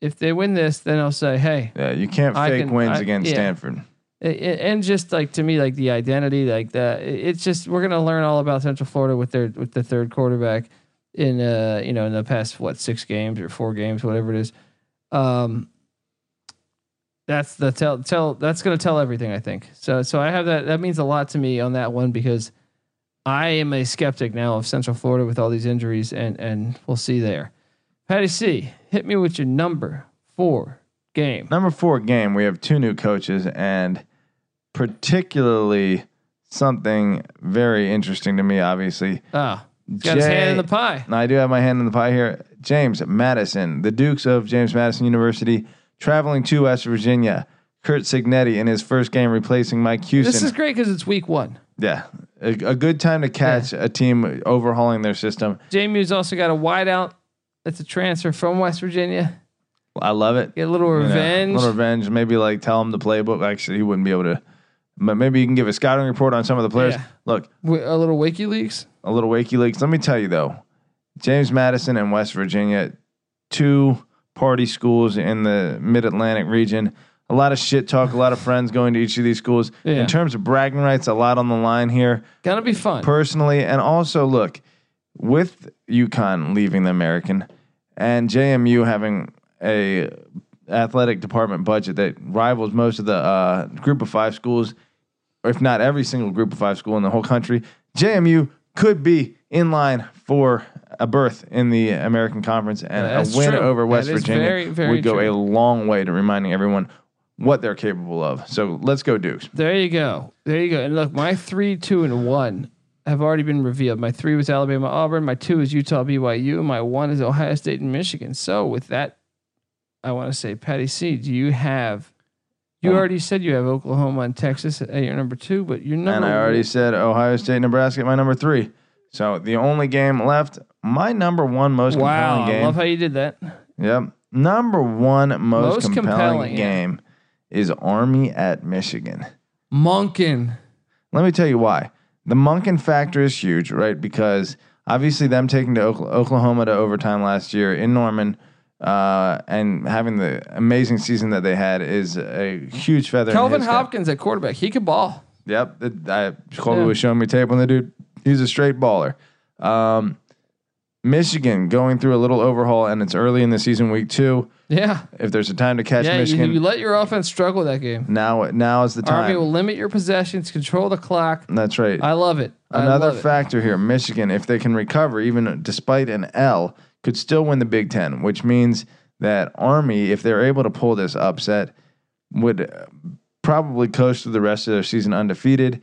If they win this, then I'll say, hey,
yeah, you can't
I
fake
can-
wins
I-
against
yeah.
Stanford.
it, it- and just like to me, like the identity, like that. it- It's just we're gonna learn all about Central Florida with their with the third quarterback in uh you know in the past what six games or four games whatever it is. Um, that's the tell tell that's gonna tell everything I think. So so I have that that means a lot to me on that one because I am a skeptic now of Central Florida with all these injuries and and we'll see there. Patty C, hit me with your number four game.
Number four game, we have two new coaches, and particularly something very interesting to me, obviously.
Ah, he's got his
Jay-
hand in the pie.
And I do have my hand in the pie here. James Madison, the Dukes of James Madison University, traveling to West Virginia. Kurt Signetti in his first game replacing Mike Houston.
This is great because it's week one.
yeah, a, a good time to catch a team overhauling their system.
JMU's also got a wideout that's a transfer from West Virginia.
I love it.
Get a little
You know,
revenge.
little revenge. Maybe like tell him the playbook. Actually, he wouldn't be able to. But maybe you can give a scouting report on some of the players.
Yeah.
Look,
wi- a little WikiLeaks.
a little wakey leaks. Let me tell you though, James Madison and West Virginia, two party schools in the Mid Atlantic region. A lot of shit talk, a lot of friends going to each of these schools.
Yeah.
In terms of bragging rights, a lot on the line here
Gonna be fun.
personally, and also look with UConn leaving the American and JMU having a athletic department budget that rivals most of the uh, group of five schools, or if not every single group of five school in the whole country. JMU could be in line for a berth in the American Conference, and
That's
a win
true.
over West
That is
Virginia
very, very
would go
true.
a long way to reminding everyone what they're capable of. So let's go, Dukes.
There you go. There you go. And look, my three, two, and one have already been revealed. My three was Alabama, Auburn. My two is Utah, BYU. My one is Ohio State and Michigan. So with that, I want to say, Patty C, do you have? You
Um,
already said you have Oklahoma and Texas at your number two, but you're number
And I already said Ohio State, Nebraska, at my number three. So the only game left, my number one most
wow.
compelling
I
game.
love how you did that.
Yep. Number one most,
Most
compelling,
compelling, yeah.
game is Army at Michigan.
Monken.
Let me tell you why. The Monken factor is huge, right? Because obviously, them taking to Okla- Oklahoma to overtime last year in Norman uh, and having the amazing season that they had is a huge feather. in
Kelvin
his cap.
Hopkins at quarterback. He could ball.
Yep. It, I, Colby
Yeah.
was showing me tape on the dude. He's a straight baller. Um, Michigan going through a little overhaul, and it's early in the season, week two.
Yeah.
If there's a time to catch
Yeah. You,
Michigan,
you let your offense struggle that game.
now now is the time.
Army will limit your possessions, control the clock.
That's right.
I love it. I
Another
love it.
factor here: Michigan, if they can recover, even despite an L, could still win the Big Ten, which means that Army, if they're able to pull this upset, would uh, probably coast through the rest of their season undefeated.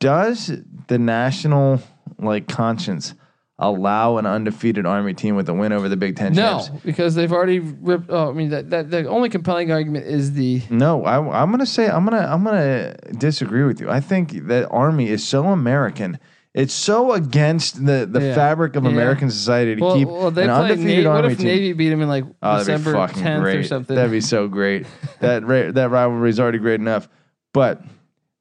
Does the national like conscience allow an undefeated Army team with a win over the Big Ten
No,
champs?
because they've already ripped. Oh, I mean, that, that the only compelling argument is the
No, I, I'm gonna say I'm gonna I'm gonna disagree with you. I think that army is so American. It's so against the, the
Yeah.
fabric of
Yeah.
American society to
well,
keep
well, they
an
play
undefeated
Navy. What
army
if
team.
Navy beat them in like
oh, that'd be
December
fucking
tenth
great.
or something?
That'd be so great. that ra- that rivalry is already great enough. But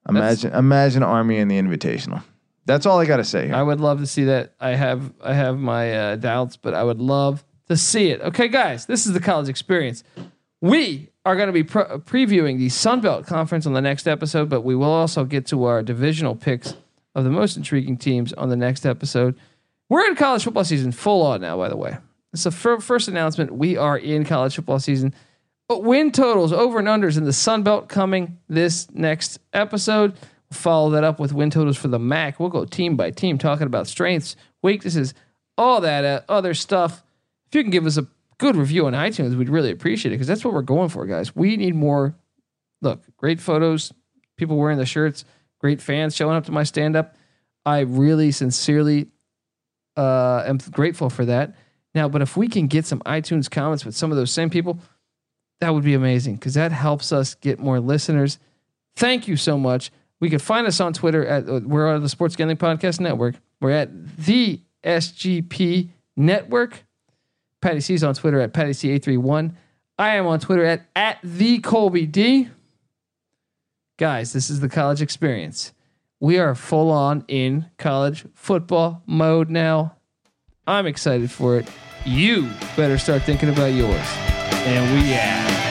imagine imagine army in the Invitational. That's all I gotta say. Here.
I would love to see that. I have I have my uh, doubts, but I would love to see it. Okay, guys, this is the college experience. We are going to be pre- previewing the Sun Belt Conference on the next episode, but we will also get to our divisional picks of the most intriguing teams on the next episode. We're in college football season full on now, by the way. It's the fir- first announcement. We are in college football season. But win totals, over and unders in the Sun Belt coming this next episode. We'll follow that up with win totals for the MAC. We'll go team by team, talking about strengths, weaknesses, all that uh, other stuff. If you can give us a good review on iTunes, we'd really appreciate it because that's what we're going for, guys. We need more. Look, great photos, people wearing the shirts, great fans showing up to my stand up. I really sincerely uh, am grateful for that. Now, but if we can get some iTunes comments with some of those same people, that would be amazing because that helps us get more listeners. Thank you so much. We can find us on Twitter at uh, we're on the Sports Gambling Podcast Network. We're at the SGP Network. Patty C's on Twitter at Patty C831. I am on Twitter at at the Colby D. Guys, this is the college experience. We are full on in college football mode now. I'm excited for it. You better start thinking about yours. And we out.